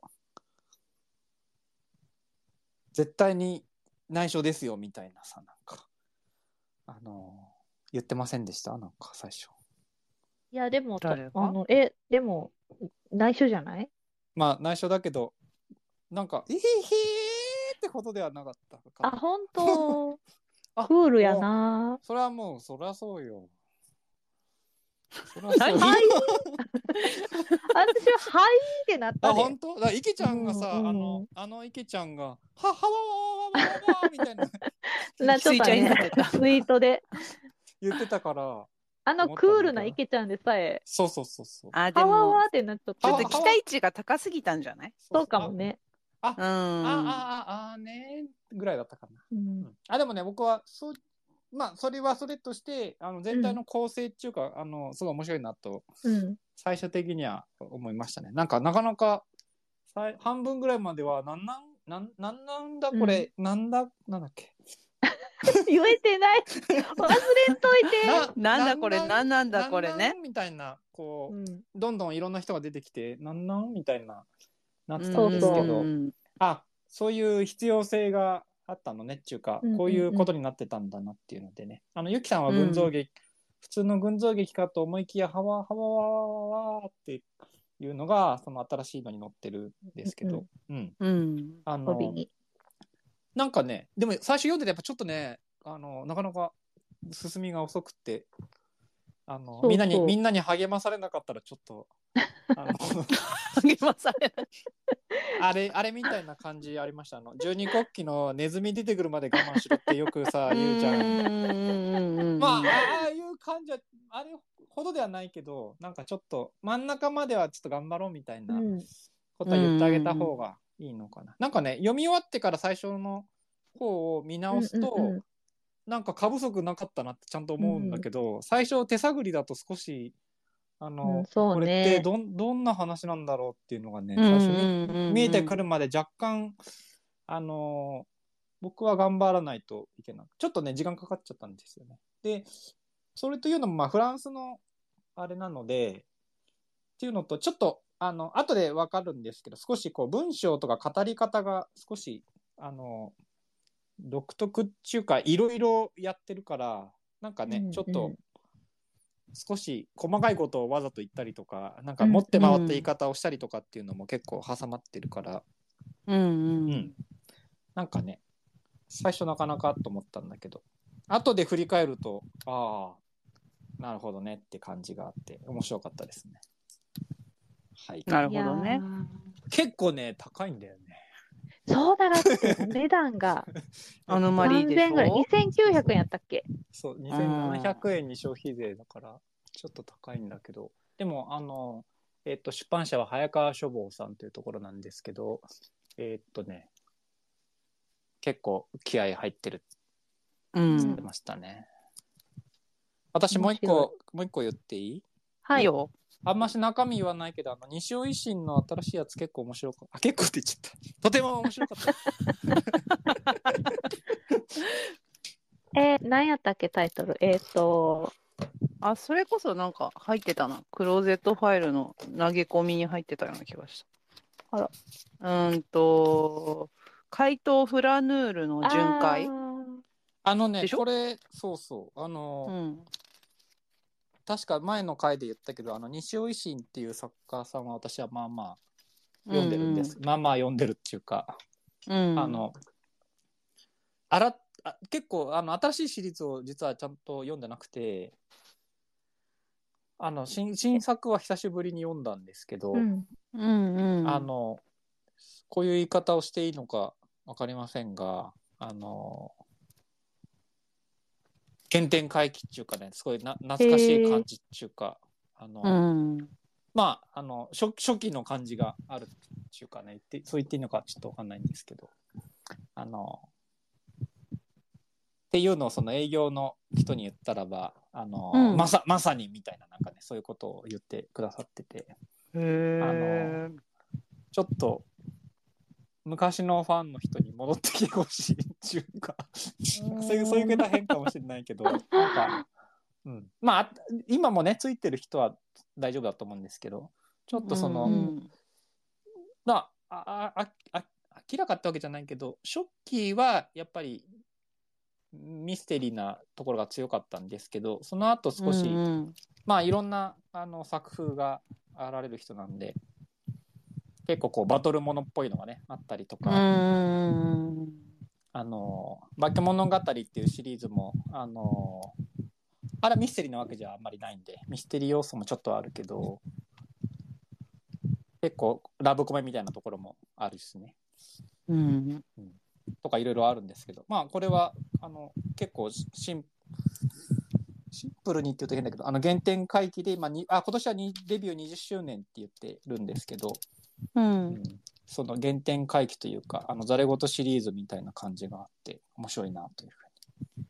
S3: 絶対に内緒ですよみたいなさなんかあのー言ってませんでしたなんか最初
S1: いや、でも、と
S2: 誰が
S1: あの、え、でも、内緒じゃない
S3: まあ内緒だけどなんか「イヒヒー!」ってことではなかったか
S1: あ、本 当
S3: あ
S1: クールやな
S3: それはもうそりゃそうよそりゃ
S2: 何
S1: 私
S3: そうよ
S1: は、はいってなった
S3: あ、
S1: で。
S3: 本当だから、池ちゃんがさ、
S1: うんうん
S3: あの、あの池ちゃんが、は、はわわわわわわわみたいな
S1: なちょっと
S2: スイちゃんになっ
S1: ね、
S2: てた。
S1: ツイートで。
S3: 言ってたから、
S1: あの
S3: 思ったんだ
S1: クールな池ちゃんでさえ、
S3: そうそうそうそう。
S2: あ、で
S1: パワーワ
S2: も
S1: ー、ってなっちゃっ
S2: ちょ
S1: たよ
S2: っと
S1: ね。
S2: 期待値が高すぎたんじゃない
S1: そうかも。ね。
S2: うん。
S3: ああ
S2: あ
S3: あ、ああ、ねーぐらいだったかな。
S1: うん
S3: あ、でもね、僕は、そう、まあ、それはそれとして、あの、全体の構成っていうか、あの、すごい面白いなと、
S1: うん。
S3: 最終的には思いましたね。なんか、なかなか、さい半分ぐらいまでは、なんなん、なん、なんなんだこれ、なんだ、なんだっけ。
S1: 言えてない。忘れんといて。
S2: なんだこれ、なんなんだこれ
S3: なんな
S2: ね
S3: ん。みたいな、こう
S1: う、ん
S3: どんどんいろんな人が出てきて、なんなんみたいな、なってた
S1: そう
S3: んです
S1: そう
S3: け
S2: ん
S3: ど、
S2: ん
S3: あ、そういう必要性があったのねっていうか、
S1: うんうんうん
S3: こういうことになってたんだなっていうのでね。あの、ゆきさんは群像劇、普通の群像劇かと思いきや、はわはわわわわっていうのが、その新しいのに載ってるんですけど、うん、
S2: うん。
S3: あ
S1: 帯
S3: の、
S1: に。
S3: なんかね、でも最初読んでてやっぱちょっとね、あの、なかなか進みが遅くて、あの、
S1: そうそう
S3: みんなに、みんなに励まされなかったらちょっと、あの、
S2: 励まされない。
S3: あれ、あれみたいな感じありました。あの、十二国旗のネズミ出てくるまで我慢しろってよくさ、言うじゃん。
S2: ん
S3: まあ、ああいう感じは、あれほどではないけど、なんかちょっと、真ん中まではちょっと頑張ろうみたいな
S1: うん
S3: ことは言ってあげた方がいいのかな。なんかね、読み終わってから最初の方を見直すと、
S1: うんうんうん
S3: なんか過不足なかったなってちゃんと思うんだけど、最初手探りだと少し、あの、
S1: うんそうね
S3: これってどんどんな話なんだろうっていうのがね、
S2: うんうん
S3: 最初見
S2: うんうんうん
S3: 見えてくるまで若干、あのー僕は頑張らないといけない。ちょっとね、時間かかっちゃったんですよね。で、それというのも、まあ、フランスのあれなので、っていうのと、ちょっと、あの、後でわかるんですけど、少しこう、文章とか語り方が少し、あのー独特っていうか、いろいろやってるから、なんかね、
S1: うんうん
S3: ちょっと、少し細かいことをわざと言ったりとか、なんか持って回った言い方をしたりとかっていうのも結構挟まってるから、
S2: うんうん。
S3: なんかね、最初なかなかと思ったんだけど、後で振り返ると、ああ、なるほどねって感じがあって、面白かったですね。はい。
S2: なるほど。
S1: いや
S2: ね。
S1: ー
S3: 結構ね、高いんだよね。
S1: そうだなって、 お値段が
S2: あのマリーでし
S1: 3000ぐらい、
S2: ょ
S1: 2900円やったっけ
S3: そう、2700円に消費税だから、ちょっと高いんだけど、でも、あの、えっと、出版社は早川書房さんというところなんですけど、えっとね、結構気合入ってる
S2: う
S3: つっ
S2: ん
S3: て。ましたね。私もう一個、もう一個言っていい
S1: はい
S2: い
S1: い。
S2: よ。
S3: あんまし中身言わないけど、あの、西尾維新の新しいやつ結構面白かった。あ、結構って言っちゃった。とても面白かった。
S1: えー、何やったっけタイトル。えっ、と、
S2: あ、それこそなんか入ってたな。クローゼットファイルの投げ込みに入ってたような気がした。
S1: あら。
S2: うーんと、怪盗フラヌールの巡
S1: あ
S2: 回。
S1: ー
S3: あのね
S2: で、しょ
S3: これ、そうそう。あの
S2: う、ん。
S3: 確か前の回で言ったけど、あの、西尾維新っていう作家さんは私はまあまあ読んでるんです。。まあまあ読んでるっていうか、
S2: うん。
S3: あ、の、あら、あ結構、あの、新しいシリーズを実はちゃんと読んでなくて、あの、新新作は久しぶりに読んだんですけど、
S1: うん。
S2: うんうん。
S3: あ、の、こういう言い方をしていいのかわかりませんが、あの、原点回帰っていうかねすごいな懐かしい感じっていうか、あの、
S2: うん。
S3: まああの初初期の感じがあるっていうかね言ってそう言っていいのかちょっとわかんないんですけどあのっていうのをその営業の人に言ったらばあの、
S2: うん
S3: まさまさにみたいななんかねそういうことを言ってくださってて
S2: へえ。
S3: ちょっと昔のファンの人に戻ってきてほしいっていうかそういうそういう言い方変かもしれない けどなんか、うん、まああ今もねついてる人は大丈夫だと思うんですけどちょっとその、
S1: うん
S3: まああああ明らかってわけじゃないけどショッキーはやっぱりミステリーなところが強かったんですけどその後少し、
S2: うん
S3: まあいろんなあの作風があられる人なんで結構こうバトルものっぽいのがねあったりと
S2: う
S3: か、
S2: ん。
S3: あの「化け物語」っていうシリーズもあのあれはミステリーなわけじゃあんまりないんでミステリー要素もちょっとあるけど結構ラブコメみたいなところもあるしね。
S2: うん。
S3: とかいろいろあるんですけどまあこれはあの結構シシンシンプルにって言うと変だけどあの原点回帰で、まあ、にあ今年はにデビュー20周年って言ってるんですけど、
S2: うん
S3: うんその原点回帰というかあのざれ言シリーズみたいな感じがあって面白いなというふうに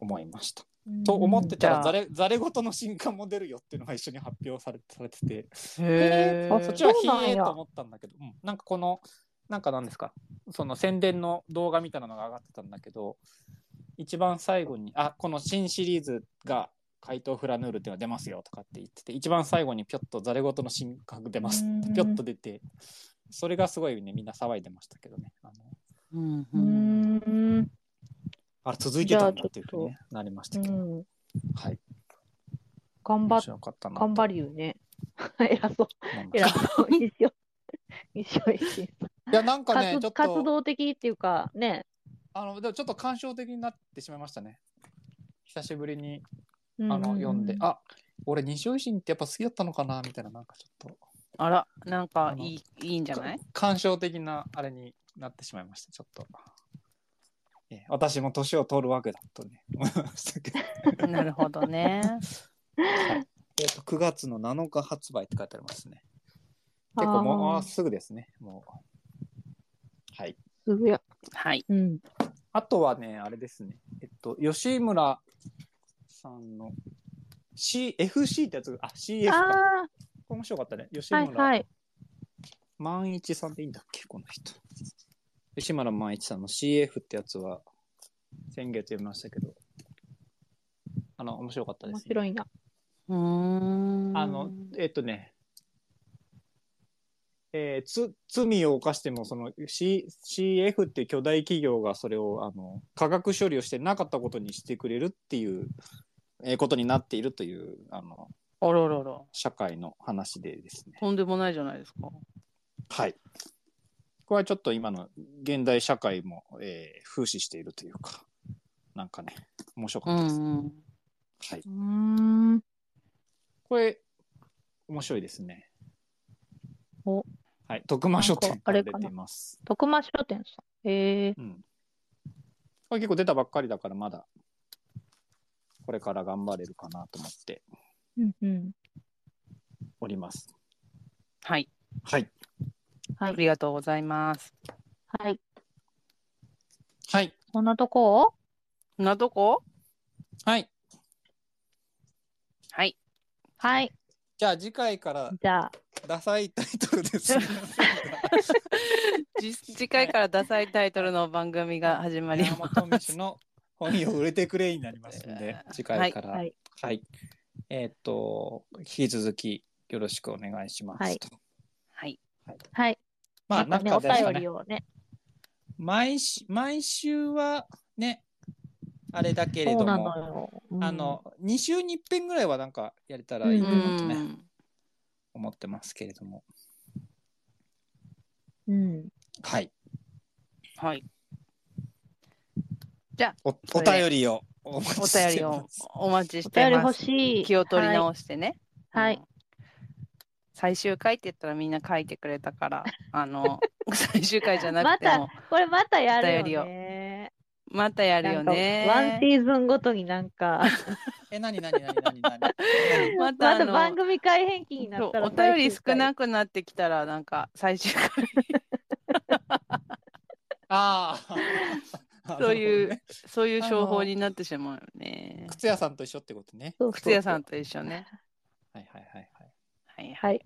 S3: 思いました。と思ってた
S2: じゃ
S3: ら
S2: あ
S3: ざれざれ言の新刊も出るよっていうのが一緒に発表されされてて。
S2: へ
S1: あ
S2: ー
S3: そっちは
S1: そうなんや
S3: ひえーと思ったんだけど、うん、なんかこの、なんかなんですか、その宣伝の動画みたいなのが上がってたんだけど、一番最後に、あ、この新シリーズが怪盗フラヌールっていうのが出ますよとかって言ってて、一番最後にぴょっとざれ言の新格出ますって
S1: うん
S3: ぴょっと出て、それがすごいね、みんな騒いでましたけどね。あ
S2: う
S3: の
S2: ん
S1: うーん。
S3: あれ続いてたんだっていうふうに
S1: じ
S3: ねなりまし
S1: う
S3: たけど、
S1: ん。
S3: はい。
S1: 頑張
S3: 面
S1: っ、
S3: 白かったなと
S1: 頑張るよね。 偉そう。
S3: 思いま
S1: 偉
S3: した。
S1: そう。一生、一生一心
S3: いや、なんかね、ち
S1: 活
S3: ょっ
S1: 活
S3: と、
S1: 動的っていうか、ね。
S3: あの、でもちょっと感傷的になってしまいましたね。久しぶりに
S1: あ
S3: あの、読んで、あ、俺、西尾維新ってやっぱ好きだったのかな、みたいな、なんかちょっと、
S2: あら、なんかいい、いいんじゃない
S3: 感傷的なあれになってしまいました、ちょっと。ええ私も年を取るわけだとね、 思いましたけど。
S2: なるほどね。
S3: はいえっと、9月の7日発売って書いてありますね。結構もう、あ
S1: あ
S3: ー
S1: ー
S3: すぐですね、もう。はい。
S1: すぐや。
S2: はい。
S1: うん。
S3: あとはね、あれですね。えっと、吉村さんの CFC ってやつが、あ、CF
S1: あ
S3: か。これ面白かったね。吉
S1: あ、は
S3: 村
S1: いはい。
S3: 万一さんでいいんだっけこの人。吉村万一さんの CF ってやつは、先月読みましたけど、あの、面白かったで
S1: 面
S3: す、
S1: 白いな。
S2: うーん。
S3: あの、えっとね、えーつ、罪を犯しても、その、C、CF っていう巨大企業がそれを、あの、化学処理をしてなかったことにしてくれるっていう、えーことになっているという、あの、
S2: あららら。
S3: 社会の話でですね。
S2: とんでもないじゃないですか。
S3: はい。これはちょっと今の現代社会も、えー風刺しているというか、なんかね、面白かったです。
S2: ん。
S3: はい。
S1: うん。
S3: これ、面白いですね。
S1: お
S3: はい。徳間書
S1: なん
S3: 店
S1: かあ
S3: から
S1: れ
S3: 出
S1: かな
S3: ています。
S1: 徳間書店さん。へえ。
S3: うん。これ結構出たばっかりだから、まだ、これから頑張れるかなと思って
S1: うんうん。
S3: おります。
S2: はい。
S3: はい。
S1: は
S2: あ
S1: い。
S2: りがとうございます。
S1: はい。
S3: はい。
S1: そんなとこ
S2: などこ
S3: はい。
S2: はい。
S1: はい。
S3: じゃあ次回から、
S1: じゃあ、
S3: ダサいタイト ルです。
S2: じ次回からダサいタイトルの番組が始まり
S3: 山
S2: ます。
S3: 本美酒の本を売れてくれになりますんで次回から
S1: はい
S3: はいえーっと引き続きよろしくお願いしますと、
S1: はい
S2: はい。
S1: はい。
S3: まあ
S1: ま
S3: な
S1: た
S3: ん
S1: ね、
S3: か
S1: お
S3: ですか
S1: 便
S3: ね
S1: りをね。
S3: 毎週毎週はねあれだけれ
S1: そう
S3: ど
S1: な
S3: も
S1: のよ。うん
S3: あ、の2週に1遍ぐらいはなんかやれたらいいか
S2: う
S3: なとね、
S2: ん。
S3: 思ってますけれども
S1: うん。
S3: はい
S2: はい。
S3: おお
S2: それ
S3: 便りをお待
S2: お
S3: ち
S2: 便
S3: して
S2: り
S3: ま
S2: を
S3: す
S2: お待ちし
S1: お便
S2: て
S1: り
S2: ま
S1: 欲
S2: す。
S1: しい。
S2: 気を取り
S1: はい。
S2: 直してね。
S1: はい
S2: うん最終回って言ったらみんな書いてくれた から、あの、最終回じゃなくても、
S1: これまたやるよ
S2: お便
S1: ね。
S2: またやるよね。
S1: なんかワンシーズンごとになんか、
S3: え、なになになになになに
S2: また
S1: ま
S2: あ
S1: た
S2: の
S1: 番組改変期になったら
S2: そうお便り少なくなってきたら、なんか最終回、
S3: ああ。
S2: そうい
S3: なるほどね
S2: う。、そういう商
S3: あの
S2: 法になってしまうよね。
S3: 靴屋さんと一緒ってことね。
S1: く
S2: 靴屋さんと一緒ね。
S3: はいはいはいはい。
S2: はい
S1: はい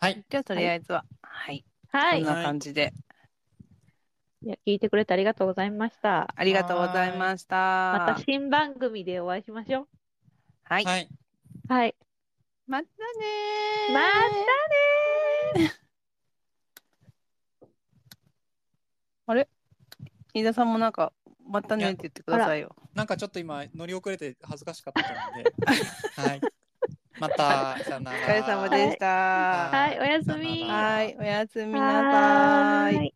S3: はい。
S2: じゃあ、とりあえずは、はい、
S1: は
S2: こん
S1: い。
S2: な感じで、
S1: いや聞いてくれてありがとうございました。
S2: ありがとうございました。
S1: また新番組でお会いしましょ
S2: はい、
S3: はい。
S1: う。はい。
S2: またねー
S1: またね
S2: 飯田さんもなんか、またねって言ってくださいよ。
S3: なんかちょっと今乗り遅れて恥ずかしかったの で。はい。また。さよな
S2: お
S3: ら
S2: 疲れ様でした。
S1: はいおやすみ
S3: さよなら
S2: はい、おやすみなさーい。
S1: ーい。